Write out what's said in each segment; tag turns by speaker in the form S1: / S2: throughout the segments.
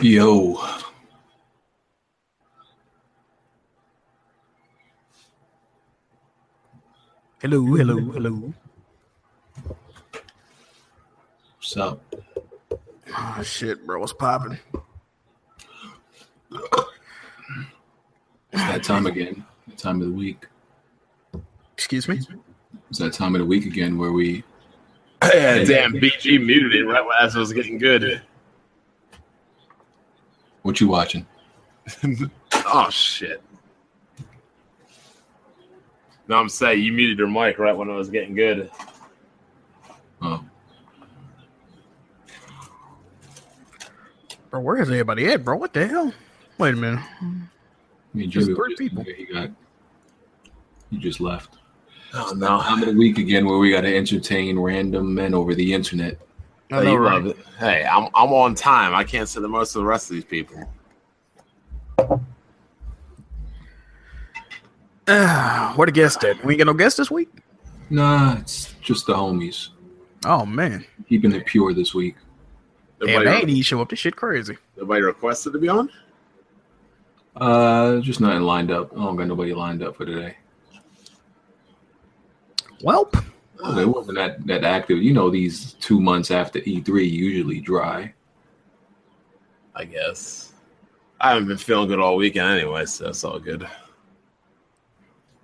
S1: Yo.
S2: Hello, hello, hello.
S1: What's up?
S2: Oh, shit, bro, what's popping?
S1: It's that time again. The time of the week.
S2: Excuse me?
S1: It's that time of the week again where we
S3: Yeah, damn, BG muted it right as I was getting good.
S1: what you watching?
S3: oh shit. No, I'm saying you muted your mic right when I was getting good.
S1: Oh.
S2: Bro, where is everybody at, bro? What the hell? Wait a minute.
S1: Me and
S2: There's
S1: Jimmy were
S2: three
S1: just
S2: people.
S1: He got he just left.
S3: Oh
S1: Time of the week again where we gotta entertain random men over the internet.
S2: I
S3: you
S2: know, right?
S3: love it. Hey, I'm I'm on time. I can't sit the most of the rest of these people.
S2: Ah, where the guest at? We ain't got no guest this week?
S1: Nah, it's just the homies.
S2: Oh, man.
S1: Keeping it pure this week.
S2: Damn, they ain't
S3: Nobody,
S2: even show up. This shit crazy.
S3: nobody requested to be on.
S1: Uh just nothing lined up. I don't got nobody lined up for today.
S2: Welp.
S1: Oh, it wasn't that, that active. You know, these two months after E3 usually dry.
S3: I guess I haven't been feeling good all weekend anyway, so that's all good.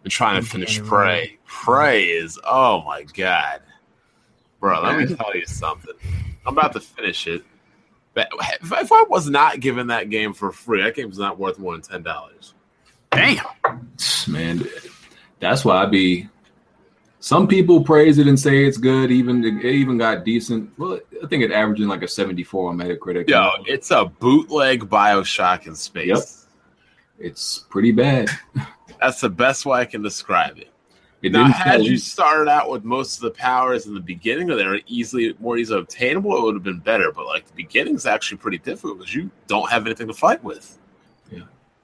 S3: Been trying to finish Prey. Prey is oh my god, bro. Let me tell you something. I'm about to finish it. But if if I was not given that game for free, that game's not worth more than ten dollars.
S2: Damn.
S1: man that's why i be some people praise it and say it's good even it even got decent well i think it averaging like a 74 on metacritic
S3: Yo, it's a bootleg Bioshock in space.
S1: it's pretty bad
S3: That's the best way I can describe it.
S1: it
S3: now,
S1: didn't
S3: had
S1: sell-
S3: you started out with most of the powers in the beginning, or they were easily more easily obtainable, it would have been better. But like the beginning's actually pretty difficult because you don't have anything to fight with.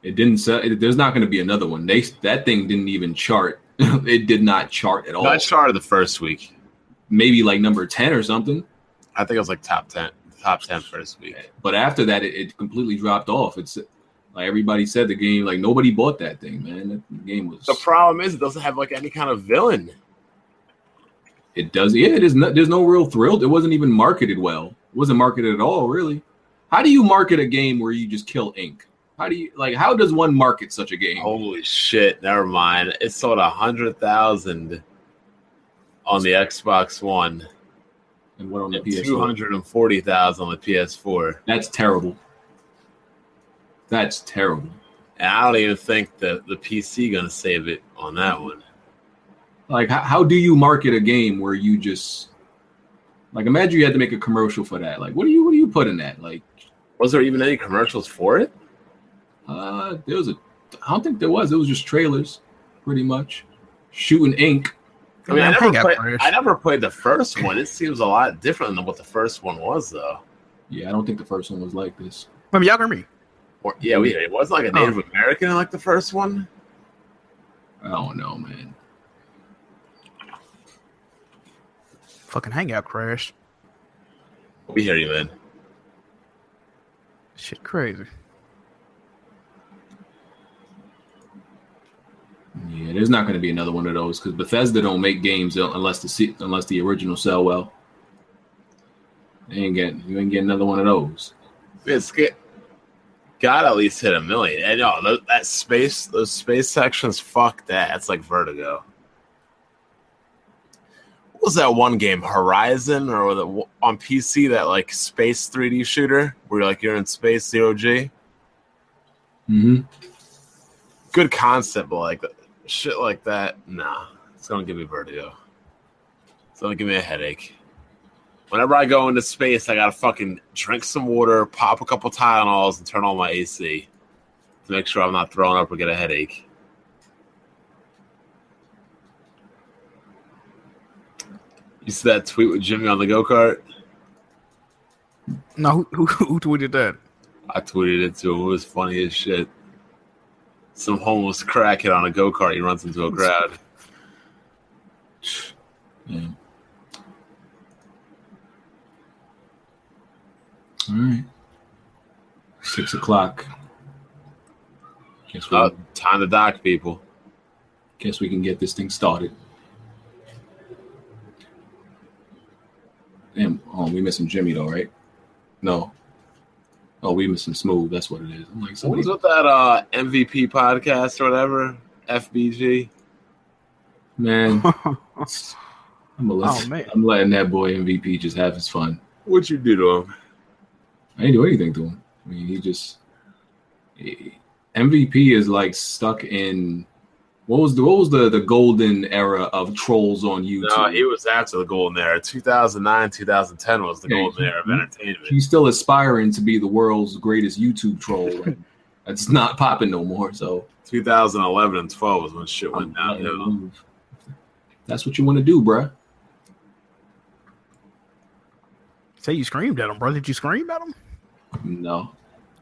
S1: it didn't sell it, there's not going to be another one they that thing didn't even chart it did not chart at all
S3: No, I started the first week.
S1: maybe like number 10 or something
S3: I think it was like top ten, top ten first week.
S1: but after that it, it completely dropped off it's like everybody said the game like nobody bought that thing man the game was
S3: The problem is it doesn't have like any kind of villain.
S1: It does. Yeah, it is. No, there's no real thrill. It wasn't even marketed well. It wasn't marketed at all, really. How do you market a game where you just kill ink? How do you like? How does one market such a game?
S3: Holy shit! Never mind. It sold a hundred thousand on the Xbox One,
S1: and what on the PS?
S3: two hundred and forty thousand on the PS4.
S1: That's terrible. That's terrible.
S3: And I don't even think the, the PC gonna save it on that one.
S1: Like, how, how do you market a game where you just like imagine you had to make a commercial for that? Like, what do you what do you put in that? Like,
S3: Was there even any commercials for it?
S1: uh, there was a. I don't think there was. It was just trailers, pretty much. Shooting ink.
S3: I mean, I
S2: Man,
S3: never,
S2: hang up,
S3: played,
S2: Chris.
S3: I never played the first one. It seems a lot different than what the first one was, though.
S1: Yeah, I don't think the first one was like this.
S2: Wait, y'all hear me?
S3: Or, yeah, we, it was like a Native American like the first one.
S1: I don't know, man.
S2: Fucking hangout crash.
S3: We hear you, man.
S2: Shit crazy.
S1: Yeah, there's not going to be another one of those because Bethesda don't make games unless the se- unless the original sell well. They ain't getting you ain't getting another one of those.
S3: It's good. Got at least hit a million. And no, tho- that space, those space sections, fuck that. That's like Vertigo. What was that one game, Horizon, or was it on PC? That like space 3D shooter where like you're in space, zero G.
S1: Mm-hmm.
S3: Good concept, but like shit like that, nah. It's gonna give me vertigo. It's gonna give me a headache. Whenever I go into space, I gotta fucking drink some water, pop a couple Tylenols, and turn on my AC to make sure I'm not throwing up or get a headache. You see that tweet with Jimmy on the go kart?
S2: No, who, who, who tweeted that?
S3: I tweeted it to him. It was funny as shit. Some homeless crackhead on a go kart. He runs into a crowd.
S1: Yeah. All right. Six o'clock. Guess we,
S3: Uh, time to dock, people.
S1: guess we can get this thing started. Damn, oh, we missing Jimmy though, right? No. Oh, we missing Smooth. That's what it is. I'm like,
S3: What
S1: somebody,
S3: was with that uh, MVP podcast or whatever? FBG.
S1: man, I'm, a
S2: Oh,
S1: let,
S2: man.
S1: I'm letting that boy MVP just have his fun.
S3: What'd you do to him?
S1: I didn't do anything to him. I mean, he just eh, he- MVP is like stuck in what was the what was the the golden era of trolls on YouTube?
S3: No, he was after the golden era. 2009, 2010 was the
S1: Yeah,
S3: golden era of
S1: he-
S3: entertainment.
S1: He's still aspiring to be the world's greatest YouTube troll. and That's not popping no more. So
S3: 2011 and 12 was when shit went
S1: I'm letting
S3: downhill.
S1: him move. that's what you want to do, bruh.
S2: Say you screamed at him, brother. Did you scream at him?
S1: No,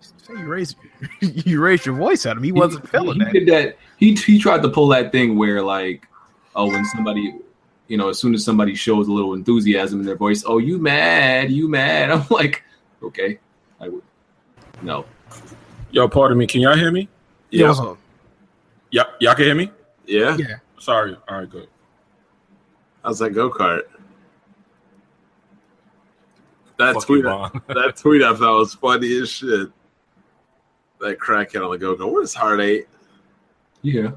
S2: Say you raised you raised your voice at him. He wasn't feeling
S1: he,
S2: that.
S1: He did that. He he tried to pull that thing where like, oh, when somebody, you know, as soon as somebody shows a little enthusiasm in their voice, oh, you mad? You mad? I'm like, okay, I would. No,
S4: Yo, pardon me. Can y'all hear me?
S2: Yeah,
S3: Yeah.
S2: what's up?
S4: Y'all, y'all can hear me?
S3: Yeah.
S2: Yeah.
S4: Sorry. All right, good.
S3: How's that go kart? That
S4: Fuck
S3: tweet,
S4: you, Vaughn.
S3: that tweet I thought was funny as shit. That crackhead on the go kart. Where's Heart Eight?
S1: yeah,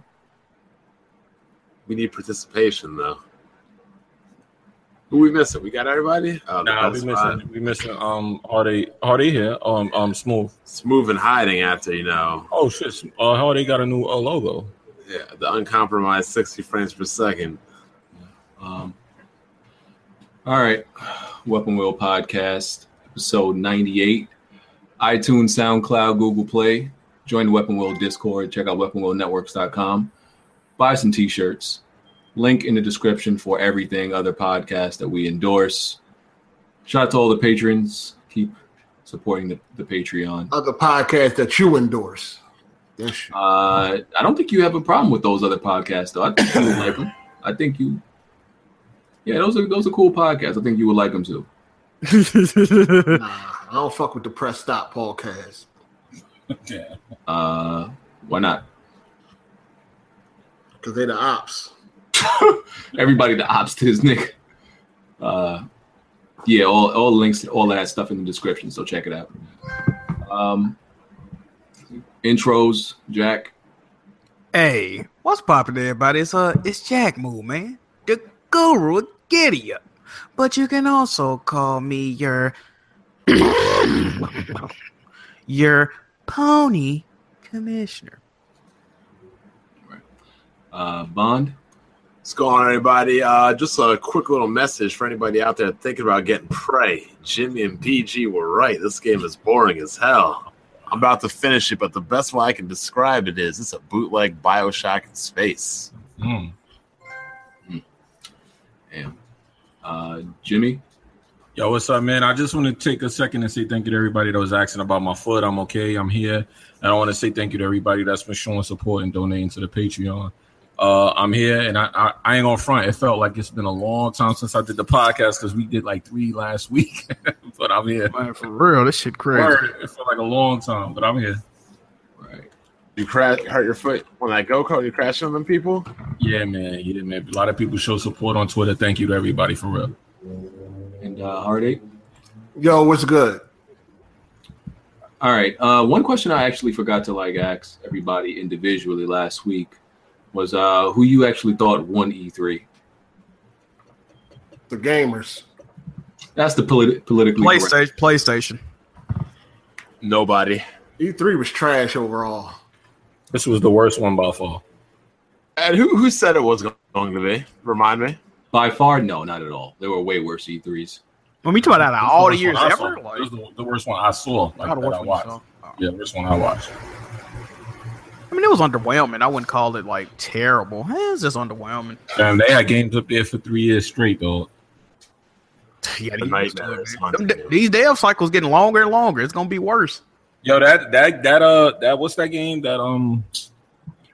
S3: We need participation though. Who we missing? We got everybody. Oh, the
S4: Nah, we
S3: best
S4: missing.
S3: spot.
S4: We missing. Um, are they? Are they here? Um, um, smooth.
S3: Smooth and hiding after you know.
S4: Oh shit. Uh, how they got a new uh, logo?
S3: Yeah, the uncompromised 60 frames per second.
S1: Um, all right, Weapon Wheel Podcast, episode 98, iTunes, SoundCloud, Google Play. Join the Weapon Wheel Discord. Check out weaponwheelnetworks.com. Buy some t shirts. Link in the description for everything other podcasts that we endorse. Shout out to all the patrons. Keep supporting the, the Patreon.
S5: Other podcasts that you endorse. That shit.
S1: Uh, I don't think you have a problem with those other podcasts, though. I think you would like them. I think you, yeah, those are those are cool podcasts. I think you would like them too.
S5: Nah, I don't fuck with the press stop podcast.
S4: Yeah.
S1: Uh, why not?
S5: Cause they the ops.
S1: Everybody the ops to this nigga. Uh, yeah, all all links, all of that stuff in the description. So check it out. Um, intros, Jack.
S2: Hey, what's poppin', everybody? It's uh, it's Jack Moo, man, the guru of Giddy Up. But you can also call me your your pony commissioner.
S1: Uh, Bond.
S3: What's going on, everybody? Uh, just a quick little message for anybody out there thinking about getting prey. Jimmy and PG were right. This game is boring as hell. I'm about to finish it, but the best way I can describe it is it's a bootleg Bioshock in space.
S4: Mm.
S1: Damn. Uh, Jimmy.
S4: Yo, what's up, man? I just want to take a second and say thank you to everybody that was asking about my foot. I'm okay. I'm here. And I want to say thank you to everybody that's been showing support and donating to the Patreon. Uh, I'm here, and I, I, I ain't on front. It felt like it's been a long time since I did the podcast because we did like three last week, but I'm here.
S2: Man, for real, this shit crazy.
S4: Word, It felt like a long time, but I'm here.
S1: Right.
S3: You crash, hurt your foot on that go kart. You crashing on them people.
S4: Yeah, man. Yeah, man. A lot of people show support on Twitter. Thank you to everybody for real.
S1: And uh, Heartache.
S5: Yo, what's good?
S1: All right. Uh, one question I actually forgot to like ask everybody individually last week was uh, who you actually thought won E E3.
S5: The gamers.
S1: That's the politi- politically correct.
S2: PlayStation, PlayStation.
S3: Nobody.
S5: E3 E was trash overall.
S4: This was the worst one by far.
S3: And who who said it was going to be? Remind me.
S1: By far, no, not at all. There were way worse E E3s.
S2: When we talk about that, all the years
S4: This
S2: ever,
S4: one I saw. This was the, the worst one I saw. Like,
S2: Gotta
S4: that
S2: watch
S4: I
S2: what you
S4: watched.
S2: saw. Oh.
S4: Yeah, worst one I watched.
S2: I mean, it was underwhelming. I wouldn't call it like terrible. Eh, It's just underwhelming.
S4: Damn, they had games up there for three years straight, though.
S2: Yeah,
S3: The
S2: these-
S3: nightmare is haunting
S2: Them-
S3: you.
S2: these dev cycles getting longer and longer. It's gonna be worse.
S4: Yo, that that that uh, that what's that game? That um,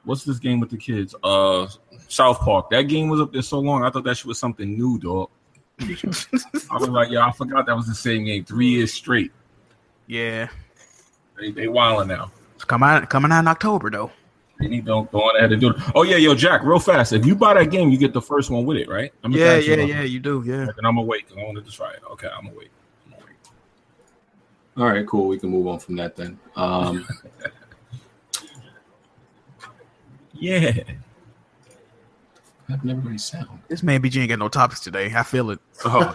S4: what's this game with the kids? Uh, South Park. That game was up there so long. I thought that shit was something new, dog. I was like, yo, I forgot that was the same game three years straight.
S2: Yeah,
S4: They they wilding now.
S2: It's coming out coming out in October though.
S4: They need to go on ahead and do it. Oh yeah, yo, Jack, real fast. If you buy that game, you get the first one with it, right? I'm gonna
S2: Yeah,
S4: ask you
S2: yeah,
S4: about
S2: yeah. You do, yeah.
S4: that. And I'm gonna wait because I wanted to try it. Okay, I'm gonna wait. I'm gonna wait.
S1: All right, cool. We can move on from that then. Um,
S4: Yeah.
S1: having everybody sound.
S2: This man BG ain't got no topics today. I feel it.
S3: Oh,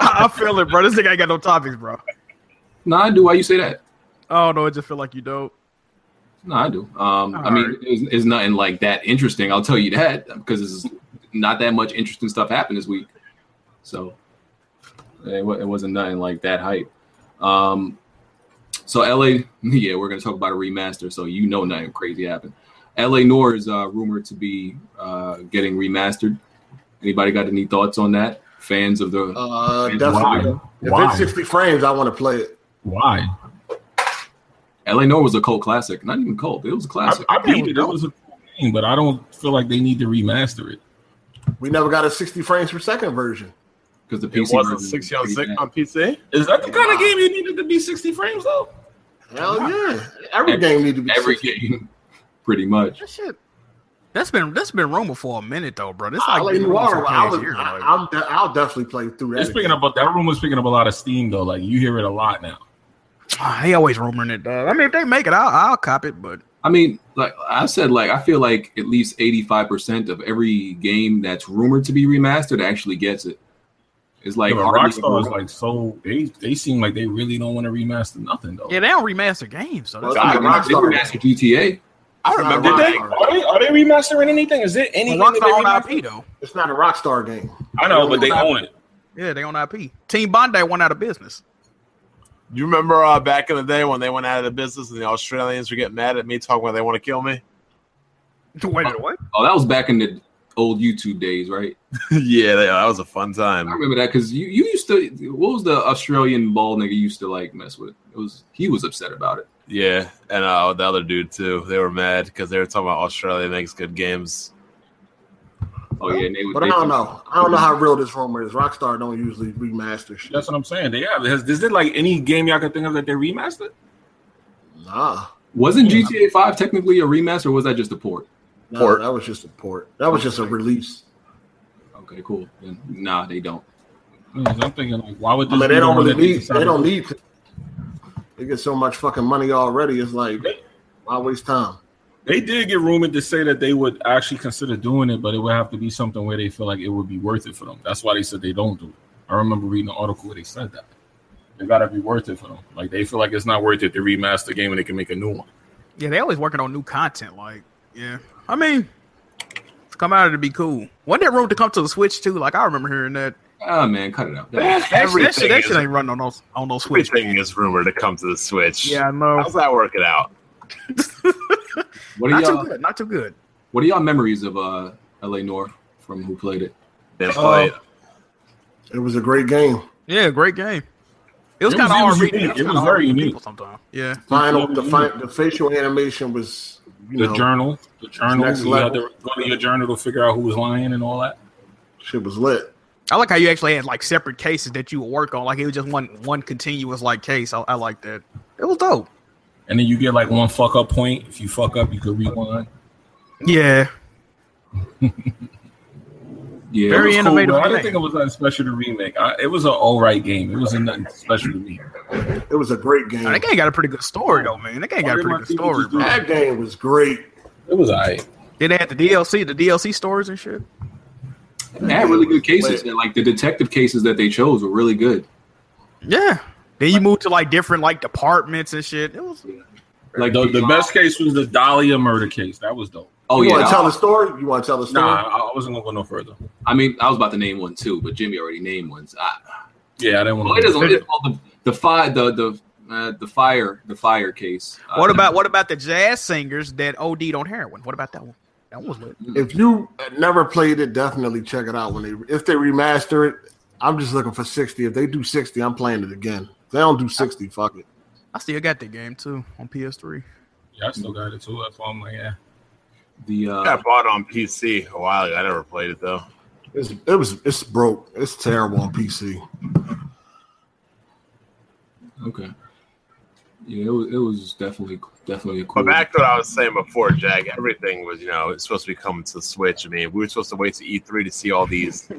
S2: I feel it, bro. This nigga ain't got no topics, bro.
S1: No, I do. Why you say that?
S2: Oh no, it just feel like you dope.
S1: No, I do. Um, I mean,
S2: Alright.
S1: it's, it's nothing like that interesting. I'll tell you that because it's not that much interesting stuff happened this week. So it, wa- it wasn't nothing like that hype. Um, so LA, yeah, we're gonna talk about a remaster. So you know nothing crazy happened. LA Noir is uh, rumored to be uh, getting remastered. Anybody got any thoughts on that? Fans of the
S5: Uh,
S1: Why?
S5: definitely. If
S4: Why?
S5: it's 60 frames, I want to play it.
S4: Why?
S1: LA Noir was a cult classic. Not even cult. It was a
S4: I,
S1: classic.
S4: I beat it. It was a cool game, but I don't feel like they need to remaster it.
S5: We never got a 60 frames per second version.
S1: Because the PC
S3: it wasn't
S1: version was
S3: 60 on,
S1: pretty
S3: six
S1: bad.
S3: on PC.
S4: Is that the kind of game you needed to be 60 frames though?
S5: Hell yeah. Every
S1: Every-
S5: game need to be
S1: every
S5: 60.
S1: game, pretty much.
S2: That shit. That's been that's been rumored for a minute though, bro. This
S5: I
S2: like
S5: like
S2: been rumored for
S5: Noir. I
S2: 10
S5: was,
S2: years,
S5: I,
S2: like-
S5: I'm de- I'll definitely play through that.
S4: It's picking up. That rumor's picking up a lot of steam though. Like you hear it a lot now.
S2: Ah, they always rumoring it, dog. I mean, if they make it, I'll, I'll cop it. But
S1: I mean, like I said, like I feel like at least eighty-five percent of every game that's rumored to be remastered actually gets it. It's like
S4: Like
S1: hardly even-
S4: Rockstar is like so they they seem like they really don't want to remaster nothing though.
S2: yeah, they don't remaster games, so that's
S5: Well,
S1: I mean,
S5: Rockstar.
S1: they remastered GTA.
S3: I
S5: It's not
S3: remember
S5: a
S3: that.
S5: rock-
S4: Did they, are they are they remastering anything? Is it anything?
S2: Rockstar
S4: that they
S2: on
S4: remastered?
S2: IP though.
S5: It's not a Rockstar game.
S4: I know, but they own it.
S2: Yeah, they on IP. Team Bondi went out of business.
S3: You remember uh, back in the day when they went out of the business and the Australians were getting mad at me talking about they want to kill me?
S2: Wait, what?
S1: Oh, that was back in the old YouTube days, right?
S3: yeah, they, that was a fun
S1: I
S3: time.
S1: remember that because you you used to. What was the Australian bald nigga you used to like mess with? It was he was upset about it.
S3: Yeah, and uh, the other dude too. They were mad because they were talking about Australia makes good games.
S1: Oh yeah, and they would.
S5: But I
S1: they-
S5: don't know. I don't know how real this rumor is. Rockstar don't usually remaster shit.
S4: That's what I'm saying. They have. Has, is it like any game y'all can think of that they remastered?
S5: nah.
S1: Wasn't GTA Five technically a remaster? Or was that just a port?
S5: No,
S3: Port.
S5: that was just a port. That was just a release.
S1: Okay, cool. Then, nah, they don't.
S4: Because I'm thinking like, why would
S5: I
S4: this
S5: mean,
S4: be
S5: they
S4: the
S5: don't
S4: one
S5: really
S4: that
S5: need.
S4: decided-
S5: They don't need. To. They get so much fucking money already. It's like why waste time?
S4: They did get rumored to say that they would actually consider doing it, but it would have to be something where they feel like it would be worth it for them. That's why they said they don't do it. I remember reading an article where they said that. It gotta be worth it for them. Like they feel like it's not worth it to remaster the game and they can make a new one.
S2: Yeah, they always working on new content. Like, yeah, I mean, to come out of it be cool. Wasn't that room to come to the Switch too? Like, I remember hearing that.
S1: Ah man, cut it out. That-
S3: Man,
S2: That, shit- that shit,
S3: everything,
S2: that
S3: is,
S2: shit ain't running on those on those Switch.
S3: everything is rumored to come to the Switch.
S2: Yeah, I know.
S3: how's that working out?
S1: What are
S2: Not
S1: y'all?
S2: too good. Not too good.
S1: What are y'all memories of uh, LA North from who played it?
S3: Didn't play it.
S5: It was a great game.
S2: Yeah, great game. It was
S4: It
S2: kind of hard.
S4: was- it was
S2: reading-
S4: unique.
S2: was
S4: It
S2: kinda
S4: was
S2: hard
S4: very
S2: reading
S4: unique.
S2: people Sometimes. Yeah.
S5: Final,
S4: Yeah.
S5: the, fi- the facial animation was you
S4: The
S5: know
S4: journal, the journal,
S5: Next
S4: you had to
S5: level.
S4: go to your journal to figure out who was lying and all that.
S5: shit was lit.
S2: I like how you actually had like separate cases that you would work on. Like it was just one one continuous like case. I, I like that. It was dope.
S4: And then you get like one fuck up point. If you fuck up, you could rewind.
S2: Yeah.
S1: Yeah,
S2: Very
S4: It was
S2: innovative
S4: but I didn't
S2: game.
S4: think it was that special to remake. I, it was an all right game. It wasn't nothing special to me.
S5: It was a great game.
S2: That game got a pretty good story though, man. That game got a pretty good story, bro.
S5: That game was great.
S4: It was all right.
S2: Then they had the DLC, the DLC stories and shit.
S1: they had really good cases. And, like the detective cases that they chose were really good.
S2: Yeah. Then you moved to like different like departments and shit. It was
S1: Like
S4: The, the best case was the Dahlia murder case. That was dope.
S1: Oh
S5: you want
S1: yeah,
S5: to tell the story? You want to tell the story?
S4: Nah, I I wasn't gonna go no further.
S1: I mean, I was about to name one too, but Jimmy already named ones. I,
S4: Yeah, I didn't
S1: well, it
S4: want
S1: is
S4: to.
S1: it's called the the fire the the uh, the fire the fire case. Uh,
S2: what about what about the jazz singers that OD'd on heroin? What about that one? That one was lit.
S5: If you never played it, definitely check it out when they if they remaster it. I'm just looking for 60. If they do 60, I'm playing it again. If they don't do 60, fuck it.
S2: I still got that game too on PS3.
S4: Yeah, I still got it too. That's why I'm like, yeah.
S1: the
S3: I
S1: uh,
S3: bought it on PC a while ago. I never played it though.
S5: It's, it was it's broke. It's terrible on PC.
S1: okay? Yeah, it was, it was definitely definitely a cool.
S3: But back to what I was saying before, Jack. Everything was, you know, it's supposed to be coming to Switch. I mean, we were supposed to wait to E3 to see all these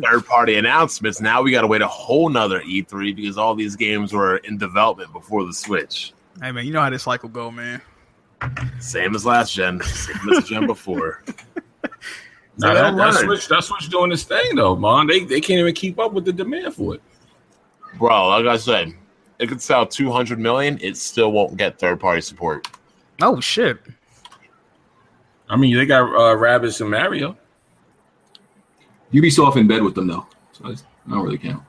S3: third-party announcements. Now we got to wait a whole nother E3 because all these games were in development before the Switch.
S2: Hey man, you know how this cycle go, man.
S3: Same as last gen, same as gen before.
S4: Now
S3: They
S4: that,
S3: don't
S4: that
S3: learn.
S4: Switch, that Switch doing this thing though, man. They they can't even keep up with the demand for it.
S3: Bro, like I said, it could sell 200 million. It still won't get third-party support.
S2: Oh shit.
S4: I mean, they got uh, Rabbits and Mario.
S1: Ubisoft in bed with them though, so it's- I don't really count.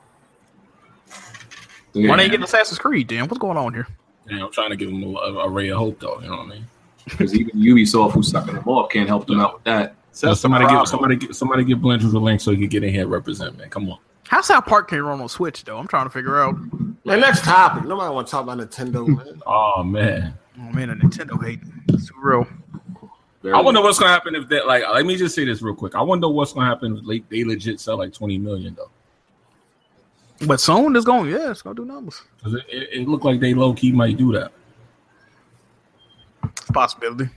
S2: Why didn't
S1: Yeah.
S2: you get Assassin's Creed then? What's going on here?
S4: You know, I'm trying to give them a, a ray of hope though. You know what I mean?
S1: because even Ubisoft, who's sucking them off, can't help them out with that.
S3: So that's the
S4: somebody
S3: problem.
S4: give somebody give, somebody give Blenders a link so he can get in here and represent, man. Come on.
S2: How South Park can run on Switch though? I'm trying to figure out.
S5: And next topic. Nobody want to talk about Nintendo, man.
S4: Oh man.
S2: Oh man, a Nintendo hate. It's real.
S1: Very-
S4: I wonder what's gonna happen if that like let me just say this real quick. I wonder what's gonna happen if like, they legit sell like 20 million though.
S2: But soon it's going. Yeah, it's gonna do numbers.
S4: 'Cause it, it, it looked like they low key might do that.
S2: It's a possibility.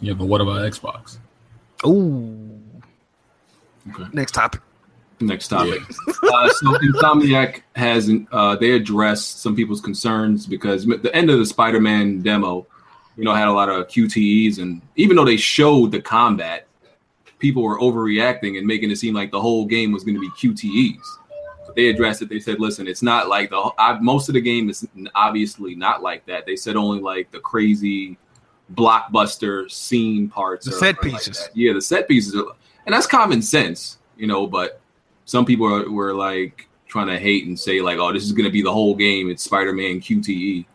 S4: Yeah, but what about Xbox?
S2: Ooh.
S1: Okay.
S2: Next topic.
S1: next topic. uh, so Insomniac has uh, they addressed some people's concerns because m- the end of the Spider-Man demo, you know, had a lot of QTEs, and even though they showed the combat, people were overreacting and making it seem like the whole game was going to be QTEs. So they addressed it. They said, "Listen, it's not like the whole- I, most of the game is n- obviously not like that." They said only like the crazy blockbuster scene parts,
S2: The
S1: or-
S2: set
S1: or like
S2: pieces.
S1: that. yeah, the set pieces, are, and that's common sense, you know. But some people are, were like trying to hate and say like, "Oh, this is going to be the whole game. It's Spider-Man QTE."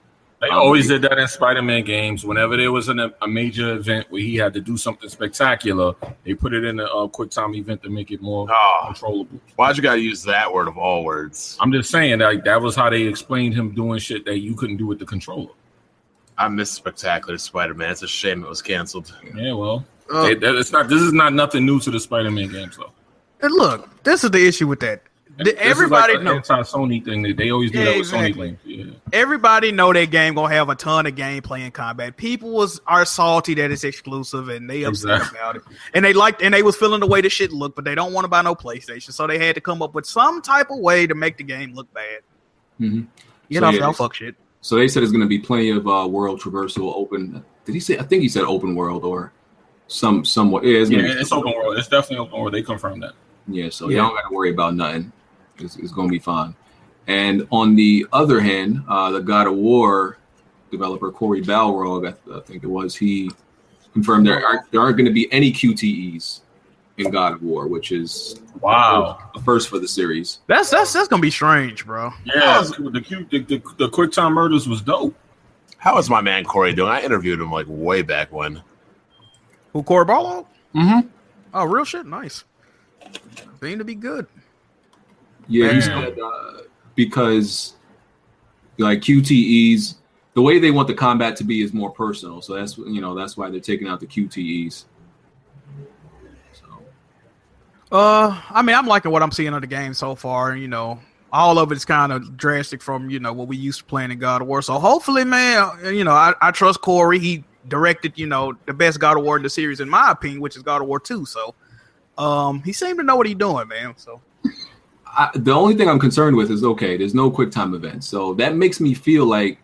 S4: They
S1: Um,
S4: always did that in Spider-Man games. Whenever there was an, a major event where he had to do something spectacular, they put it in a, uh quick time event to make it more
S3: Oh,
S4: controllable.
S3: why'd you gotta use that word of all words?
S4: I'm just saying, like that was how they explained him doing shit that you couldn't do with the controller.
S3: I miss Spectacular Spider-Man. It's a shame it was canceled.
S4: Yeah, well,
S5: Uh,
S4: it- that- it's not. This is not nothing new to the Spider-Man games, though.
S2: And look, this is the issue with that. The-
S4: This is like
S2: everybody
S4: the
S2: knows.
S4: anti-Sony thing that they always do
S2: Yeah,
S4: that with
S2: exactly.
S4: Sony games. Yeah.
S2: Everybody know that game gonna have a ton of gameplay and combat. People was are salty that it's exclusive and they upset
S4: Exactly.
S2: about it. And they liked and they was feeling the way the shit looked, but they don't want to buy no PlayStation, so they had to come up with some type of way to make the game look bad.
S1: Mhm. So,
S2: You know,
S1: yeah,
S2: y'all
S1: it's-
S2: fuck shit.
S1: So they said it's going to be plenty of uh, world traversal open. Did he say? I think he said open world or some somewhat. Yeah, it's
S4: Yeah,
S1: going to be
S4: it's open world. It's definitely open world. They confirmed that.
S1: Yeah, so y'all don't got to worry about nothing. It's, it's going to be fine. And on the other hand, uh, the God of War developer Corey Balrog, I, I think it was, he confirmed there aren't there aren't going to be any QTEs in God of War, which is
S4: Wow.
S1: a first for the series.
S2: That's that's that's gonna be strange, bro.
S4: Yeah, the cute, the, the, the quick time murders was dope.
S3: How is my man Corey doing? I interviewed him like way back when.
S2: Who Corey Barlow?
S1: Mm-hmm.
S2: Oh, real shit, nice. Seem to be good.
S1: Yeah, he
S4: Man.
S1: said uh, because like QTEs, the way they want the combat to be is more personal. So that's you know that's why they're taking out the QTEs. So.
S2: Uh, I mean, I'm liking what I'm seeing of the game so far. You know, all of it's kind of drastic from you know what we used to playing in God of War. So hopefully, man, uh, you know, I, I trust Corey. He directed you know the best God of War in the series, in my opinion, which is God of War Two. So, um, he seemed to know what he's doing, man. So
S1: I, the only thing I'm concerned with is okay, there's no quick time events, so that makes me feel like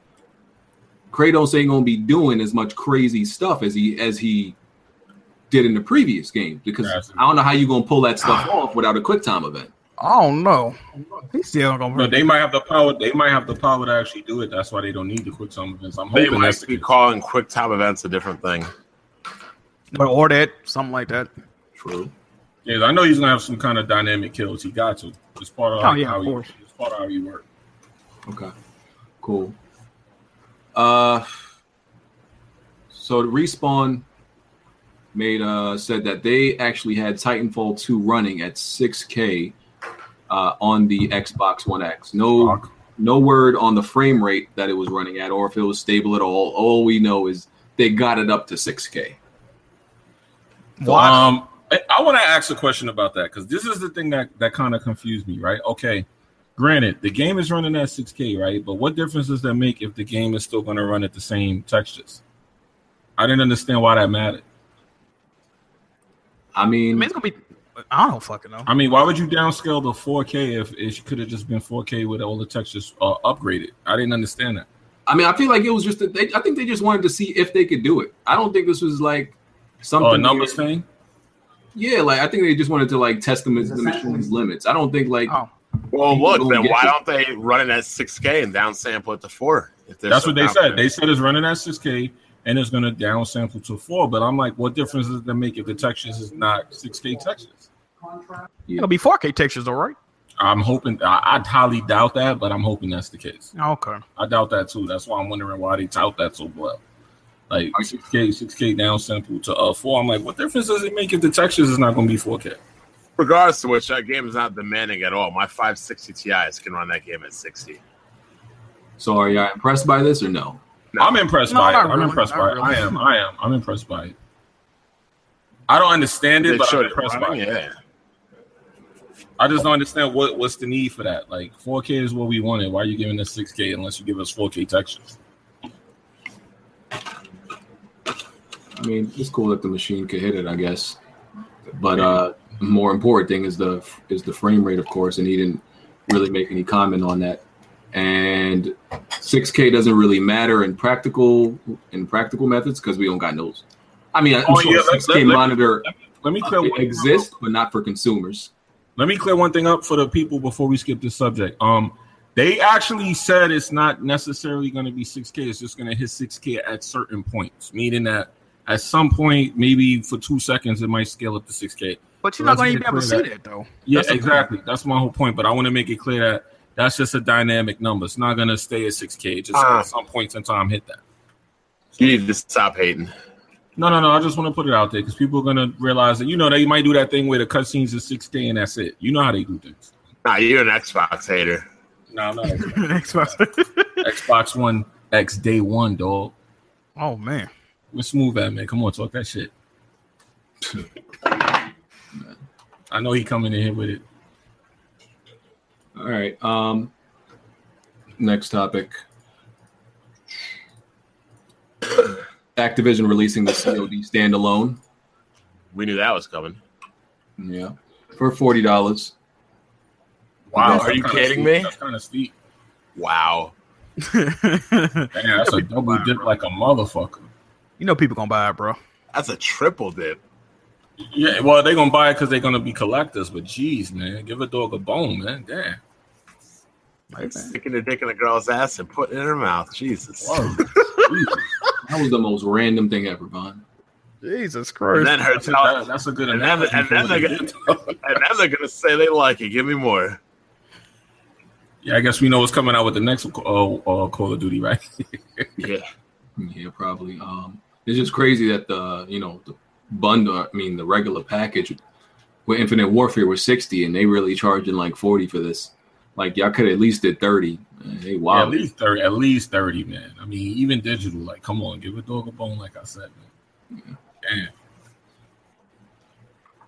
S1: Kratos ain't gonna be doing as much crazy stuff as he as he did in the previous game because
S4: Absolutely.
S1: I don't know how you gonna pull that stuff off without a quick time event.
S2: I don't know. He's still gonna.
S4: No, they might have the power. They might have the power to actually do it. That's why they don't need the quick time events. I'm
S3: They
S4: hoping
S3: might
S4: that's the
S3: be
S4: case.
S3: calling quick time events a different thing.
S2: or, or that something like that.
S1: True.
S4: Yeah, I know he's gonna have some kind of dynamic kills. He got to. It's part of
S2: Oh,
S4: like,
S2: yeah,
S4: how
S2: of
S4: you.
S2: course.
S4: It's part of how you work.
S1: Okay. Cool. Uh so the respawn made uh said that they actually had Titanfall 2 running at 6K uh on the Xbox One X. No
S4: Fuck.
S1: no word on the frame rate that it was running at or if it was stable at all. All we know is they got it up to 6K.
S2: Why?
S4: Um, I, want to ask a question about that because this is the thing that that kind of confused me. Right? Okay, Granted, the game is running at 6K, right? But what difference does that make if the game is still going to run at the same textures? I didn't understand why that mattered.
S1: I
S2: I
S1: mean,
S2: mean, it's gonna be. I don't fucking know.
S4: I mean, why would you downscale the 4K if it could have just been 4K with all the textures uh, upgraded? I didn't understand that.
S1: I mean, I feel like it was just. that They, I think they just wanted to see if they could do it. I don't think this was like something.
S4: Oh, a numbers
S1: where-
S4: thing?
S1: Yeah, like I think they just wanted to like test the,
S6: It's
S1: the machine's
S6: essentially-
S1: limits. I don't think like
S2: Oh,
S3: Well, look, then
S1: Get
S3: why
S1: you.
S3: don't they run it at 6K and downsample it to 4? If they're
S4: That's
S3: so
S4: what they said.
S3: confident?
S4: They said it's running at 6K and it's going to downsample to 4. But I'm like, what difference does that make if the textures is not 6K textures?
S2: it'll be 4K textures, though, right?
S4: I'm hoping, I, I highly doubt that, but I'm hoping that's the case.
S2: Okay.
S4: I doubt that too. That's why I'm wondering why they tout that so well. Like
S1: Are you-
S4: six K, six K down simple to uh four. I'm like, what difference does it make if the textures is not going to be four K?
S3: Regardless to which, that game is not demanding at all. My 560 Ti's can run that game at 60.
S1: So are y'all impressed by this or no?
S4: I'm impressed
S2: No,
S4: by it.
S2: not
S4: I'm
S2: really,
S4: impressed
S2: not
S4: by
S2: really.
S4: it. I am. I am. I'm impressed by it. I don't understand it,
S3: They
S4: but I'm
S3: showed it
S4: impressed by
S3: running,
S4: it.
S3: yeah.
S4: I just don't understand what what's the need for that. Like four K is what we wanted. Why are you giving us six K unless you give us four K textures?
S1: I mean, it's cool that the machine could hit it, I guess. But uh the more important thing is the is the frame rate, of course, and he didn't really make any comment on that. And 6K doesn't really matter in practical in practical methods because we don't got those. I mean, I'm
S4: Oh,
S1: sure
S4: yeah,
S1: a
S4: let-
S1: 6K
S4: let- let-
S1: monitor
S4: Let me
S1: uh,
S4: clear one
S1: exists, but not for consumers.
S4: Let me clear one thing up for the people before we skip this subject. Um, they actually said it's not necessarily going to be 6K. It's just going to hit 6K at certain points, meaning that at some point, maybe for two seconds, it might scale up to 6K.
S2: But you're
S4: Well,
S2: not gonna
S4: that's
S2: even be able to
S4: clear
S2: see
S4: that-
S2: that though.
S4: Yeah,
S2: That's the
S4: exactly. That's my whole point. But I want to make it clear that that's just a dynamic number. It's not going to stay at 6K. It's just
S3: Ah.
S4: at some points in time hit that.
S3: You need to stop hating.
S4: No, no, no. I just want to put it out there because people are going to realize that you know they might do that thing where the cutscenes is 6K and that's it. You know how they do things.
S3: Nah, you're an Xbox hater.
S4: No, no.
S2: Xbox.
S4: Xbox One X day one, dog.
S2: oh man.
S4: We're smooth at man. Come on, talk that shit. I know he coming in here with it.
S1: All right. Um, next topic. Activision releasing the COD standalone.
S3: We knew that was coming.
S1: Yeah, for forty dollars.
S3: Wow,
S4: That's
S3: are you
S4: kinda
S3: kidding
S4: steep.
S3: me?
S4: That's kind of steep.
S3: Wow.
S4: Damn, that's a double dip like a motherfucker.
S2: you know people gonna buy it, bro.
S3: That's a triple dip.
S4: Yeah, well, they gonna buy it because they're gonna be collectors. But geez, man, give a dog a bone, man. Damn.
S2: Like, man.
S3: Sticking the dick in a girl's ass and putting it in her mouth. Jesus.
S4: Whoa. Jesus.
S1: That was the most random thing ever, Von.
S2: Jesus
S3: And
S2: Christ.
S3: then her
S4: That's, a,
S3: tell-
S4: that's a good
S3: And then-
S4: analogy.
S3: and then
S4: for what
S3: they
S4: they
S3: got-
S4: did.
S3: and then they're gonna say they like it. Give me more.
S4: yeah, I guess we know what's coming out with the next uh, uh, Call of Duty, right?
S3: Yeah.
S1: Yeah, probably. Um, it's just crazy that the you know the bundle. I mean, the regular package with Infinite Warfare was sixty, and they really charging like forty for this. Like y'all could at least did thirty. Uh, Hey,
S4: Yeah,
S1: wow.
S4: at least thirty. At least thirty, man. I mean, even digital. Like, come on, give a dog a bone, like I said, man. Damn.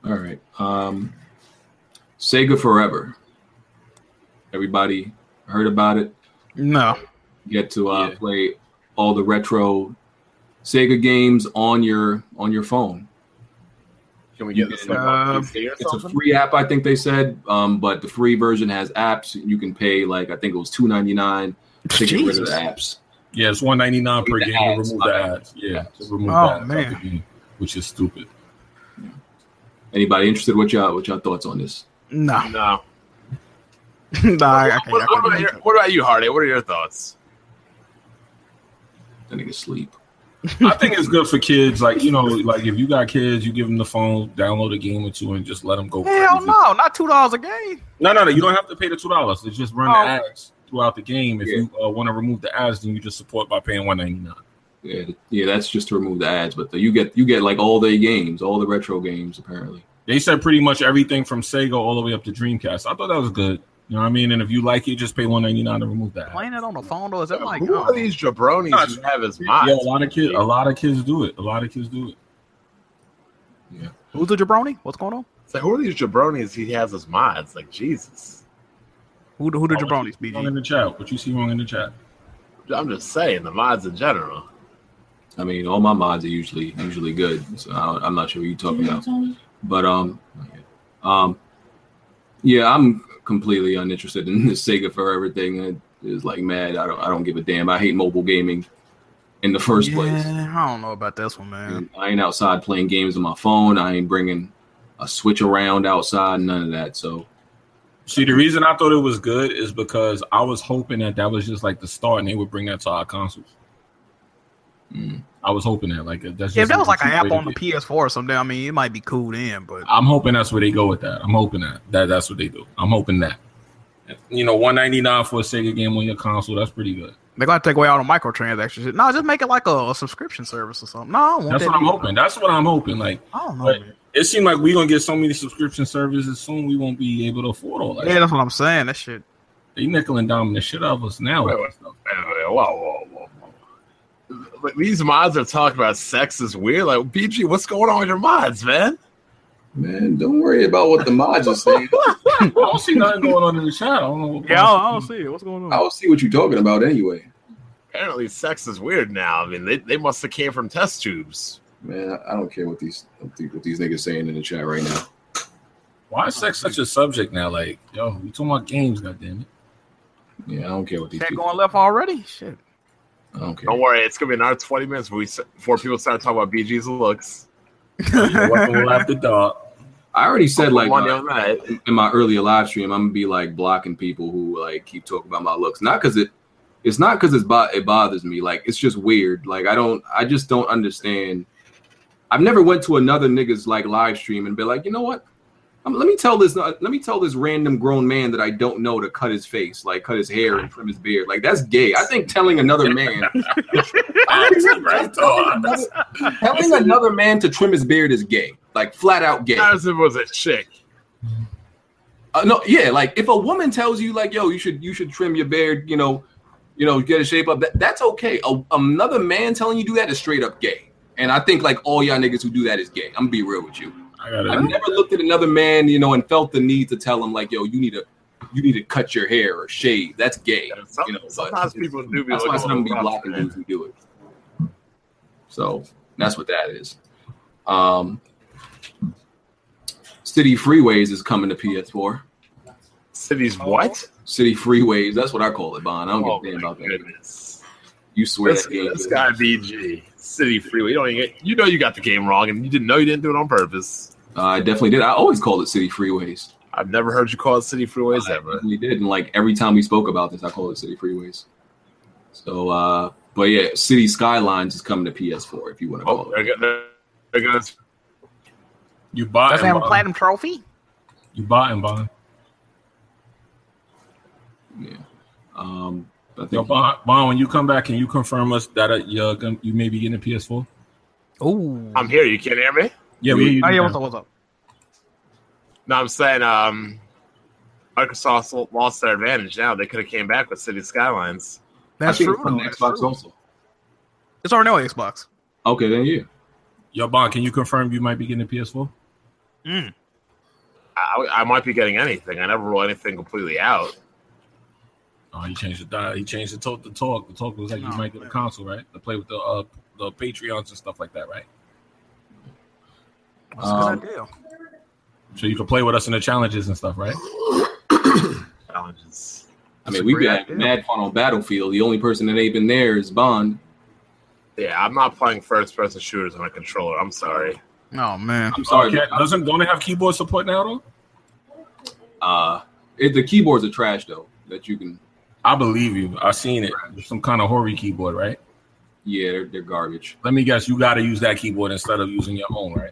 S1: All right. Um, Sega Forever. Everybody heard about it.
S2: no.
S1: Get to uh,
S4: Yeah.
S1: play all the retro Sega games on your on your phone.
S3: Can we
S1: You
S3: get this
S1: can,
S3: like on
S2: uh,
S3: PC or
S1: It's a
S3: something?
S1: free app, I think they said. Um, but the free version has apps. You can pay like I think it was two ninety nine to get rid of the
S2: Jesus.
S1: apps.
S4: Yeah, it's one ninety nine per
S1: Remove the
S4: game. to
S1: ads,
S4: remove
S1: my
S4: the
S1: bad.
S4: ads. Yeah, to remove
S2: Oh,
S4: the ads out
S2: man.
S4: the game, which is stupid.
S1: Anybody interested? What y'all what y'all thoughts on this?
S2: No.
S3: No.
S2: no, I, I can't.
S3: What, what,
S2: I couldn't
S3: about
S2: do
S3: your,
S2: that.
S3: what about you, Hardy? What are your thoughts?
S1: That nigga sleep.
S4: I think it's good for kids. Like you know, like if you got kids, you give them the phone, download a game or two, and just let them go.
S2: Hell
S4: crazy.
S2: no, not two dollars a game.
S4: No, no, no. You don't have to pay the two dollars. It's just run
S2: Oh.
S4: the ads throughout the game. If
S1: Yeah.
S4: you uh, want to remove the ads, then you just support by paying one ninety nine.
S1: Yeah, th- yeah, that's just to remove the ads. But the, you get you get like all their games, all the retro games apparently.
S4: They said pretty much everything from Sega all the way up to Dreamcast. I thought that was good. You know what I mean? And if you like it, just pay one ninety nine to remove that.
S2: Playing it on the phone though, is that like
S3: Who
S2: oh,
S3: are these jabronis
S4: Nah,
S3: you have as
S4: Yeah,
S3: mods?
S4: a lot of kids, a lot of kids do it. A lot of kids do it.
S2: who's the jabroni? What's going on?
S3: It's like, who are these jabronis he has as mods? Like, Jesus.
S2: Who the, who the
S4: Oh,
S2: jabronis,
S4: Wrong in
S2: BG?
S4: the chat. What you see wrong in the chat?
S3: I'm just saying the mods in general.
S1: I mean, all my mods are usually usually good, so I don't, I'm not sure what you're talking about. But um, um, yeah, I'm completely uninterested in this Sega Forever thing. It is like mad. I don't I don't give a damn. I hate mobile gaming in the first
S2: yeah,
S1: place.
S2: I don't know about this one, man.
S1: And I ain't outside playing games on my phone. I ain't bringing a Switch around outside. None of that. So
S4: See, the reason I thought it was good is because I was hoping that that was just like the start, and they would bring that to our consoles.
S1: Mm.
S4: I was hoping that, like, that's just
S2: Yeah, if that was like an
S4: cheap way
S2: app
S4: to
S2: on the
S4: get-
S2: PS4 or something, I mean, it might be cool then, but
S4: I'm hoping that's where they go with that. I'm hoping that, that that's what they do. I'm hoping that. You know, 199 for a Sega game on your console, that's pretty good.
S2: they're going to take away all the microtransactions. shit. No, just make it like a, a subscription service or something. No, I don't want
S4: That's
S2: that
S4: what I'm
S2: either.
S4: hoping. That's what I'm hoping. Like,
S2: I don't know,
S4: But-
S2: man.
S4: it seemed like we're gonna get so many subscription services soon, we won't be able to afford all that.
S2: Yeah, that's what I'm saying. That shit.
S4: They nickel and dime the shit out of us now.
S3: Wait, wait, wait, wait, whoa, whoa, whoa, whoa. Like, These mods are talking about sex is weird. Like, BG, what's going on with your mods, man?
S1: man, don't worry about what the mods are saying.
S4: I don't see nothing going on in the chat. I don't know. What
S2: see it. What's going
S1: I'll see what you're talking about anyway.
S3: Apparently, sex is weird now. I mean, they, they must have came from test tubes.
S1: Man, I- I don't care what these what these niggas saying in the chat right now.
S4: Why is sex such a subject now? Like, yo, we talking about games, goddamn it.
S1: Yeah, I don't care what these.
S2: Chat
S1: people-
S2: going left already? Shit.
S1: I don't care.
S3: Don't worry, it's gonna be another 20 minutes before, we, s- before people start talking about BG's looks.
S4: Weapon after dark.
S1: I already said like
S3: money
S1: my-
S3: on that.
S1: in my earlier live stream, I'm gonna be like blocking people who like keep talking about my looks. Not because it, it's not because it's bo- it bothers me. Like it's just weird. Like I don't, I just don't understand. I've never went to another nigga's like live stream and be like, you know what? Um, let me tell this. Let me tell this random grown man that I don't know to cut his face, like cut his hair and trim his beard. Like that's gay. I think telling another man,
S4: Right dark. That's-
S1: telling another man to trim his beard is gay. Like flat out gay.
S3: As if it was a chick.
S1: Uh, no, yeah, like if a woman tells you, like, yo, you should you should trim your beard, you know, you know, get a shape up. That, that's okay. A, another man telling you do that is straight up gay. And I think like all y'all niggas who do that is gay. I'm gonna be real with you.
S4: I gotta
S1: I've never looked at another man, you know, and felt the need to tell him like, yo, you need to you need to cut your hair or shave. That's gay.
S3: And some-
S1: you know, but
S3: sometimes people do be
S1: That's why
S3: looking
S1: some be
S3: rough,
S1: blocking
S3: man.
S1: dudes who do it. So that's what that is. Um, City Freeways is coming to PS4.
S3: Cities, what?
S1: City freeways. That's what I call it, Bond. I don't
S3: Oh,
S1: give a damn
S3: my
S1: about that.
S3: goodness.
S1: You swear
S3: This,
S1: that game.
S3: this guy BG City Freeway. You don't even get, you know you got the game wrong, and you didn't know you didn't do it on purpose.
S1: Uh, I definitely did. I always called it City Freeways.
S3: I've never heard you call it City Freeways
S1: I
S3: ever.
S1: definitely did, and like every time we spoke about this, I called it City Freeways. So, uh, but yeah, City Skylines is coming to PS4 if you want to
S3: Oh,
S1: call
S3: there
S1: it.
S3: go- there- there goes.
S4: you buy
S2: Does it have a
S4: and buy.
S2: platinum trophy?
S4: You buy and buy.
S1: Yeah. Um, I
S4: Yo,
S1: think
S4: Bond, Bond, when you come back, can you confirm us that uh, you're gonna, you may be getting a PS4?
S2: Ooh.
S3: I'm here. You can't hear me?
S4: Yeah,
S1: We-
S4: we.
S2: Oh, yeah, what's up? What's up?
S3: No, I'm saying um, Microsoft lost their advantage. Now they could have came back with City Skylines.
S1: I
S2: That's
S1: think
S2: true.
S1: it's on
S2: though, that's
S1: Xbox
S2: true.
S1: also.
S2: It's already on Xbox.
S1: Okay, then yeah.
S4: Yo, Bond, can you confirm you might be getting a PS4?
S3: I, I might be getting anything. I never rule anything completely out.
S4: Oh, he changed the dial. He changed the talk. The talk. The talk was like
S2: No,
S4: you might get a
S2: man.
S4: console, right? To play with the uh, the Patreons and stuff like that, right?
S2: That's a
S1: Um,
S2: good idea.
S4: So you can play with us in the challenges and stuff, right?
S3: Challenges.
S1: I
S2: That's a
S1: mean, we've
S2: great
S1: had
S2: idea.
S1: mad fun on Battlefield. The only person that ain't been there is Bond.
S3: Yeah, I'm not playing first-person shooters on a controller. I'm sorry.
S2: Oh, man.
S1: I'm sorry.
S4: Okay,
S1: man.
S4: doesn't don't they have keyboard support now though?
S1: Uh, it, the keyboards are trash though. That you can.
S4: I believe you. I seen it. Some kind of hoary keyboard, right?
S1: Yeah, they're, they're garbage.
S4: Let me guess. You got to use that keyboard instead of using your own, right?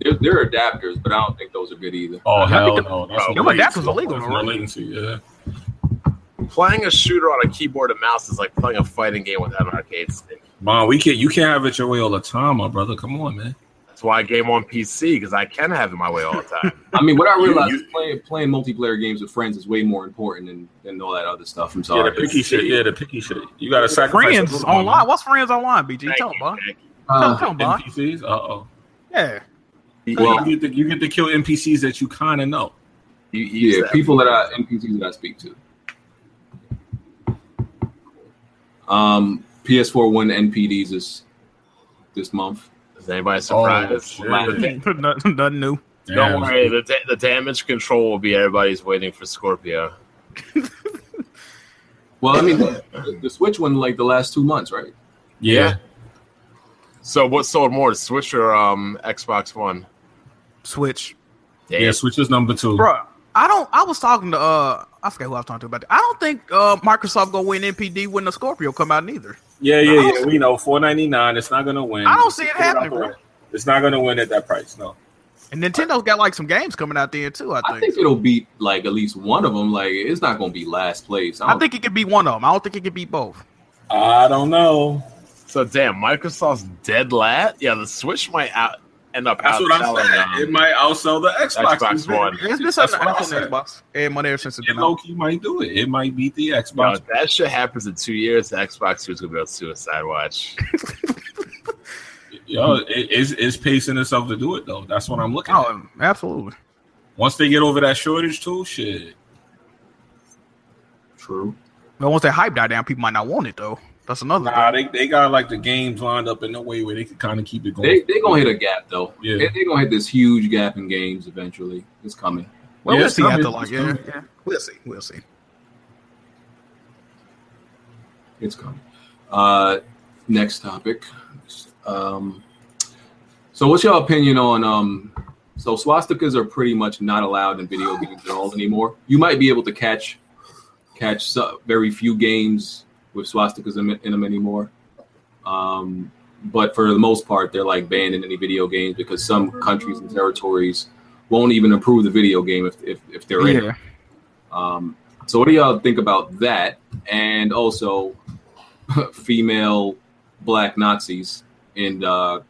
S1: There, there are adapters, but I don't think those are good either.
S4: Oh
S2: I
S4: hell
S2: think
S4: no! That's
S3: Yo,
S4: no
S2: but that's
S4: latency.
S2: what's illegal,
S4: That's
S2: right?
S4: No latency. Yeah.
S3: Playing a shooter on a keyboard and mouse is like playing a fighting game without an arcade stick.
S4: Mom, we can't. You can't have it your way all the time, my brother. Come on, man.
S3: That's why I game on PC because I can have it my way all the time.
S1: I mean, what I realized
S3: you-
S1: is playing playing multiplayer games with friends is way more important than, than all that other stuff. I'm
S4: Yeah,
S1: sorry.
S4: the picky shit. Yeah, the picky shit. You got to sacrifice.
S2: Friends
S4: the-
S2: online. What's friends online, BG? Tell him,
S3: Thank you,
S2: boy.
S3: Jack.
S2: Tell,
S1: Uh,
S2: tell him, boy.
S4: NPCs. Uh oh.
S2: Yeah.
S1: Well-
S4: you get to you get to kill NPCs that you kind of know.
S1: You- you- Yeah, people that I NPCs that I speak to. Um, PS4 won NPDs this this month.
S3: Is anybody surprised?
S4: Oh, shit.
S3: My-
S2: nothing, nothing new.
S3: Don't
S4: Oh, Damn.
S3: worry, the, da- the damage control will be everybody's waiting for Scorpio.
S1: Well, I mean, the, the Switch won like the last two months, right?
S4: Yeah.
S3: So what sold more, Switch or um, Xbox One?
S2: Switch,
S4: yeah,
S3: Damn.
S4: Switch is number two.
S2: bro. I don't. I was talking to uh, I forget who I was talking to about that. I don't think uh, Microsoft gonna win NPD when the Scorpio come out neither.
S4: Yeah, yeah, yeah. We know four ninety nine. It's not gonna win.
S2: I don't see it happening, bro.
S4: It's not gonna win at that price. No.
S2: And Nintendo's got like some games coming out there too. I
S1: I
S2: think.
S1: think it'll beat like at least one of them. Like it's not going to be last place.
S2: I think it could be one of them. I don't think it could be both.
S4: I don't know.
S3: So damn, Microsoft's dead lat. Yeah, the Switch might out end up.
S4: That's what I'm
S3: outselling
S4: saying.
S3: them.
S1: um,
S4: It might outsell the Xbox.
S3: Xbox
S4: It's been-
S3: One.
S2: It's been
S4: That's
S2: something
S4: what I
S2: that's on
S4: said.
S2: Xbox and money ever since it's
S4: It
S2: been out.
S4: low key might do it. It might beat the
S3: Yo,
S4: Xbox.
S3: if that shit happens in two years, the Xbox Two is gonna be on suicide watch.
S4: Yo,
S1: hmm.
S4: it, it's, it's pacing itself to do it though. That's what I'm looking at.
S2: Oh, absolutely.
S4: Once they get over that shortage too, shit.
S1: true.
S2: But once that hype die down, people might not want it though. That's another.
S4: Nah, they, they got like the games lined up in a way where they could kind of keep it going.
S1: They they gonna hit a gap though.
S4: Yeah.
S1: They, are gonna hit this huge gap in games eventually. It's coming.
S2: Well,
S4: Yeah,
S2: we'll
S4: it's
S2: see
S4: coming.
S2: after like
S4: It's
S2: yeah,
S4: coming.
S2: yeah. We'll see. We'll see.
S1: It's coming. Uh, next topic. Um, so what's your opinion on um? So swastikas are pretty much not allowed in video games at all anymore. You might be able to catch catch so- very few games with swastikas in, in them anymore. Um, but for the most part, they're like banned in any video games because some countries and territories won't even approve the video game if if, if they're in it.
S2: Yeah.
S1: Um, so, what do y'all think about that? And also, female black Nazis in uh,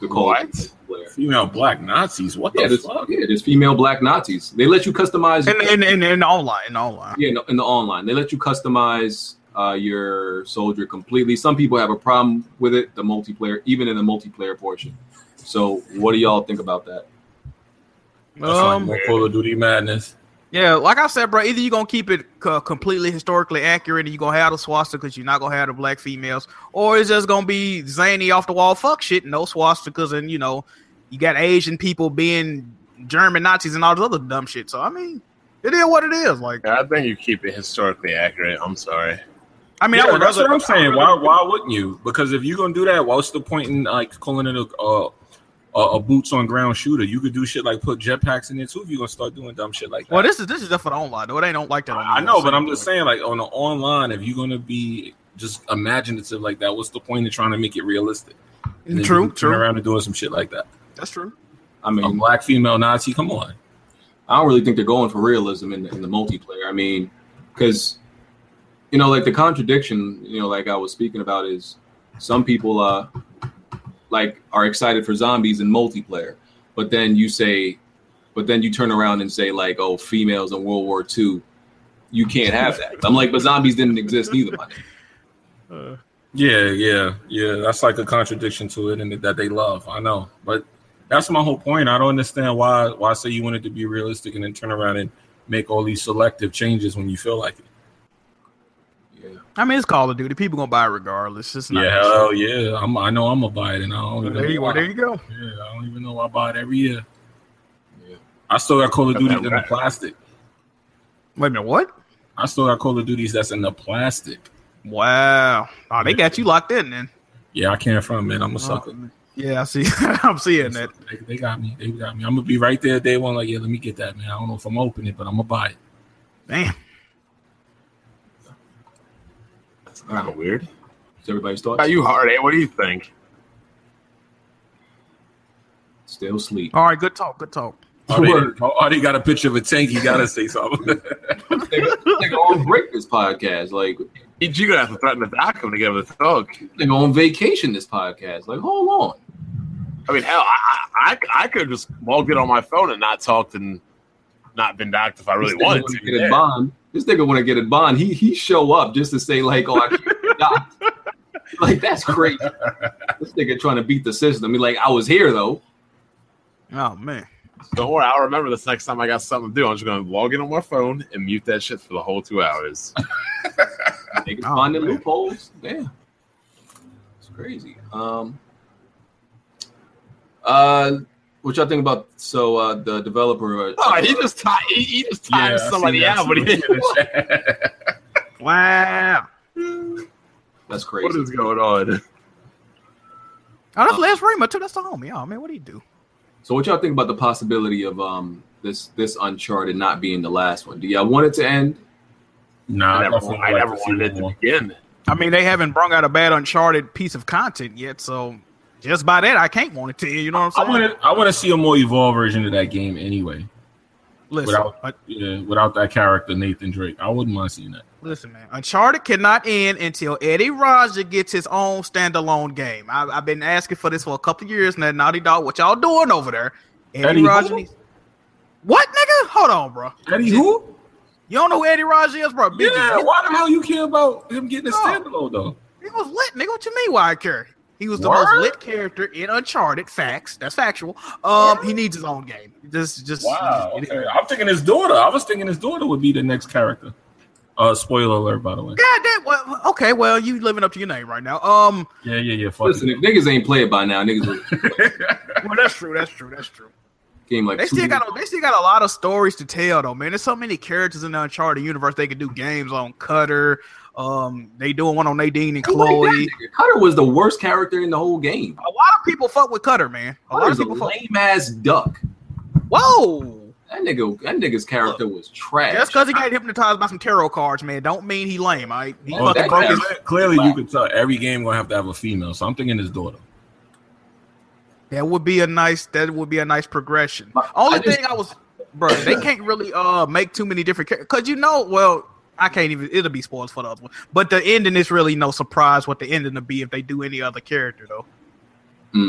S1: the Call of
S3: What?
S1: Duty player.
S4: Female black Nazis. What
S1: Yeah,
S4: the
S1: there's,
S4: fuck?
S1: yeah, there's female black Nazis. They let you customize.
S2: And and and, and online, and online.
S1: yeah, in the, in the online, they let you customize uh, your soldier completely. Some people have a problem with it. The multiplayer, even in the multiplayer portion. So, what do y'all think about that?
S4: That's
S2: Um,
S4: like more Call of Duty madness.
S2: Yeah, like I said, bro, either you're gonna keep it c- completely historically accurate and you're gonna have the swastikas, you're not gonna have the black females, or it's just gonna be zany off the wall fuck shit, no swastikas, and you know, you got Asian people being German Nazis and all this other dumb shit. So I mean, it is what it is. Like
S3: Yeah, I think you keep it historically accurate. I'm sorry.
S2: I mean, I
S4: Yeah,
S2: would
S4: that's
S2: rather
S4: what I'm saying. Why why wouldn't you? Because if you're gonna do that, what's the point in like calling it a uh, a, a boots on ground shooter? You could do shit like put jetpacks in there too if you're gonna start doing dumb shit like that.
S2: well, this is this is just for the online though. They don't like that. On
S4: I I
S2: the
S4: know,
S2: US.
S4: but I'm just saying like on the online, if you're gonna be just imaginative like that, what's the point in trying to make it realistic? And then you
S2: True,
S4: can turn
S2: true.
S4: around and doing some shit like that.
S2: That's true.
S1: I mean,
S4: A black female Nazi, come on.
S1: I don't really think they're going for realism in the, in the multiplayer. I mean, because you know, like the contradiction, you know, like I was speaking about is some people uh like are excited for zombies in multiplayer, but then you say, but then you turn around and say like, oh, females in World War II, you can't have that. I'm like, but zombies didn't exist either. my nigga.
S4: Yeah, yeah, yeah. That's like a contradiction to it, and that they love. I know, but that's my whole point. I don't understand why why say you wanted to be realistic and then turn around and make all these selective changes when you feel like it.
S1: Yeah.
S2: I mean, it's Call of Duty. People gonna buy it regardless. It's not.
S4: yeah, hell yeah. I'm, I know I'm gonna buy it, and I don't even
S2: there you
S4: know why.
S2: go. There you go.
S4: Yeah, I don't even know why I buy it every year.
S1: Yeah.
S4: I still got Call of
S3: Got
S4: Duties
S3: that
S4: in the
S3: right.
S4: plastic.
S2: Wait a minute. What?
S4: I still got Call of Duties that's in the plastic.
S2: Wow. Oh, they got you locked in then.
S4: Yeah, I can't front, man. I'm a sucker.
S2: Oh, yeah, I see. I'm seeing that.
S4: They, they got me. They got me. I'm gonna be right there day one. Like, yeah, let me get that, man. I don't know if I'm opening it, but I'm gonna buy it.
S2: Damn.
S3: That's kind of weird.
S1: Is everybody's thoughts?
S3: Are you hard? Eh? What do you think?
S1: Still sleep.
S2: All right, good talk. Good talk.
S4: Oh, they,
S1: Word.
S4: oh, they got a picture of a tank. You gotta say something.
S1: They they on break this podcast. Like
S3: You're gonna have to threaten to dock him to give him a thug.
S1: they go on vacation this podcast. Like hold on.
S3: I mean, hell, I, I I- I could just log in on my phone and not talk and not been docked if I really
S1: this nigga
S3: wanted
S1: wanna
S3: to.
S1: Get a
S3: Yeah.
S1: bond. This nigga want to get a bond. He he show up just to say like, oh, I can't get docked. Like that's crazy. this nigga trying to beat the system. He like, I was here though.
S2: Oh man.
S3: Don't worry, I'll remember this next time I got something to do. I'm just gonna log in on my phone and mute that shit for the whole two hours.
S1: They can
S2: Oh,
S1: find the
S2: man.
S1: loopholes. Yeah. It's crazy. Um uh what y'all think about so uh the developer uh,
S3: Oh, he just ti- he, he just
S4: Yeah,
S3: timed somebody out, but he didn't.
S2: Wow.
S1: that's
S3: What
S1: crazy.
S3: is going on?
S2: Oh, that's Les Rima too. That's the homie. Oh man, what do you do?
S1: So what y'all think about the possibility of um this this uncharted not being the last one? Do y'all want it to end?
S4: nah,
S3: I never,
S4: definitely
S3: I
S4: like
S3: never
S4: to see
S3: wanted it to
S4: one more.
S3: begin.
S2: I mean, they haven't brung out a bad Uncharted piece of content yet, so just by that, I can't want it to. end, You know what
S4: I
S2: I'm saying?
S4: want to. I want to see a more evolved version of that game anyway.
S2: listen,
S4: without-
S2: uh,
S4: Yeah, without that character Nathan Drake, I wouldn't mind seeing that.
S2: listen, man. Uncharted cannot end until Eddie Roger gets his own standalone game. I, I've been asking for this for a couple of years now. Naughty Dog, what y'all doing over there? Eddie,
S4: Eddie
S2: Roger
S4: who?
S2: needs- What, nigga? Hold on, bro.
S4: Eddie, who?
S2: You don't know who Eddie Roger is, bro? Biggie.
S4: Yeah, why the hell you care about him getting a
S2: No.
S4: standalone though?
S2: He was lit, nigga. What you mean? Why I care? He was the
S4: Word?
S2: most lit character in Uncharted. Facts. That's factual. Um, he needs his own game. Just, just
S4: Wow.
S2: just-
S4: Okay. I'm thinking his daughter. I was thinking his daughter would be the next character. Uh, spoiler alert, by the way.
S2: God damn. Well, okay. Well, you living up to your name right now. Um.
S4: Yeah, yeah, yeah. Fuck
S1: Listen, if
S4: it.
S1: niggas ain't played by now, niggas would
S2: Well, that's true. That's true. That's true.
S1: game like
S2: They
S1: two
S2: still got. A, they still got a lot of stories to tell, though, man. There's so many characters in the Uncharted universe. They could do games on Cutter. Um, they doing one on Nadine and
S1: Who like
S2: Chloe.
S1: that Oh nigga? Cutter was the worst character in the whole game.
S2: A lot of people fuck with Cutter, man. A lot of
S1: Cutter's a
S2: people fuck.
S1: lame ass duck.
S2: Whoa.
S1: That nigga, that nigga's character was trash.
S2: Just because he got hypnotized by some tarot cards, man, don't mean he lame. I he
S1: Oh,
S2: fucking
S1: that
S2: broke his.
S1: guy-
S4: Clearly, you could tell every game gonna have to have a female. So I'm thinking his daughter.
S2: That would be a nice. That would be a nice progression. Only
S1: I just-
S2: thing I was, bro, they can't really uh make too many different characters because you know, well, I can't even. It'll be spoiled for the other one. But the ending is really no surprise what the ending will be if they do any other character though.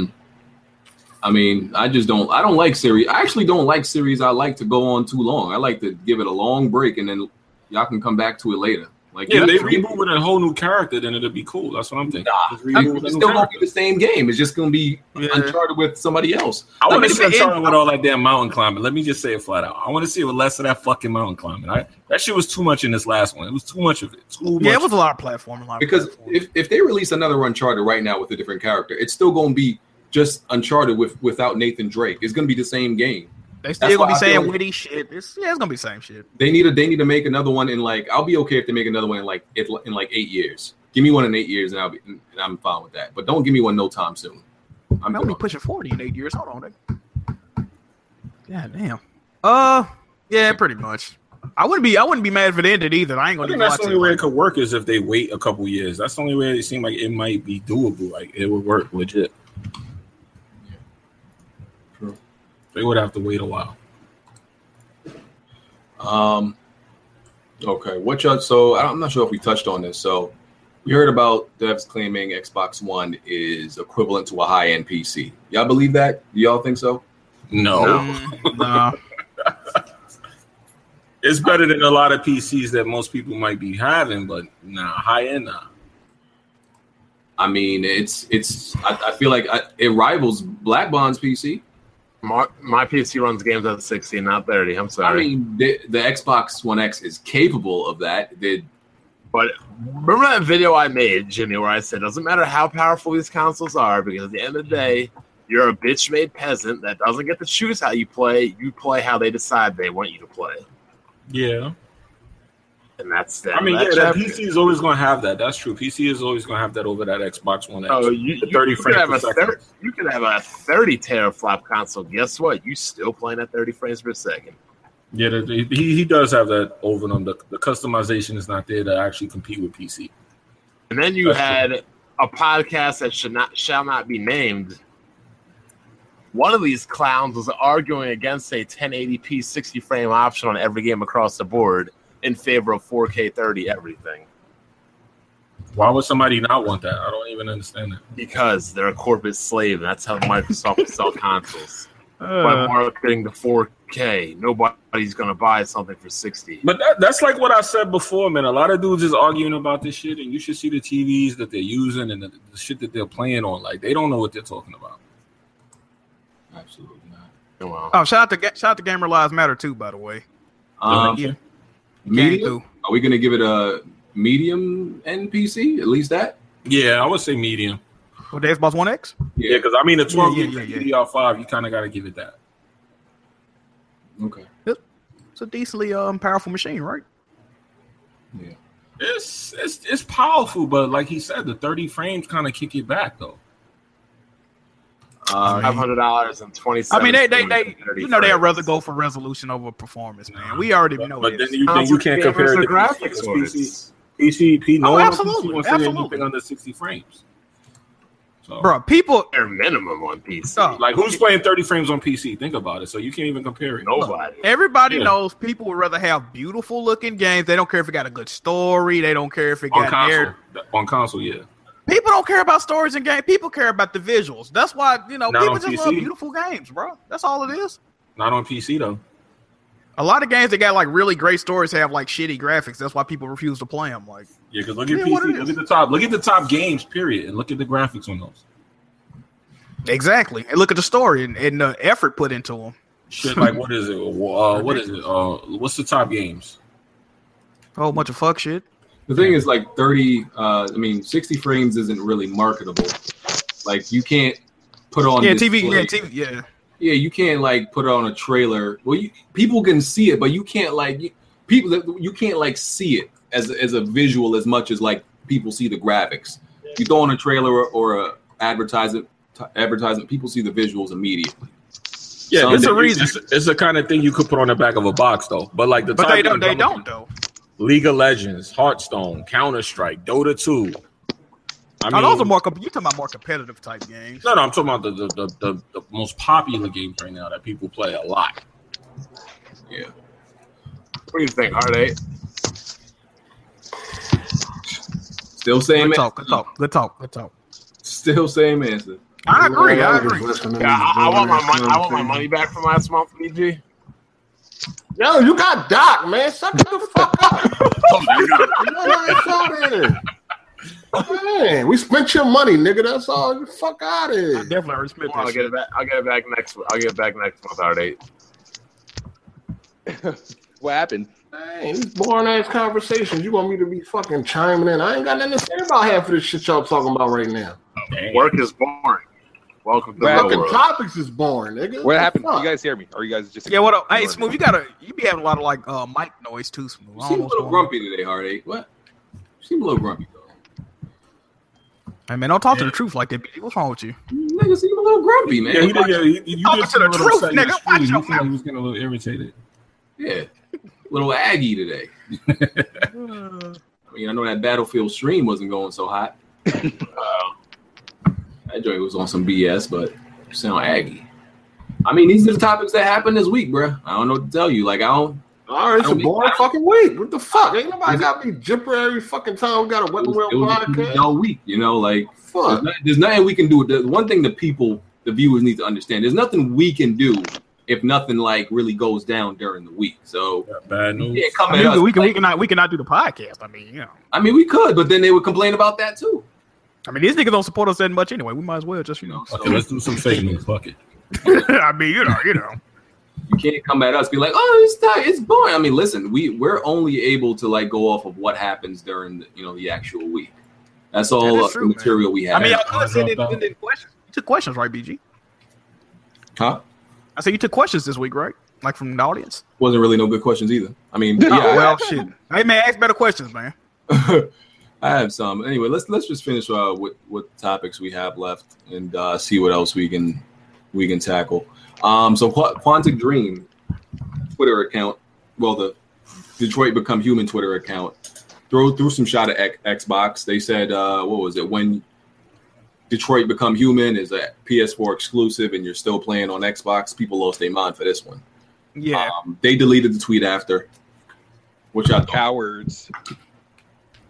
S1: I mean, I just don't. I don't like series. I actually don't like series. I like to go on too long. I like to give it a long break, and then y'all can come back to it later. Like,
S4: Yeah,
S1: you-
S4: they reboot with a whole new character, then it'll be cool. That's what I'm thinking.
S1: Nah,
S4: Just
S1: I
S4: reboot
S1: mean,
S4: with a
S1: it's still
S4: new
S1: gonna
S4: character.
S1: be the same game. It's just gonna be
S2: Yeah.
S1: Uncharted with somebody else.
S4: I
S1: Let
S4: want
S1: me
S4: to see
S1: just-
S4: Uncharted with all that damn mountain climbing. Let me just say it flat out. I want to see with less of that fucking mountain climbing. I, that shit was too much in this last one. It was too much of it. Too much.
S2: Yeah, it was a lot of platform. A lot of
S1: Because
S2: platform.
S1: if, if they release another Uncharted right now with a different character, it's still gonna be just Uncharted with without Nathan Drake. It's gonna be the same game.
S2: they
S1: that's
S2: still gonna
S1: why I
S2: be
S1: feel
S2: saying
S1: like-
S2: witty shit. It's, yeah, it's gonna be the same shit.
S1: They need to they need to make another one in like I'll be okay if they make another one in like it, in like eight years. Give me one in eight years and I'll be and I'm fine with that. But don't give me one no time soon. I'm
S2: I'm
S1: good
S2: gonna be
S1: on that.
S2: pushing forty in eight years. Hold on. nigga. God damn. Uh, yeah, pretty much. I wouldn't be. I wouldn't be mad if it ended either. I ain't
S4: I
S2: gonna
S4: think
S2: even
S4: that's
S2: watch
S4: the
S2: it.
S4: only way it could work is if they wait a couple years. That's the only way it seemed like it might be doable. Like it would work legit.
S1: True.
S4: They would have to wait a while.
S1: Um, okay, what y'all? So I- I'm not sure if we touched on this. So we heard about devs claiming Xbox One is equivalent to a high-end PC. Y'all believe that? Do y'all think so?
S4: No.
S2: Mm, nah.
S4: It's better than a lot of PCs that most people might be having, but nah, high end nah.
S1: I mean, it's it's. I, I feel like I, it rivals Black Bond's PC.
S3: My, my PC runs games at 60, not 30. I'm
S1: I
S3: sorry.
S1: mean, the, the Xbox One X is capable of that. They,
S3: But remember that video I made, Jimmy, where I said, doesn't matter how powerful these consoles are, because at the end of the day, you're a bitch made peasant that doesn't get to choose how you play. You play how they decide they want you to play.
S4: Yeah.
S3: And that's that.
S4: I mean, yeah,
S3: that
S4: that
S3: chapter.
S4: PC is always gonna have that. That's true. PC is always gonna have that over that Xbox One X.
S3: So you,
S4: The
S3: you
S4: 30
S3: could
S4: frames
S3: have
S4: per
S3: a
S4: second.
S3: 30 you could have a 30 teraflop console. Guess what? You still playing at 30 frames per second.
S4: Yeah, the, the- he he does have that over them. The, the customization is not there to actually compete with PC.
S3: And then you
S4: That's
S3: had a podcast that should not shall not be named. One of these clowns was arguing against a 1080p 60 frame option on every game across the board in favor of 4K 30 everything
S4: Why would somebody not want that? I don't even understand that.
S3: because they're a corporate slave and that's how Microsoft will sell consoles. By
S2: Uh,
S3: marketing to 4K, nobody's gonna buy something for 60.
S4: But that, that's like what I said before, man. A lot of dudes is arguing about this shit, and you should see the TVs that they're using and the, the shit that they're playing on. Like they don't know what they're talking about.
S1: absolutely not.
S3: Oh, wow.
S2: Oh, shout out to Ga- shout out to Gamer Lives Matter too, by the way.
S1: Um,
S2: Yeah. Came
S1: medium?
S2: through.
S1: Are we going to give it a medium NPC? At least that?
S4: Yeah, I would say medium.
S2: With the Xbox One X.
S4: Yeah, because I mean the twelve
S2: yeah,
S4: yeah,
S2: yeah, yeah.
S4: five, you kind of got to give it that.
S1: Okay.
S2: It's a decently um powerful machine, right?
S4: It's it's it's powerful, but like he said, the thirty frames kind of kick it back though.
S1: Uh,
S3: Five hundred dollars and twenty.
S2: uh, I mean, they they they you know they'd rather go for resolution over performance, man. We already know
S4: but
S2: this.
S4: then you, then you can't compare it to graphics. PC, PC, PC, no
S2: Oh,
S4: one on
S2: absolutely,
S4: PC wants to hit
S2: absolutely.
S4: anything under sixty frames. So,
S2: Bro, people
S3: bare minimum on PC.
S2: Oh.
S4: like who's playing thirty frames on PC? Think about it. So you can't even compare it.
S3: Nobody.
S2: Everybody
S4: Yeah.
S2: knows people would rather have beautiful looking games. They don't care if it got a good story. They don't care if it
S4: on
S2: got
S4: console.
S2: narrative.
S4: On console, yeah.
S2: People don't care about stories and games. People care about the visuals. That's why you know
S4: Not
S2: people
S4: on
S2: just
S4: PC.
S2: love beautiful games, bro. That's all it is.
S4: Not on PC though.
S2: A lot of games that got like really great stories have like shitty graphics. That's why people refuse to play them. Like,
S4: Yeah, because look
S2: It
S4: at
S2: is what it
S4: PC.
S2: is.
S4: Look at the top. Look at the top games. Period. And look at the graphics on those.
S2: exactly. And look at the story and, and the effort put into them.
S4: Shit, like what is it? Uh, what is it? Uh, what's the top games?
S2: A whole bunch of fuck shit.
S1: the thing is, like thirty. Uh, I mean, sixty frames isn't really marketable. Like you can't put on
S2: Yeah, TV.
S1: display-
S2: Yeah, TV. Yeah.
S1: Yeah, you can't like put on a trailer. Well, you, people can see it, but you can't like you, people that you can't like see it as as a visual as much as like people see the graphics. You throw on a trailer or a advertisement, t- advertisement, people see the visuals immediately.
S4: Yeah,
S1: Some
S4: it's a
S1: that you-
S4: reason. It's, it's the kind of thing you could put on the back of a box, though. But like the
S2: But
S4: top
S2: they don't.
S4: games
S2: They
S4: I'm looking-
S2: don't though.
S4: League of Legends, Hearthstone, Counter Strike, Dota Two. I
S2: Now,
S4: mean,
S2: Oh, those are more. comp- You talking about more competitive type games?
S4: no, no. I'm talking about the the, the, the the most popular games right now that people play a lot.
S3: What do you think? Hard eight.
S1: Still same,
S2: Good
S1: an-
S2: talk. Good talk. Good talk. Good talk.
S1: still same answer.
S2: I agree. I
S5: Y'all niggas
S2: agree.
S5: listening
S3: Yeah,
S5: to
S3: I,
S5: this
S3: I want my
S5: bullshit
S3: money. I want my
S5: shit.
S3: money back from last month, BG.
S5: Yo, you got Doc, man. Suck the fuck up.
S2: Oh,
S5: You know what I'm saying? Man, we spent your money, nigga. That's all. You fuck out of
S2: I
S5: here.
S2: definitely already spent that
S3: I'll
S2: shit.
S3: get it back. I'll get it back next. I'll get it back next month. Hard eight.
S6: What happened?
S5: Man, these boring ass conversations. You want me to be fucking chiming in? I ain't got nothing to say about half of this shit y'all talking about right now.
S3: Work is boring. Welcome to the
S6: Right.
S3: real
S5: Fucking
S3: world.
S5: topics is boring, nigga.
S6: What happened?
S5: Fuck.
S6: You guys hear me? Or you guys just
S2: Yeah, what up? Hey, Smooth, you gotta you be having a lot of like uh mic noise too, Smooth.
S1: You
S2: I
S1: seem a
S2: don't know what's
S1: little
S2: going on.
S1: grumpy today, Heartache. What? You seem a little grumpy though.
S2: Hey man, don't talk to the truth like that. BD. What's wrong with you?
S1: You Nigga seem a little grumpy,
S4: Yeah,
S1: man.
S4: you, yeah, you, you
S2: Talking
S4: just
S2: Oh, to the
S4: a little
S2: truth,
S4: upset in the
S2: nigga.
S4: stream.
S2: Watch
S4: You
S2: your
S4: feel I'm just getting a little irritated.
S1: Yeah, little Aggie today. I mean, I know that Battlefield stream wasn't going so hot. Uh, That joint was on some BS, but you sound aggy. I mean, these are the topics that happened this week, bruh. I don't know what to tell you. Like, I don't.
S5: All right, it's
S1: I
S5: a
S1: don't-
S5: boring fucking week. What the fuck? Ain't nobody got me jipper every fucking time. We got a
S1: It
S5: weapon
S1: was, it
S5: wheel
S1: was a
S5: podcast.
S1: all week, you know. Like, there's,
S5: Fuck.
S1: not, there's nothing we can do. The one thing the people, the viewers, need to understand: there's nothing we can do if nothing like really goes down during the week. So,
S4: Bad news.
S1: yeah, come at
S2: I mean,
S1: us.
S2: we can we cannot we cannot do the podcast. I mean, you know.
S1: I mean, we could, but then they would complain about that too.
S2: I mean, these niggas don't support us that much anyway. We might as well just, you
S1: You know,
S2: know.
S1: so
S4: Okay, let's do some fake news. Fuck it.
S2: I mean, you know, you know.
S1: you can't come at us be like, oh, it's not, it's boring. I mean, listen, we we're only able to like go off of what happens during the, you know the actual week. That's all
S2: that's
S1: uh,
S2: true, man.
S1: material we have.
S2: I mean, y'all
S4: I
S2: could send in,
S4: dropped
S2: send in questions. You took questions, right, BG?
S1: huh?
S2: I said you took questions this week, right? Like from the audience.
S1: wasn't really no good questions either. I mean,
S2: Oh,
S1: yeah,
S2: well, shit. Hey man, ask better questions, man.
S1: I have some. Anyway, let's let's just finish uh, with what topics we have left and uh, see what else we can we can tackle. Um, so Qu- Quantic Dream Twitter account, well, the Detroit Become Human Twitter account threw threw some shot at X- Xbox. They said, uh, what was it when Detroit Become Human is a PS4 exclusive and you're still playing on Xbox? People lost their mind for this one.
S2: Yeah.
S1: Um, they deleted the tweet after, which I thought,
S6: cowards?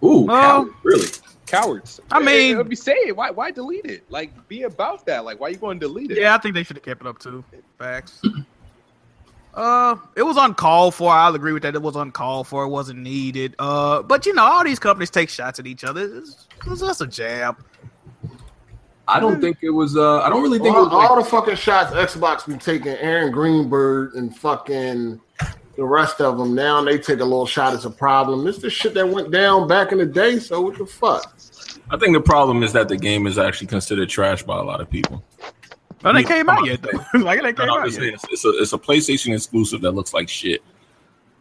S1: ooh,
S2: Well-
S1: cow- really.
S6: Cowards.
S2: I mean-
S6: let me say it. Why? Why delete it? Like, be about that. Like, why you going to delete it?
S2: Yeah, I think they should have kept it up too. Facts. Uh, it was uncalled for. I'll agree with that. It was uncalled for. It wasn't needed. Uh, but you know, all these companies take shots at each other. It's, it's just a jab.
S1: I don't think it was. Uh, I don't really think it
S5: all,
S1: was like,
S5: all the fucking shots Xbox be taking, Aaron Greenberg and fucking the rest of them. Now they take a little shot as a problem. This the shit that went down back in the day. So what the fuck?
S4: I think the problem is that the game is actually considered trash by a lot of people.
S2: But they came out yet, though. like, they came
S4: And I'm
S2: out
S4: just
S2: yet.
S4: saying, it's, it's a, it's a PlayStation exclusive that looks like shit.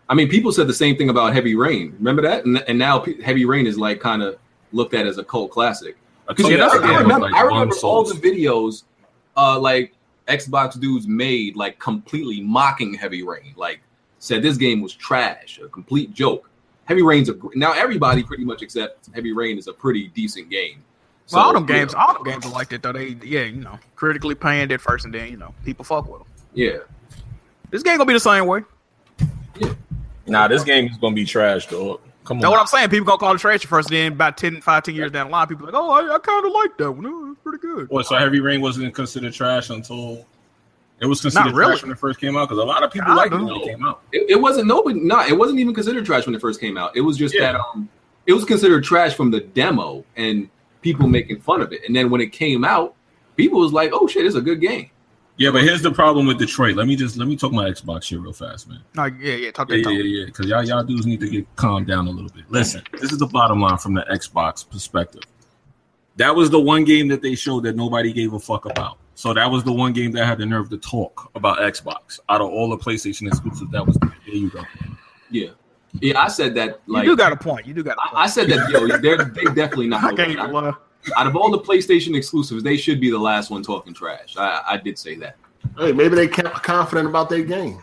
S1: I mean, people said the same thing about Heavy Rain. Remember that? And, and now P- Heavy Rain is like kind of looked at as a cult classic.
S4: I
S1: Because
S4: told you
S1: I,
S4: that
S1: I
S4: game was
S1: remember,
S4: like
S1: I
S4: one
S1: remember all
S4: source.
S1: the videos, uh, like Xbox dudes made, like completely mocking Heavy Rain, like said this game was trash, a complete joke. Heavy Rain's a gr- now everybody pretty much except Heavy Rain is a pretty decent game.
S2: well, all them
S1: you know,
S2: games, all them games are like that though. They, yeah, you know, critically panned at first, and then you know, people fuck with them.
S1: yeah.
S2: This game gonna be the same way.
S4: Nah, this game is gonna be trash, dog. Come
S2: Know
S4: on.
S2: what I'm saying? People gonna call it trash at first, then about 10, 5, 10 years down the line, people like, oh, I, I kind of like that one. Oh, it's pretty good.
S4: What, so Heavy Rain wasn't considered trash until it was considered
S2: really.
S4: trash when it first came out because a lot of people
S2: I
S4: liked it
S2: don't
S4: when it
S2: know.
S4: came out.
S1: It, it wasn't nobody. Nah, it wasn't even considered trash when it first came out. It was just
S4: Yeah.
S1: that um, it was considered trash from the demo and people making fun of it. And then when it came out, people was like, "Oh shit, it's a good game."
S4: Yeah, but here's the problem with Detroit. Let me just let me talk my Xbox shit real fast, man.
S2: Like, yeah, yeah, talk
S4: Yeah,
S2: that
S4: yeah,
S2: talk.
S4: yeah. Because y'all, y'all dudes need to get calmed down a little bit. Listen, this is the bottom line from the Xbox perspective. That was the one game that they showed that nobody gave a fuck about. So that was the one game that had the nerve to talk about Xbox out of all the PlayStation exclusives. That was there. You go.
S1: Yeah, yeah. I said that. Like,
S2: you do got a point. You do got a
S1: I, I
S2: point.
S1: said that. Yo, they're they definitely
S2: I,
S1: not.
S2: can't even lie.
S1: out of all the PlayStation exclusives, they should be the last one talking trash. I, I did say that.
S5: Hey, maybe they kept confident about their game.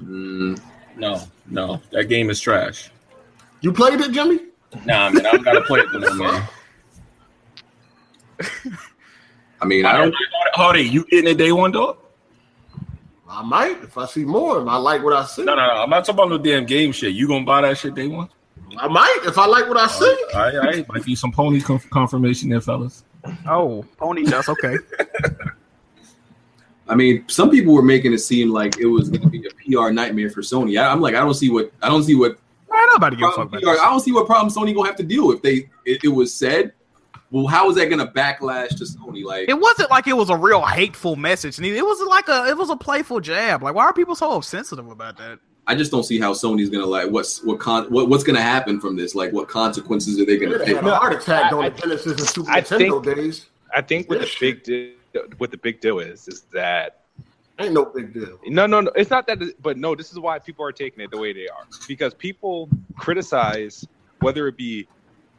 S1: Mm,
S4: No, no, that game is trash.
S5: You played it, Jimmy?
S4: Nah, man, I'm gotta play it no more, man.
S1: I mean,
S4: I
S1: I
S4: don't.
S1: don't.
S4: Hardy, you getting it day one, dog?
S5: I might if I see more. If I like what I see,
S4: No, no, no. I'm not talking about no damn game shit. You gonna buy that shit day one?
S5: I might if I like what
S6: Uh,
S5: I see.
S4: All right, all right. Might be some pony conf- confirmation there, fellas.
S2: Oh, pony dust. Okay.
S1: I mean, some people were making it seem like it was going to be a PR nightmare for Sony. I, I'm like, I don't see what I don't see what
S2: Man, nobody give a fuck
S1: problem
S2: about
S1: PR,
S2: this.
S1: I don't see what problem Sony gonna have to deal with. They it, it was said. Well, how is that gonna backlash to Sony? Like,
S2: It wasn't like it was a real hateful message. neither. It was like a, it was a playful jab. Like, why are people so sensitive about that?
S1: I just don't see how Sony's gonna like what's what con what, what's gonna happen from this. Like, what consequences are they
S5: They'd
S1: gonna
S5: have
S1: take?
S5: had a heart attack
S6: I-
S5: during
S6: I-
S5: the Genesis and Super
S6: I
S5: Nintendo days.
S6: I think what
S5: Yeah,
S6: the big deal, what the big deal is, is that
S5: Ain't no big deal.
S6: no, no, no. It's not that, but no. This is why people are taking it the way they are because people criticize whether it be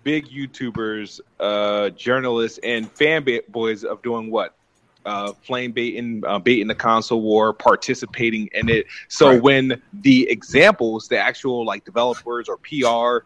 S6: big YouTubers, uh, journalists, and fan ba- boys of doing what. Uh, playing bait and uh, bait in the console war, participating in it. So
S1: Right.
S6: when the examples, the actual like developers or PR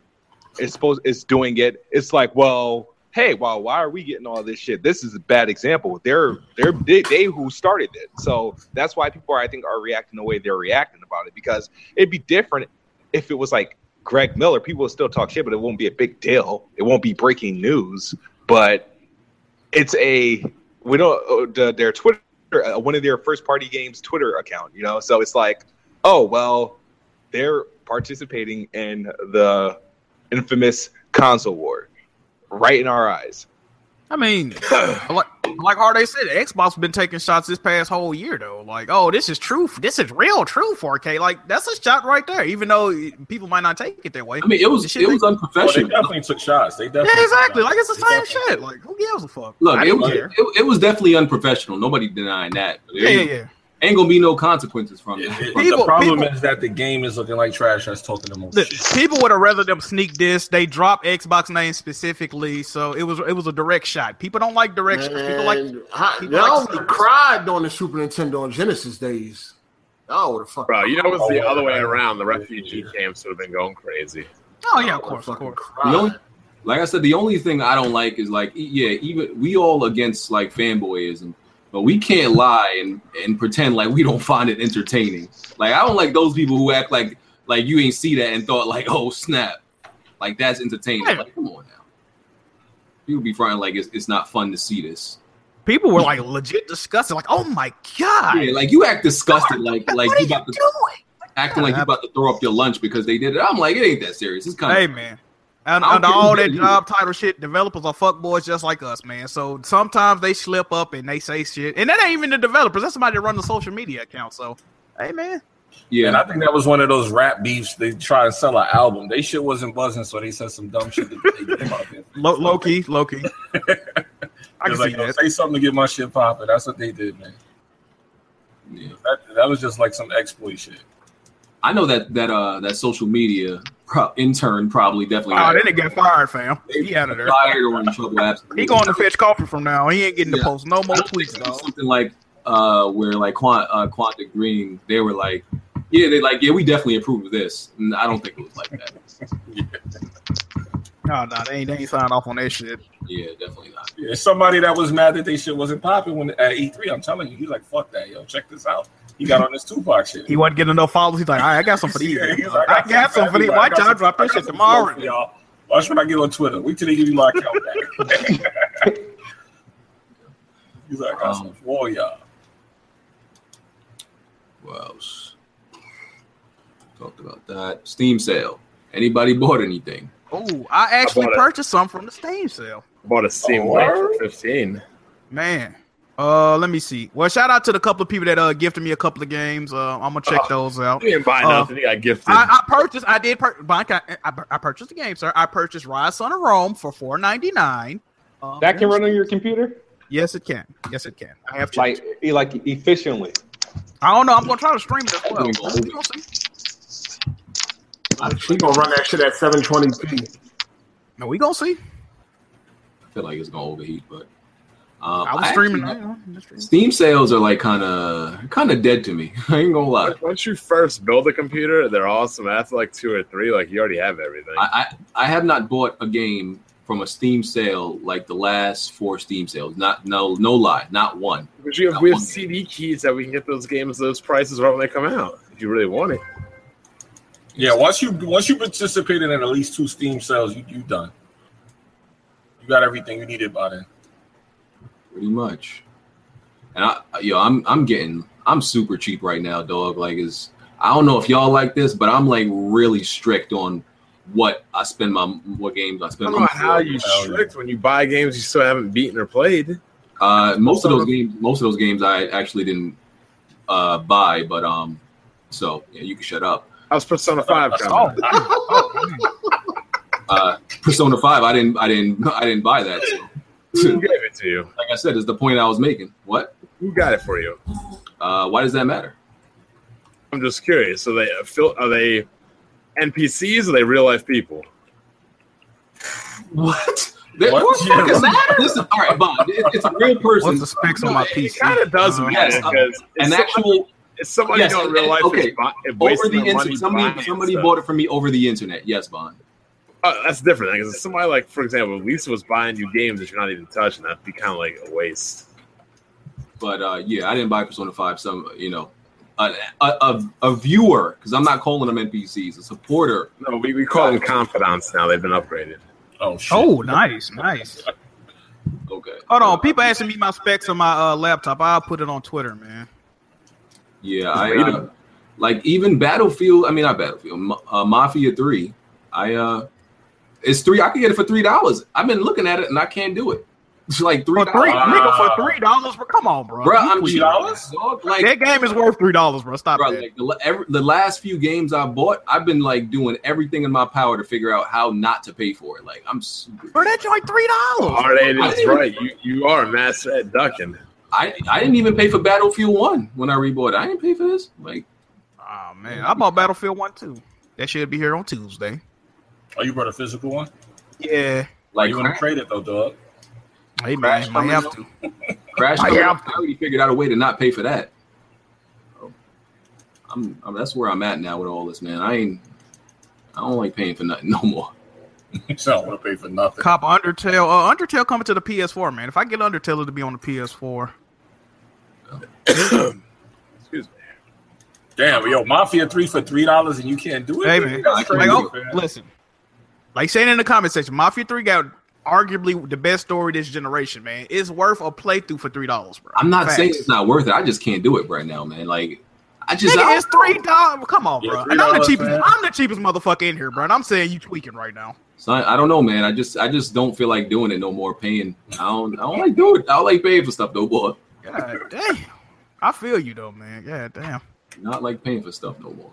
S6: is supposed is doing it, it's like, well, hey, wow, why are we getting all this shit? This is a bad example. They're they're they, they who started it, so that's why people I think are reacting the way they're reacting about it because it'd be different if it was like Greg Miller. People would still talk shit, but it won't be a big deal. It won't be breaking news, but it's a we don't uh, the, their Twitter uh, one of their first party games Twitter account, you know. So it's like, oh well, they're participating in the infamous console war right in our eyes.
S2: I mean, like like Hardy said, Xbox been taking shots this past whole year though. Like, oh, this is truth. This is real true 4K. Like, that's a shot right there. Even though people might not take it that way.
S1: I mean, it was it was
S4: Oh, they
S1: unprofessional.
S4: definitely took shots. They
S2: yeah,
S4: definitely took
S2: exactly.
S4: shots.
S2: Like it's the
S4: They
S2: same
S4: definitely-
S2: shit. Like, who gives a fuck?
S1: Look,
S2: I
S1: it
S2: don't
S1: was,
S2: care.
S1: it, it was definitely unprofessional. Nobody denying that.
S2: Yeah, yeah, yeah.
S1: Ain't gonna be no consequences from it.
S4: It- it-
S2: People-
S4: the problem
S2: people-
S4: is that the game is looking like trash. That's talking the most
S2: Look,
S4: shit.
S2: people would have rather them sneak this. They drop Xbox names specifically, so it was it was a direct shot. People don't like direct shots. People like
S5: Man, I,
S2: people
S5: y'all
S2: like-
S5: would've cried during the Super Nintendo and Genesis days. Y'all would have fucking,
S3: Bro, you know what's the
S4: Oh,
S3: other way
S4: yeah.
S3: around? The refugee camps would have been going crazy.
S2: oh yeah, of
S5: y'all
S2: course, of
S5: would've fucking
S2: course.
S5: cried.
S1: The only- like I said, the only thing I don't like is like, e- yeah, even we all against like fanboyism, but we can't lie and, and pretend like we don't find it entertaining. Like I don't like those people who act like like you ain't see that and thought like, oh snap, like that's entertaining.
S2: Yeah.
S1: Like come on now, people be fronting like it's, it's not fun to see this.
S2: People were like legit disgusted. Like, oh my god,
S1: Yeah, like you act disgusted, like like
S2: what are
S1: you
S2: you
S1: about to
S2: doing?
S1: acting like you about to throw up your lunch because they did it. I'm like, it ain't that serious. It's kind
S2: Hey
S1: of
S2: man, And,
S1: I
S2: and
S1: don't care
S2: all
S1: who
S2: that
S1: you-
S2: job title shit, developers are fuckboys just like us, man. So sometimes they slip up and they say shit. And that ain't even the developers. That's somebody that run the social media account. So, hey, man.
S4: And
S1: Yeah,
S4: I think that was one of those rap beefs. They try to sell an album. They shit wasn't buzzing, so they said some dumb shit. That they came out there.
S2: Low, low key, low key. I can
S4: It's
S2: see
S4: like, yo,
S2: that.
S4: say something to get my shit popping. That's what they did, man.
S1: yeah.
S4: That, that was just like some exploit shit.
S1: I know that that uh that social media pro- intern probably definitely
S2: Oh, then it got fired, fam. He out of there.
S1: fired or in trouble. Absolutely.
S2: He going to fetch coffee from now. on. He ain't getting to
S1: Yeah.
S2: post no more
S1: I don't think
S2: tweets,
S1: it was
S2: dog.
S1: something like uh where like Quant uh Quantic Green, they were like, yeah, they like, yeah, we definitely approve of this. And I don't think it was like that.
S2: No, no, they ain't, they ain't signed off on that shit.
S1: Yeah, definitely not.
S4: Yeah, somebody that was mad that they shit wasn't popping when at E3. I'm telling you, he's like, fuck that, yo. Check this out. He got on this Tupac shit.
S2: He wasn't getting enough followers. He's like, all right, I got some for these.
S4: Yeah, he's
S2: niggas.
S4: like,
S2: I got some for these. Why
S4: I got
S2: y'all
S4: some-
S2: drop
S4: I
S2: this
S4: got
S2: shit
S4: some
S2: tomorrow?
S4: stuff for y'all? Watch when I get on Twitter. Wait till they give you my account back. he's like, I got some
S1: Um,
S4: for y'all.
S1: What else? Talked about that. Steam sale. Anybody bought anything?
S2: Oh, I actually
S3: bought it.
S2: purchased some from the Steam sale.
S3: Bought a Steam
S4: Oh,
S3: Link
S4: word?
S3: for 15.
S2: Man. Uh, let me see. Well, shout out to the couple of people that uh gifted me a couple of games. Uh, I'm gonna check those out.
S3: You didn't buy
S2: Uh,
S3: nothing. You got gifted.
S2: I, I purchased. I did. Pur- but I, got- I, I purchased the game, sir. I purchased Rise Son of Rome for 4.99. Um,
S6: That can run on your computer,
S2: Yes, it can. Yes, it can. I have. checked.
S6: like e- like efficiently.
S2: I don't know. I'm gonna try to stream it as well.
S1: Open goal.
S2: We gonna see.
S5: She gonna run that shit at 720p.
S2: No, we gonna see.
S1: I feel like it's gonna overheat, but um,
S2: I was
S1: actually-
S2: streaming. I, you know, I'm streaming.
S1: Steam sales are like kind of kind of dead to me. I ain't gonna lie.
S3: Once you first build a computer, they're awesome. After like two or three, like you already have everything.
S1: I, I I have not bought a game from a Steam sale like the last four Steam sales. Not no no lie, not one.
S3: But you have, we have CD keys that we can get those games those prices right when they come out if you really want it.
S4: Yeah, once you once you participated in at least two Steam sales, you you done. You got everything you needed by then.
S1: pretty much. And I, yo, I'm I'm getting I'm super cheap right now, dog. Like is I don't know if y'all like this, but I'm like really strict on what I spend my what games I
S3: I
S1: spend.
S3: don't know
S1: My,
S3: how you
S4: Hell yeah.
S3: strict when you buy games you still haven't beaten or played.
S1: uh, most of those games, most of those games, I actually didn't uh, buy, but um, so yeah, you can shut up.
S3: How's Persona Five coming?
S4: Oh,
S1: Uh, Persona Five, I didn't, I didn't, I didn't buy that. So.
S3: Who gave it to you?
S1: like I said, is the point I was making. What?
S3: Who got it for you?
S1: Uh, why does that matter?
S3: I'm just curious. So they fil- are they NPCs? Or are they real life people?
S1: What? That,
S4: What?
S1: what the fuck is that? Listen, all right, Bob, it, it's a real person.
S2: What's the specs on my PC?
S3: It kind of does
S2: Uh,
S3: matter
S1: yes,
S3: because
S1: An
S3: it's somebody,
S1: actual
S3: it's somebody
S1: yes,
S3: you know in
S1: and-
S3: real
S1: and-
S3: life.
S1: okay.
S3: is bu- is
S1: over the
S3: wasting their money
S1: internet. Somebody,
S3: buying
S1: somebody
S3: stuff.
S1: bought it for me over the internet. Yes, Bond.
S3: Oh, that's different because somebody like, for example, Lisa was buying you games that you're not even touching. That'd be kind of like a waste.
S1: But uh, yeah, I didn't buy Persona Five. Some, you know, a a, a, a viewer because I'm not calling them NPCs. A supporter.
S3: No, we, we call them confidants now. They've been upgraded.
S4: oh shit.
S2: Oh, nice, nice.
S1: Okay.
S2: Hold on, people asking me my specs on my uh, laptop. I'll put it on Twitter, man.
S1: Yeah, I
S3: Rated.
S1: uh, like even Battlefield. I mean, not Battlefield. Ma- Uh, Mafia Three. I uh, it's three. I could get it for three dollars. I've been looking at it and I can't do it. It's like three
S2: For three,
S1: dollars.
S2: nigga, for three dollars, bro. Come on, bro.
S1: Bro, I'm
S2: You
S1: cheap.
S4: $3?
S1: dog.
S2: tweak.
S1: Like,
S2: that game is worth three dollars, bro. Stop
S1: bro,
S2: it.
S1: like the, la- every, the last few games I bought, I've been like doing everything in my power to figure out how not to pay for it. Like, I'm super.
S2: Bro, that joint three dollars.
S3: Arden
S1: Oh, I
S3: is
S1: didn't-
S3: right. You you are a master at ducking.
S1: I I didn't even pay for Battlefield One when I rebought. it. I didn't pay for this. Like,
S2: Oh man, I bought Battlefield One too. That should be here on Tuesday.
S4: Oh, you brought a physical one?
S2: Yeah,
S4: Are
S1: like
S4: you gonna
S1: Crash,
S4: trade it though, dog?
S2: hey
S1: Crash
S2: man, might
S1: coming
S2: have
S1: up.
S2: to.
S1: Crash
S2: I
S1: Bandicoot,
S2: have
S1: I already figured out a way to not pay for that. So, I'm, I'm that's where I'm at now with all this, man. I ain't. I don't like paying for nothing no more.
S4: so I don't want to pay for nothing.
S2: Cop Undertale. Uh, Undertale coming to the PS4, man. If I get Undertale, it'll be on the PS4.
S3: Excuse me.
S4: Damn, yo, Mafia three for three dollars and you can't do it.
S2: Hey, man.
S4: That's
S1: Like,
S4: crazy,
S1: oh,
S4: man.
S2: Listen, like saying in the comment section, Mafia Three got arguably the best story this generation, man. It's worth a playthrough for three dollars, bro.
S1: I'm not
S2: Facts.
S1: saying it's not worth it. I just can't do it right now, man. Like, I just I
S2: Nigga,
S1: don't
S2: it's three dollars. Come on,
S4: Yeah,
S2: bro.
S4: $3,
S2: And I'm the cheapest.
S4: man.
S2: I'm the cheapest motherfucker in here, bro. And I'm saying you tweaking right now.
S1: So I, I don't know, man. I just I just don't feel like doing it no more. Paying, I don't I don't like doing it. I don't like paying for stuff no more.
S2: God damn. I feel you though, man. God damn.
S1: Not like paying for stuff no more.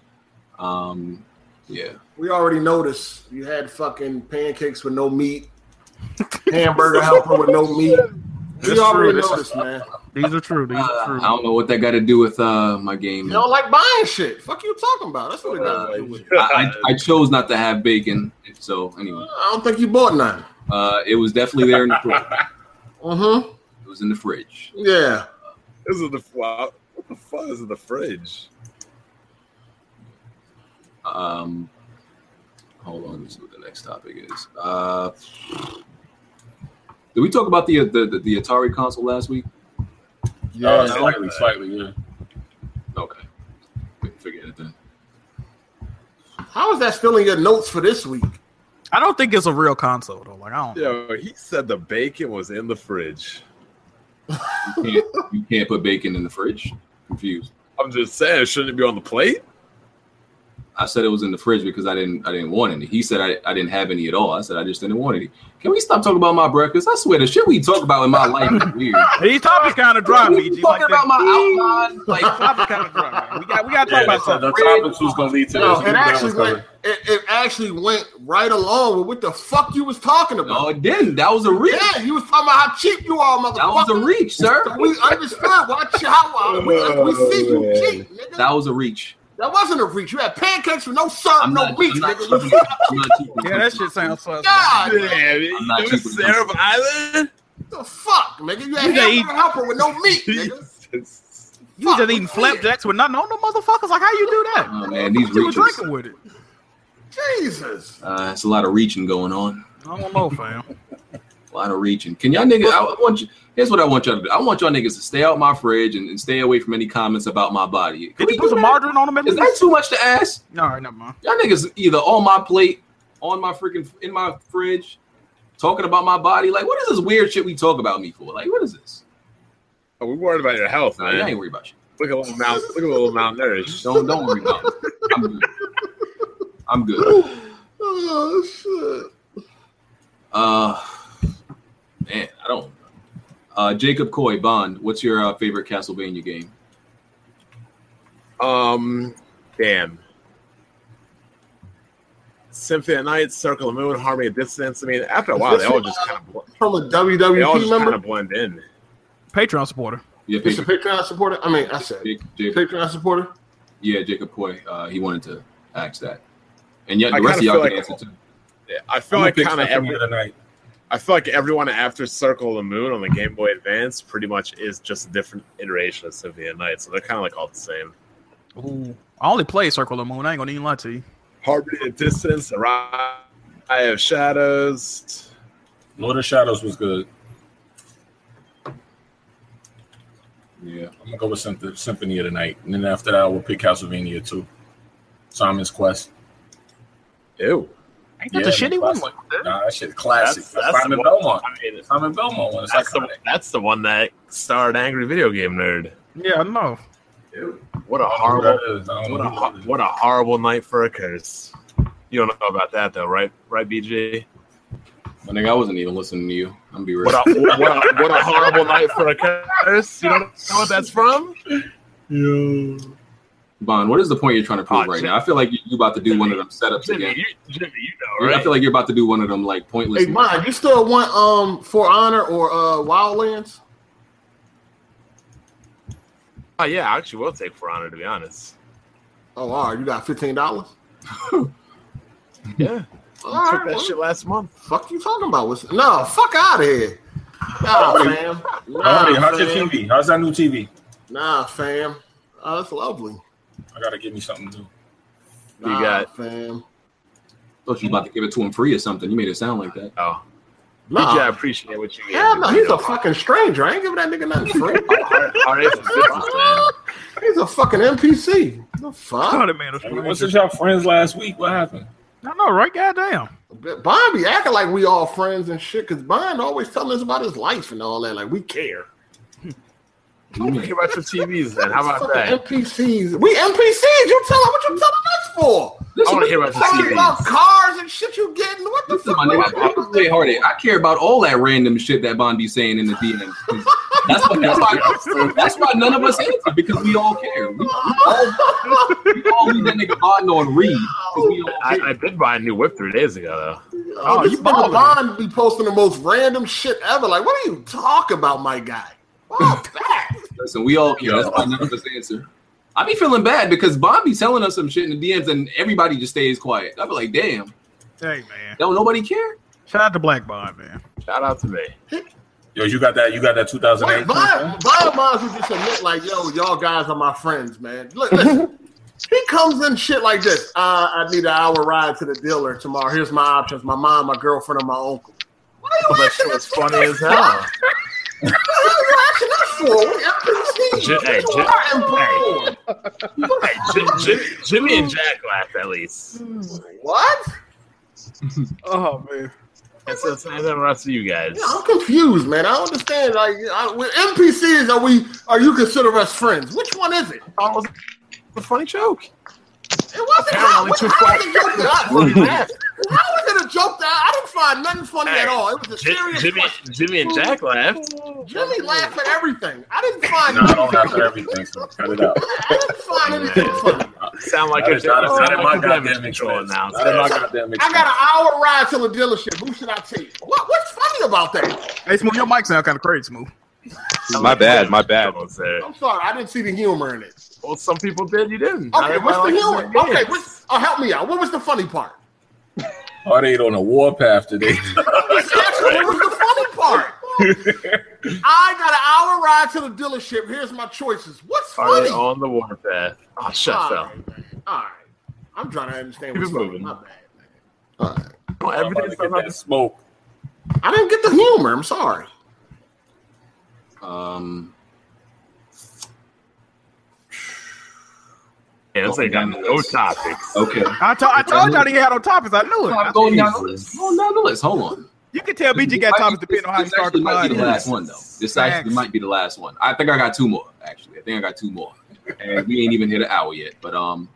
S1: Um, yeah.
S5: We already noticed you had fucking pancakes with no meat, hamburger helper with no meat.
S2: That's
S5: we already
S2: true.
S5: noticed, man.
S2: These are true. These
S1: Uh,
S2: are true.
S1: I don't know what that got to do with uh my game.
S5: You don't like buying shit. Fuck you talking about? That's what it got to do with. it.
S1: I, I, I chose not to have bacon. So anyway,
S5: I don't think you bought none.
S1: uh, it was definitely there in the fridge.
S5: Mm-hmm.
S1: It was in the fridge.
S5: Yeah.
S3: This is the wow, what the fuck is in the fridge?
S1: Um, hold on, let's see what the next topic is. Uh, did we talk about the the, the, the Atari console last week?
S5: Yeah.
S4: Uh, slightly, slightly, yeah.
S1: Okay, couldn't figure it then.
S5: How is that still in your notes for this week?
S2: I don't think it's a real console though. Like I don't.
S3: Yo, he said the bacon was in the fridge.
S1: You can't, you can't put bacon in the fridge. Confused.
S3: I'm just saying, shouldn't it be on the plate?
S1: I said it was in the fridge because I didn't I didn't want any. He said I, I didn't have any at all. I said I just didn't want any. Can we stop talking about my breakfast? I swear the shit we talk about in my life is weird.
S2: These topics kind of dry,
S1: we
S2: BG.
S1: talking
S2: Like,
S1: about
S2: the
S1: my outline. Like
S2: topics kind of dry. Man. We got we got to talk
S4: yeah
S2: about
S4: that's how the
S2: something.
S4: topics was gonna lead to
S5: No,
S4: this.
S5: it actually went.
S4: Covered.
S5: It, it actually went right along with what the fuck you was talking
S1: no,
S5: about.
S1: it didn't. oh, That was a reach.
S5: yeah, you was talking about how cheap you are, motherfucker.
S1: That was a reach, sir.
S5: We understood why you- how uh, we, we see you cheap, nigga.
S1: Oh, That was a reach.
S5: That wasn't a reach. You had pancakes with no syrup,
S1: I'm
S5: no
S1: not,
S5: meat,
S1: I'm not
S5: nigga.
S1: cheating. I'm not cheating.
S2: Yeah, that shit sounds sus.
S5: God,
S3: Yeah,
S5: what
S3: you
S1: not
S3: know
S1: cheap with
S3: Sarah Island.
S5: the fuck, nigga? You
S2: You
S5: had
S2: gotta
S5: hamburger helper with no meat, nigga.
S3: Jesus.
S2: You just eating flapjacks with nothing on them motherfuckers. Like how you do that?
S1: Oh man, these
S2: What you were
S1: reaches.
S2: drinking with it?
S5: Jesus.
S1: Uh, it's a lot of reaching going on.
S2: I don't know, fam.
S1: A lot of reaching. Can y'all niggas? I want you. Here's what I want y'all to do. I want y'all niggas to stay out my fridge and, and stay away from any comments about my body. Can
S2: Did
S1: we
S2: you put
S1: do
S2: some
S1: that?
S2: margarine on them? at
S1: Is that
S2: least?
S1: too much to ask?
S2: All right, never mind.
S1: Y'all niggas either on my plate, on my freaking in my fridge, talking about my body. Like, what is this weird shit we talk about me for? Like, what is this?
S3: Oh, we worried about your health,
S1: Nah, y'all
S3: man.
S1: ain't worry about shit.
S3: Look at little mal, look at little malnourished.
S1: Don't don't worry about it. I'm good. I'm good.
S5: Oh shit.
S1: Uh, man, I don't. Uh, Jacob Coy Bond, what's your uh, favorite Castlevania game?
S3: Um, damn. Symphony of Night, Circle of Moon, Harmony of Dissonance. I mean, after a while, they all just kind of bl-
S5: From a
S3: they all
S5: WWE
S3: just kind
S5: member.
S3: of blend in.
S2: Patreon supporter.
S1: Yeah,
S5: It's a
S1: Jacob,
S5: Patreon supporter. I mean, I said
S1: Jacob,
S5: Patreon supporter.
S1: yeah, Jacob Coy. Uh, he wanted to ask that, and yeah,
S3: I
S1: the rest of
S3: kinda
S1: y'all
S3: feel
S1: can
S3: like-
S1: answer too.
S3: Yeah, I feel
S4: I'm
S3: like kind of
S4: of
S3: every,
S4: tonight.
S3: I feel like everyone after Circle of the Moon on the Game Boy Advance pretty much is just a different iteration of Symphony of Night, so they're kind of like all the same.
S2: Ooh. I only play Circle of Moon. I ain't gonna even lie to you.
S3: Harmony of Dissonance, the Eye of Shadows.
S4: Lord of Shadows was good.
S1: Yeah,
S4: I'm gonna go with Symphony, Symphony of the Night, and then after that, I will pick Castlevania too. Simon's Quest.
S3: Ew.
S2: Ain't that
S4: Yeah,
S2: the shitty one?
S4: classic.
S2: Like, that?
S4: Nah, that shit classic.
S3: That's- that's
S4: Simon
S3: the one-
S4: Belmont.
S3: I mean,
S4: Simon Belmont one. It's
S3: that's the,
S4: iconic.
S3: that's the one that starred Angry Video Game Nerd.
S2: Yeah, no.
S3: What a
S4: I don't know
S3: horrible,
S4: who that is. I don't
S3: what
S4: know
S3: a
S4: who
S3: ho-
S4: that is.
S3: what a horrible night for a curse. You don't know about that though, right? Right, BG.
S1: my nigga, I wasn't even listening to you. I'm gonna be real.
S3: What a what a, what a horrible night for a curse. You don't know what that's from?
S1: Bond, what is the point you're trying to prove
S3: Ah,
S1: right
S3: Jim-
S1: now? I feel like you, you about to do one of them setups
S3: Jimmy,
S1: again.
S3: you, Jimmy, you know,
S1: Dude, I
S3: right?
S1: feel like you're about to do one of them like pointless.
S5: Hey, Mike, you still want um For Honor or uh Wildlands?
S3: oh yeah, I actually will take for honor to be honest.
S5: Oh, all right. You got fifteen dollars.
S3: Yeah,
S5: All
S3: I took that
S5: right. well,
S3: shit last month.
S5: Fuck you talking about? What's, no, fuck out of here. Nah, fam.
S4: Harmony,
S5: Nah,
S4: how's your
S5: fam.
S4: TV? How's that new TV?
S5: Nah, fam. Oh, that's lovely.
S4: I gotta get me something new.
S3: You
S5: Nah,
S3: got-
S5: fam.
S1: I thought you were about to give it to him free or something. You made it sound like that.
S3: Oh,
S5: Nah.
S3: BG, I appreciate what you gave
S5: Hell
S3: me,
S5: Uh-huh. no,
S3: you
S5: he's
S3: know.
S5: a fucking stranger. I ain't giving that nigga nothing free.
S3: Hard- hard ass businessman.
S5: he's a fucking NPC. The
S2: I
S5: fuck?
S2: man.
S4: Hey, what's with y'all friends last week? What happened?
S2: I know, right? Goddamn.
S5: Bond be acting like we all friends and shit, cause Bond always telling us about his life and all that. Like we care.
S3: Don't care about your TVs then. How about
S5: Fucking
S3: that?
S5: NPCs. We NPCs. You tell him what you telling us for.
S1: This
S3: I want to
S1: is
S3: hear about the
S5: Talking about
S3: CDs.
S5: cars and shit you getting. What the
S1: Listen,
S5: fuck?
S1: my nigga, I don't play hard. I care about all that random shit that Bond be saying in the DMs. 'Cause That's why, that's, why, that's why none of us answer because we all care. We, we all, we all need that nigga Bond on read because we all
S3: I,
S1: care.
S3: I did buy a new whip three days ago, though.
S5: Oh, this
S2: you
S5: nigga
S2: balling.
S5: Bond be posting the most random shit ever. Like, what are you talking about, my guy? Fuck that.
S1: Listen, we all care. That's why none of us answer. I be feeling bad because Bond be telling us some shit in the DMs and everybody just stays quiet. I be like, damn,
S2: Hey man,
S1: don't nobody care?
S2: shout out to Black Bond, man.
S3: Shout out to me.
S4: Yo, you got that? You got that
S5: Wait,
S4: 2008?
S5: Bob, Bob Mons used to admit, like, yo, y'all guys are my friends, man. Look, listen, he comes in shit like this. Uh, I need an hour ride to the dealer tomorrow. Here's my options: my mom, my girlfriend, or my uncle. What are you
S3: That
S5: asking
S3: shit
S5: us
S3: was
S5: for? What
S3: funny as hell.
S5: the hell are you asking us for? We NPCs.
S3: J- hey,
S5: You
S3: J-
S5: are employed.
S3: Hey, Jim, Jim, Jimmy and Jack laughed at least.
S5: What?
S2: Oh man,
S3: It's the same as the rest of you guys.
S5: Yeah, I'm confused, man. I don't understand. Like, I, with NPCs, are we? Are you consider us friends? Which one is it?
S3: Oh, it was a funny joke.
S5: It wasn't how,
S3: Apparently
S5: what,
S3: too
S5: how
S3: far.
S5: was it a joke that I fucking laughed? How was it a joke that I didn't find nothing funny at all? It was a
S3: J-
S5: serious
S3: Jimmy,
S5: question.
S3: Jimmy and Jack laughed.
S5: Jimmy laughed at everything. I didn't find
S4: No, I
S5: nothing
S4: don't laugh at
S5: funny.
S4: everything. So cut it out.
S5: I didn't find anything funny.
S3: Sound like
S4: That
S3: a
S4: is not,
S3: sound
S4: not in
S3: like
S4: my
S3: a damage
S4: goddamn
S3: control
S4: control now.
S3: announcer.
S4: Not in my goddamn
S5: I got an hour ride to the dealership. Who should I take? What, what's funny about that?
S2: hey Smooth, your mic sound kind of crazy, Smooth.
S3: Sound
S6: My
S3: like a
S6: bad,
S3: damage
S6: my bad.
S3: control announcer.
S5: I'm sorry, I didn't see the humor in it.
S3: Well, some people did. You didn't. Not
S5: Okay,
S3: everybody
S5: what's the humor?
S3: likes the same
S5: Okay,
S3: games.
S5: what's, oh, help me out. What was the funny part?
S4: Hard eight Oh, on a warpath today.
S5: That's what was the funny part. I got an hour ride to the dealership. Here's my choices. What's
S3: Are
S5: funny?
S3: they on the warpath? Oh, shut
S5: All
S3: up.
S5: right, man. All right. I'm trying to understand
S3: Keep
S5: what's
S3: it
S5: going on.
S3: moving.
S5: My bad, man. All right.
S3: Well,
S4: I'm about
S3: everything's
S4: to
S3: done
S4: get
S3: on
S4: that smoke.
S5: I didn't get the humor. I'm sorry.
S1: Um,
S3: Yeah, it's like got no topics.
S1: okay.
S2: I, to- I told y'all he had on topics. I knew it.
S1: I'm going down the list. Going down the list. Hold on.
S2: You can tell BG got topics depending on how you
S1: This
S2: start the
S1: actually might be the last
S2: podcast.
S1: one though. This
S2: Facts.
S1: actually might be the last one. I think I got two more actually. I think I got two more, and we ain't even hit an hour yet. But um,